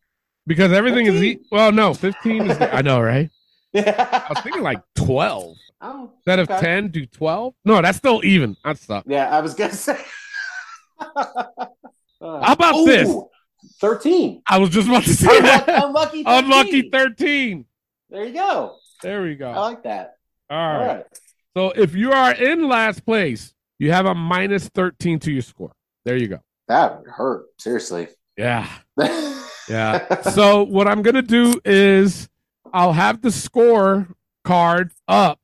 [SPEAKER 2] because everything is e-
[SPEAKER 3] 15?
[SPEAKER 2] well no fifteen is I know right I was
[SPEAKER 3] yeah.
[SPEAKER 2] thinking like twelve
[SPEAKER 3] oh,
[SPEAKER 2] instead of
[SPEAKER 3] Okay.
[SPEAKER 2] ten do twelve no that's still even I suck
[SPEAKER 3] yeah, I was gonna say. Uh, Oh.
[SPEAKER 2] how about this
[SPEAKER 3] Thirteen.
[SPEAKER 2] I was just about to say
[SPEAKER 3] Unlucky,
[SPEAKER 2] that.
[SPEAKER 3] unlucky, 13.
[SPEAKER 2] Unlucky 13.
[SPEAKER 3] There you go.
[SPEAKER 2] There we go.
[SPEAKER 3] I like that.
[SPEAKER 2] All
[SPEAKER 3] Oh, All
[SPEAKER 2] right.
[SPEAKER 3] right.
[SPEAKER 2] So if you are in last place, you have a minus 13 to your score. There you go.
[SPEAKER 3] That would hurt. Seriously.
[SPEAKER 2] Yeah. Yeah. so what I'm going to do is I'll have the score card up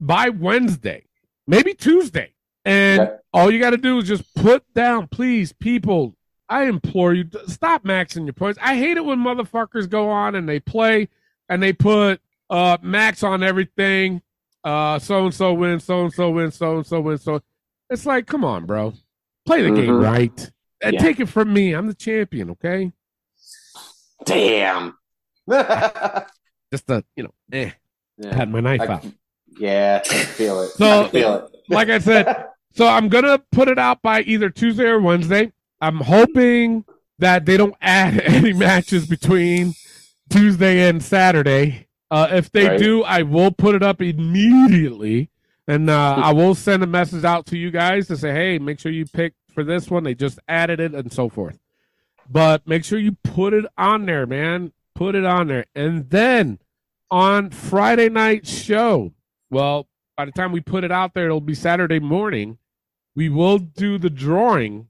[SPEAKER 2] by Wednesday, maybe Tuesday. And
[SPEAKER 3] Okay.
[SPEAKER 2] all you got to do is just put down, please, people. I implore you, d- stop maxing your points. I hate it when motherfuckers go on and they play and they put uh, max on everything. uh, so and so wins, so and so wins, so and so wins. So it's like, come on, bro, play the game
[SPEAKER 3] Mhm.
[SPEAKER 2] right. And
[SPEAKER 3] Yeah.
[SPEAKER 2] take it from me, I'm the champion. Okay,
[SPEAKER 3] Damn. yeah.
[SPEAKER 2] just a you know, eh, had my knife
[SPEAKER 3] I-
[SPEAKER 2] out.
[SPEAKER 3] Yeah, I can feel it.
[SPEAKER 2] So-
[SPEAKER 3] I can feel it.
[SPEAKER 2] Like I said, So I'm gonna put it out by either Tuesday or Wednesday. I'm hoping that they don't add any matches between Tuesday and Saturday. Uh, if they
[SPEAKER 3] Right.
[SPEAKER 2] do, I will put it up immediately, and uh, I will send a message out to you guys to say, "Hey, make sure you pick for this one. They just added it, and so forth." But make sure you put it on there, man. Put it on there, and then on Friday night show. Well, by the time we put it out there, it'll be Saturday morning we will do the drawing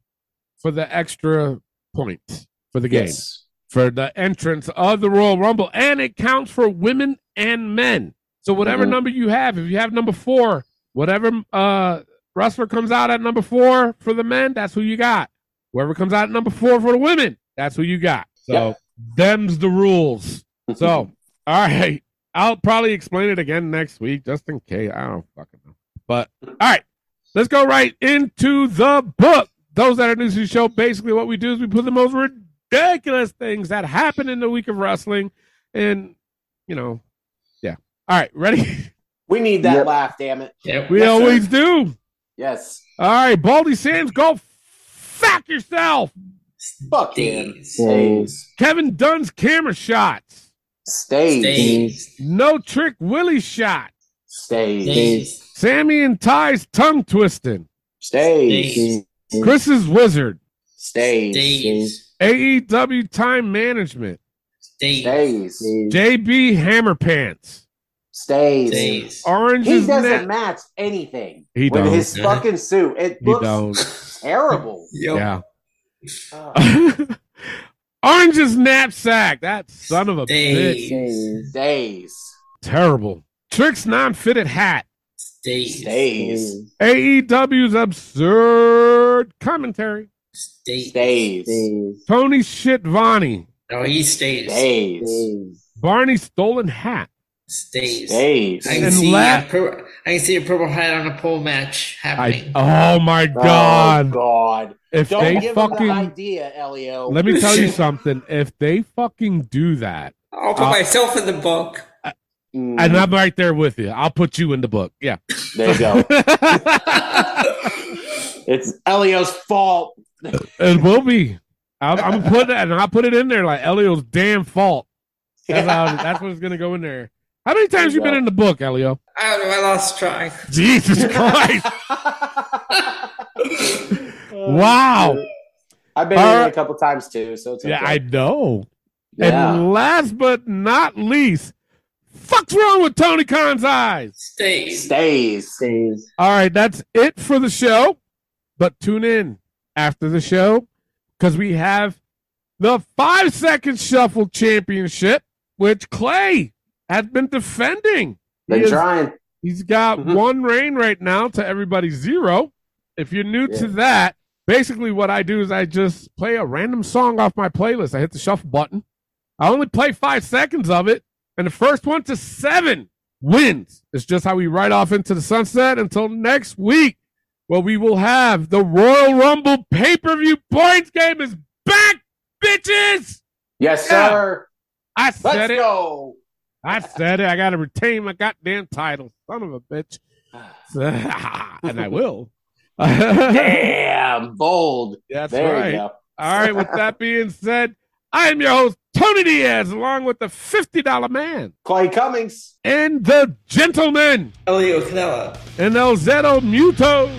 [SPEAKER 2] for the extra points for the game
[SPEAKER 3] Yes.
[SPEAKER 2] for the entrance of the Royal Rumble, and it counts for women and men. So whatever
[SPEAKER 3] Mhm.
[SPEAKER 2] number you have, if you have number four, whatever uh, wrestler comes out at number four for the men, that's who you got. Whoever comes out at number four for the women, that's who you got. So
[SPEAKER 3] Yep.
[SPEAKER 2] them's the rules. So all right, I'll probably explain it again next week, just in case. I don't fucking know. But all right, let's go right into the book. Those that are new to the show, basically what we do is we put the most ridiculous things that happen in the week of wrestling, and you know, yeah. All right, ready?
[SPEAKER 3] We need that
[SPEAKER 5] Yep.
[SPEAKER 3] laugh, damn it.
[SPEAKER 4] Yeah.
[SPEAKER 2] We
[SPEAKER 3] Yes, sir.
[SPEAKER 2] always do.
[SPEAKER 3] Yes.
[SPEAKER 2] All right, Baldy Sands, go fuck yourself.
[SPEAKER 3] Fuck him.
[SPEAKER 4] Days.
[SPEAKER 3] Stays.
[SPEAKER 2] Kevin Dunn's camera shots.
[SPEAKER 3] Stays.
[SPEAKER 4] Days.
[SPEAKER 2] No trick Willie shot.
[SPEAKER 3] Stays.
[SPEAKER 4] Days.
[SPEAKER 2] Sammy and Ty's tongue twisting.
[SPEAKER 3] Stays.
[SPEAKER 2] Chris's wizard.
[SPEAKER 3] Stays.
[SPEAKER 4] Days.
[SPEAKER 2] AEW time management.
[SPEAKER 4] Days.
[SPEAKER 3] Stays.
[SPEAKER 2] JB Hammer Pants.
[SPEAKER 3] Stays.
[SPEAKER 4] Days.
[SPEAKER 2] Orange
[SPEAKER 3] He
[SPEAKER 2] is
[SPEAKER 3] doesn't
[SPEAKER 2] net.
[SPEAKER 3] match anything
[SPEAKER 2] He
[SPEAKER 3] with
[SPEAKER 2] don't.
[SPEAKER 3] his fucking suit. It
[SPEAKER 2] He
[SPEAKER 3] looks
[SPEAKER 2] don't.
[SPEAKER 3] terrible.
[SPEAKER 4] Yo.
[SPEAKER 2] Yeah.
[SPEAKER 3] Oh,
[SPEAKER 2] Orange is knapsack. That son of a bitch.
[SPEAKER 4] Days.
[SPEAKER 3] Stays.
[SPEAKER 2] Terrible. Trick's non-fitted hat.
[SPEAKER 4] Days.
[SPEAKER 3] Stays.
[SPEAKER 2] AEW's absurd commentary.
[SPEAKER 4] Days.
[SPEAKER 3] Stays.
[SPEAKER 2] Tony Shitvani.
[SPEAKER 4] No, he stays.
[SPEAKER 3] Stays.
[SPEAKER 2] Barney's stolen hat.
[SPEAKER 4] Stays.
[SPEAKER 3] Stays.
[SPEAKER 4] I can
[SPEAKER 2] And
[SPEAKER 4] see
[SPEAKER 2] la-
[SPEAKER 4] a pur- I can see a purple hat on a pole match
[SPEAKER 2] I,
[SPEAKER 4] happening.
[SPEAKER 2] oh my god.
[SPEAKER 3] Oh, God.
[SPEAKER 2] If
[SPEAKER 3] Don't
[SPEAKER 2] they
[SPEAKER 3] give
[SPEAKER 2] fucking
[SPEAKER 3] him the idea, Elio.
[SPEAKER 2] let me tell you something. If they fucking do that,
[SPEAKER 4] I'll put
[SPEAKER 2] Uh,
[SPEAKER 4] myself in the book.
[SPEAKER 3] Mm,
[SPEAKER 2] and I'm right there with you. I'll put you in the book. Yeah.
[SPEAKER 3] there you go.
[SPEAKER 4] Days.
[SPEAKER 3] It's Elio's fault.
[SPEAKER 2] It will be. I'm, I'm gonna put that, and I'll put it in there like Elio's damn fault. That's, how, that's what's gonna go in there. How many times you been in the book, Elio?
[SPEAKER 4] I don't know. I lost track.
[SPEAKER 2] Jesus Christ! wow.
[SPEAKER 3] I've been
[SPEAKER 2] All
[SPEAKER 3] in
[SPEAKER 2] right.
[SPEAKER 3] it a couple times too, so it's okay.
[SPEAKER 2] Yeah, I know.
[SPEAKER 3] yeah.
[SPEAKER 2] And last but not least, fuck's wrong with Tony Khan's eyes?
[SPEAKER 4] Stays.
[SPEAKER 3] stays.
[SPEAKER 2] All right, that's it for the show. But tune in after the show because we have the five second shuffle championship, which Clay has been defending. He
[SPEAKER 3] Been
[SPEAKER 2] is-
[SPEAKER 3] trying.
[SPEAKER 2] He's got
[SPEAKER 3] Mhm.
[SPEAKER 2] one reign right now to everybody zero. If you're new to
[SPEAKER 3] Yeah.
[SPEAKER 2] that, basically what I do is I just play a random song off my playlist. I hit the shuffle button. I only play five seconds of it, and the first one to seven wins. It's just how we ride off into the sunset until next week, where we will have the Royal Rumble pay per view points game is back, bitches.
[SPEAKER 3] Yes,
[SPEAKER 2] Yeah.
[SPEAKER 3] sir.
[SPEAKER 2] I
[SPEAKER 3] Let's
[SPEAKER 2] said it.
[SPEAKER 3] go.
[SPEAKER 2] I said it. I got to retain my goddamn title. Son of a bitch. and I will. That's
[SPEAKER 3] Damn, bold. there
[SPEAKER 2] right.
[SPEAKER 3] you go.
[SPEAKER 2] All right. With that being said, I am your host, Tony Diaz, along with the $50 man
[SPEAKER 3] Clay Cummings.
[SPEAKER 2] and the gentleman
[SPEAKER 4] Elio Canella.
[SPEAKER 2] and El Zeto Muto.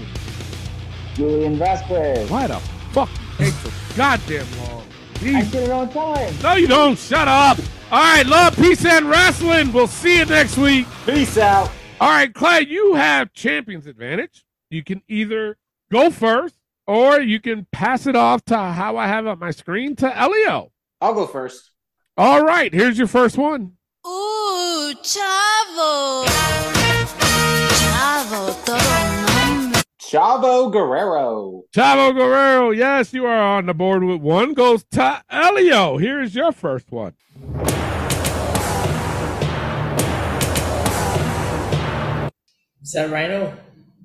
[SPEAKER 5] Julian Vasquez.
[SPEAKER 2] Why the fuck takes so goddamn long?
[SPEAKER 5] I
[SPEAKER 2] Jeez.
[SPEAKER 5] did it on time.
[SPEAKER 2] No, you don't. Shut up. All right. Love, peace, and wrestling. We'll see you next week.
[SPEAKER 3] Peace out.
[SPEAKER 2] All right, Clay, you have champion's advantage. You can either go first or you can pass it off to how I have it on my screen to Elio.
[SPEAKER 3] I'll go first.
[SPEAKER 2] All right, here's your first one.
[SPEAKER 8] Uh, chavo. Chavo, todo nombre.
[SPEAKER 3] Chavo Guerrero.
[SPEAKER 2] Chavo Guerrero, yes, you are on the board with one. Goes to Elio. Here's your first one.
[SPEAKER 4] Is that Rhino?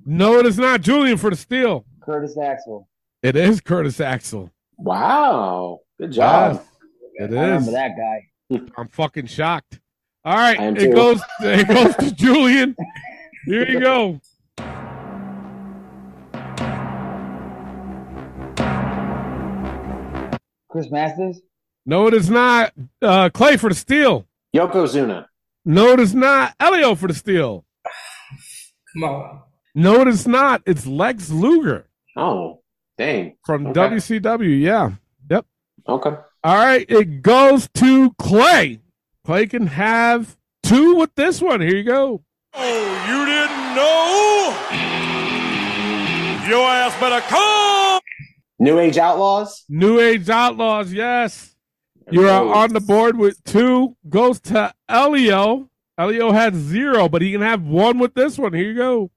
[SPEAKER 2] No, it is not Julian for the steal.
[SPEAKER 5] Curtis Axel.
[SPEAKER 2] It is Curtis Axel.
[SPEAKER 3] Wow. Good job.
[SPEAKER 2] It
[SPEAKER 5] I
[SPEAKER 2] is.
[SPEAKER 5] remember that guy.
[SPEAKER 2] I'm fucking shocked. All right,
[SPEAKER 3] I am
[SPEAKER 2] it
[SPEAKER 3] too.
[SPEAKER 2] goes. It goes to Julian. Here you go.
[SPEAKER 5] Chris Masters.
[SPEAKER 2] No, it is not uh, Clay for the steal.
[SPEAKER 3] Yokozuna.
[SPEAKER 2] No, it is not Elio for the steal.
[SPEAKER 4] Come on.
[SPEAKER 2] No, it is not. It's Lex Luger
[SPEAKER 3] Oh, dang.
[SPEAKER 2] from
[SPEAKER 3] Okay.
[SPEAKER 2] WCW. Yeah.
[SPEAKER 3] Okay.
[SPEAKER 2] All right, it goes to Clay. Clay can have two with this one. Here you go.
[SPEAKER 3] New Age Outlaws.
[SPEAKER 2] New Age Outlaws. Yes. You are on the board with two. Goes to Elio. Elio had zero, but he can have one with this one. Here you go.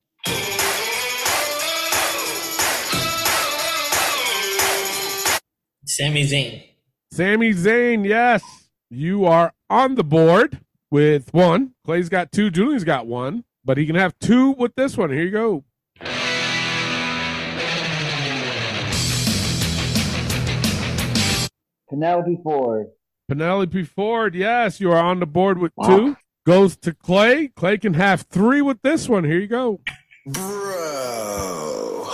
[SPEAKER 4] Sami Zayn.
[SPEAKER 2] Sammy Zayn, yes. You are on the board with one. Clay's got two. Julian's got one, but he can have two with this one. Here you go.
[SPEAKER 5] Penelope Ford.
[SPEAKER 2] Penelope Ford, yes. You are on the board with
[SPEAKER 3] Wow.
[SPEAKER 2] two. Goes to Clay. Clay can have three with this one. Here you go.
[SPEAKER 6] Bro.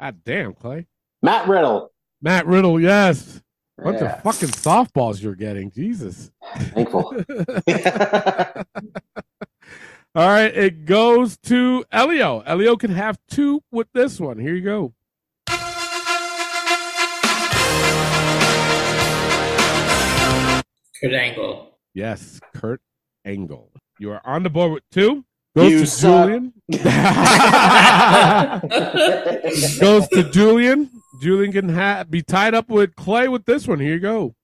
[SPEAKER 2] God damn, Clay.
[SPEAKER 3] Matt Riddle.
[SPEAKER 2] Matt Riddle, yes. What
[SPEAKER 3] Yeah,
[SPEAKER 2] the fucking softballs you're getting. Jesus.
[SPEAKER 3] Thankful.
[SPEAKER 2] All right, it goes to Elio. Elio can have two with this one. Here you go.
[SPEAKER 4] Kurt Angle.
[SPEAKER 2] Yes, Kurt Angle. You are on the board with two. Goes
[SPEAKER 3] You
[SPEAKER 2] to
[SPEAKER 3] suck.
[SPEAKER 2] Julian. goes to Julian. Julian can ha- be tied up with Clay with this one. Here you go.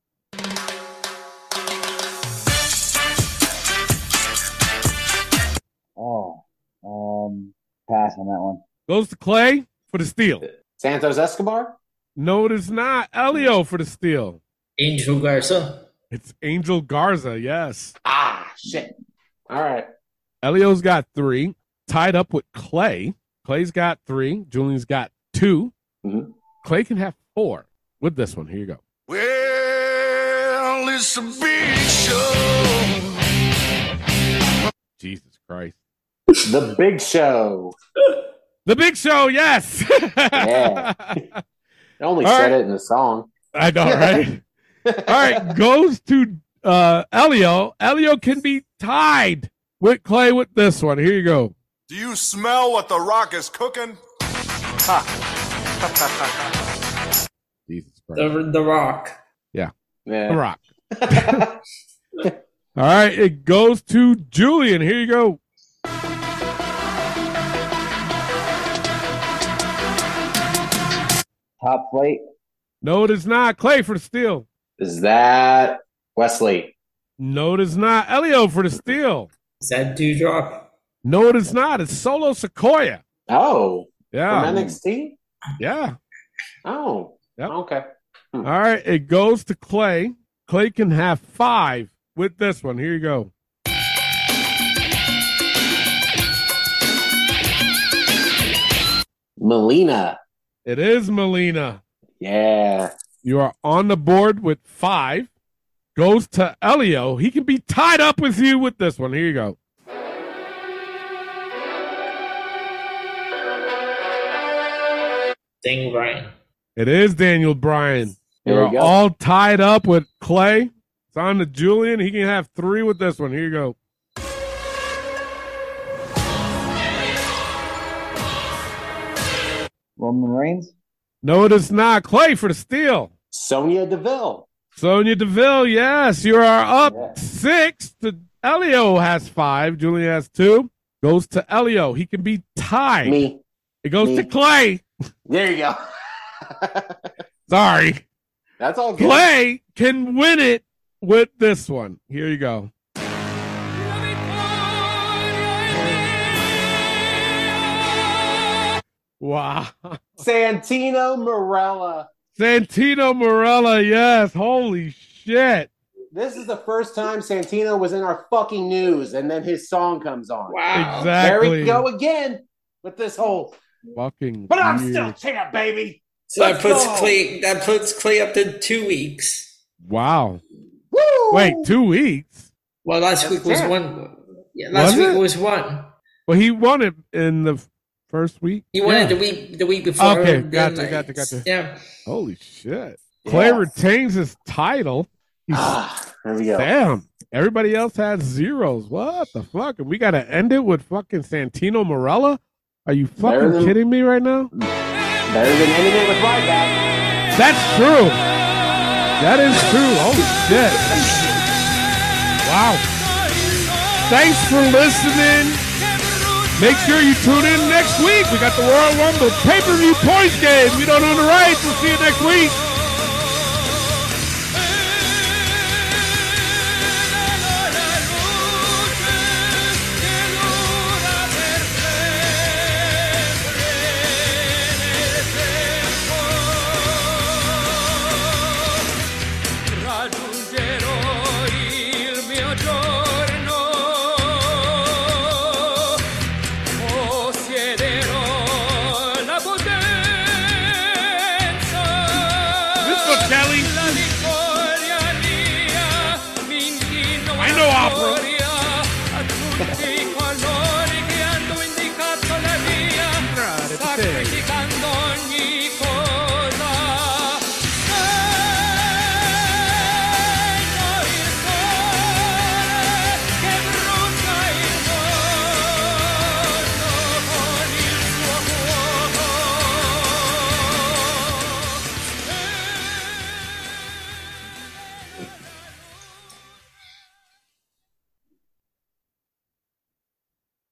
[SPEAKER 5] Oh, um, pass on that one.
[SPEAKER 2] Goes to Clay for the steal.
[SPEAKER 3] Santos Escobar.
[SPEAKER 2] No, it is not. Elio for the steal.
[SPEAKER 4] Angel Garza.
[SPEAKER 2] It's Angel Garza. Yes.
[SPEAKER 3] Ah, shit. All right.
[SPEAKER 2] Elio's got three, tied up with Clay. Clay's got three. Julian's got 2
[SPEAKER 3] Mhm.
[SPEAKER 2] Clay can have four with this one. Here you go.
[SPEAKER 6] Well, it's a big show.
[SPEAKER 2] Jesus Christ.
[SPEAKER 3] The Big Show.
[SPEAKER 2] The Big Show, yes.
[SPEAKER 3] Yeah. I only
[SPEAKER 2] All
[SPEAKER 3] said
[SPEAKER 2] right.
[SPEAKER 3] it in the song.
[SPEAKER 2] I know, right? All right, goes to uh, Elio. Elio can be tied with Clay with this one. Here you go.
[SPEAKER 6] Do you smell what the rock is cooking?
[SPEAKER 2] Jesus Christ.
[SPEAKER 4] The, the Rock.
[SPEAKER 2] The
[SPEAKER 3] Yeah.
[SPEAKER 2] Rock. All right, it goes to Julian. Here you go.
[SPEAKER 5] Top flight.
[SPEAKER 2] No, it is not. Clay for the steal.
[SPEAKER 3] Is that Wesley?
[SPEAKER 2] No, it is not. Elio for the steal.
[SPEAKER 4] Is that Dewdrop?
[SPEAKER 2] No, it is not. It's Solo Sequoia.
[SPEAKER 3] Oh,
[SPEAKER 2] Yeah.
[SPEAKER 3] from NXT.
[SPEAKER 2] Yeah.
[SPEAKER 3] Oh,
[SPEAKER 2] Yep.
[SPEAKER 3] okay.
[SPEAKER 2] All right, it goes to Clay. Clay can have five with this one. Here you go.
[SPEAKER 3] Melina.
[SPEAKER 2] It is Melina.
[SPEAKER 3] Yeah.
[SPEAKER 2] You are on the board with five. Goes to Elio. He can be tied up with you with this one. Here you go.
[SPEAKER 4] Dang Ryan.
[SPEAKER 2] It is Daniel Bryan.
[SPEAKER 3] There
[SPEAKER 2] You're
[SPEAKER 3] we go.
[SPEAKER 2] all tied up with Clay. It's on to Julian. He can have three with this one. Here you go.
[SPEAKER 5] Roman Reigns.
[SPEAKER 2] No, it is not. Clay for the steal.
[SPEAKER 3] Sonia Deville.
[SPEAKER 2] Sonia Deville, yes, you are up
[SPEAKER 3] Yeah.
[SPEAKER 2] six. To Elio has five. Julian has two. Goes to Elio. He can be tied.
[SPEAKER 3] Me.
[SPEAKER 2] It goes
[SPEAKER 3] Me.
[SPEAKER 2] to Clay.
[SPEAKER 3] There you go.
[SPEAKER 2] Sorry.
[SPEAKER 3] That's all good.
[SPEAKER 2] Clay can win it with this one. Here you go. Wow.
[SPEAKER 3] Santino Morella.
[SPEAKER 2] Santino Morella, yes. Holy shit.
[SPEAKER 3] This is the first time Santino was in our fucking news, and then his song comes on.
[SPEAKER 4] Wow.
[SPEAKER 2] Exactly.
[SPEAKER 3] There we go again with this whole.
[SPEAKER 2] Fucking
[SPEAKER 3] But I'm still
[SPEAKER 2] weird.
[SPEAKER 3] champ, baby.
[SPEAKER 4] So that puts
[SPEAKER 3] Let's go.
[SPEAKER 4] Clay that puts Clay up to two weeks.
[SPEAKER 2] Wow.
[SPEAKER 3] Woo!
[SPEAKER 2] Wait, two weeks?
[SPEAKER 4] Well, last
[SPEAKER 3] That's
[SPEAKER 4] week was
[SPEAKER 3] fair.
[SPEAKER 4] one. Yeah, last
[SPEAKER 2] Was
[SPEAKER 4] week
[SPEAKER 2] it?
[SPEAKER 4] was one.
[SPEAKER 2] Well, he won it in the f- first week.
[SPEAKER 4] He won
[SPEAKER 2] Yeah.
[SPEAKER 4] it the week the week before.
[SPEAKER 2] Okay,
[SPEAKER 4] then,
[SPEAKER 2] gotcha,
[SPEAKER 4] like,
[SPEAKER 2] gotcha, gotcha.
[SPEAKER 4] Yeah,
[SPEAKER 2] Holy shit. Clay
[SPEAKER 3] Yeah.
[SPEAKER 2] retains his title.
[SPEAKER 3] Ah, there we go.
[SPEAKER 2] Damn. Everybody else has zeros. What the fuck? And we got to end it with fucking Santino Morella? Are you
[SPEAKER 3] Better
[SPEAKER 2] fucking
[SPEAKER 3] than-
[SPEAKER 2] kidding me right now?
[SPEAKER 3] Better than ending it with right back.
[SPEAKER 2] That's true. That is true. Holy shit. Wow. Thanks for listening. Make sure you tune in next week. We got the World Rumble pay-per-view points game. We don't own the rights. We'll see you next week. Oh,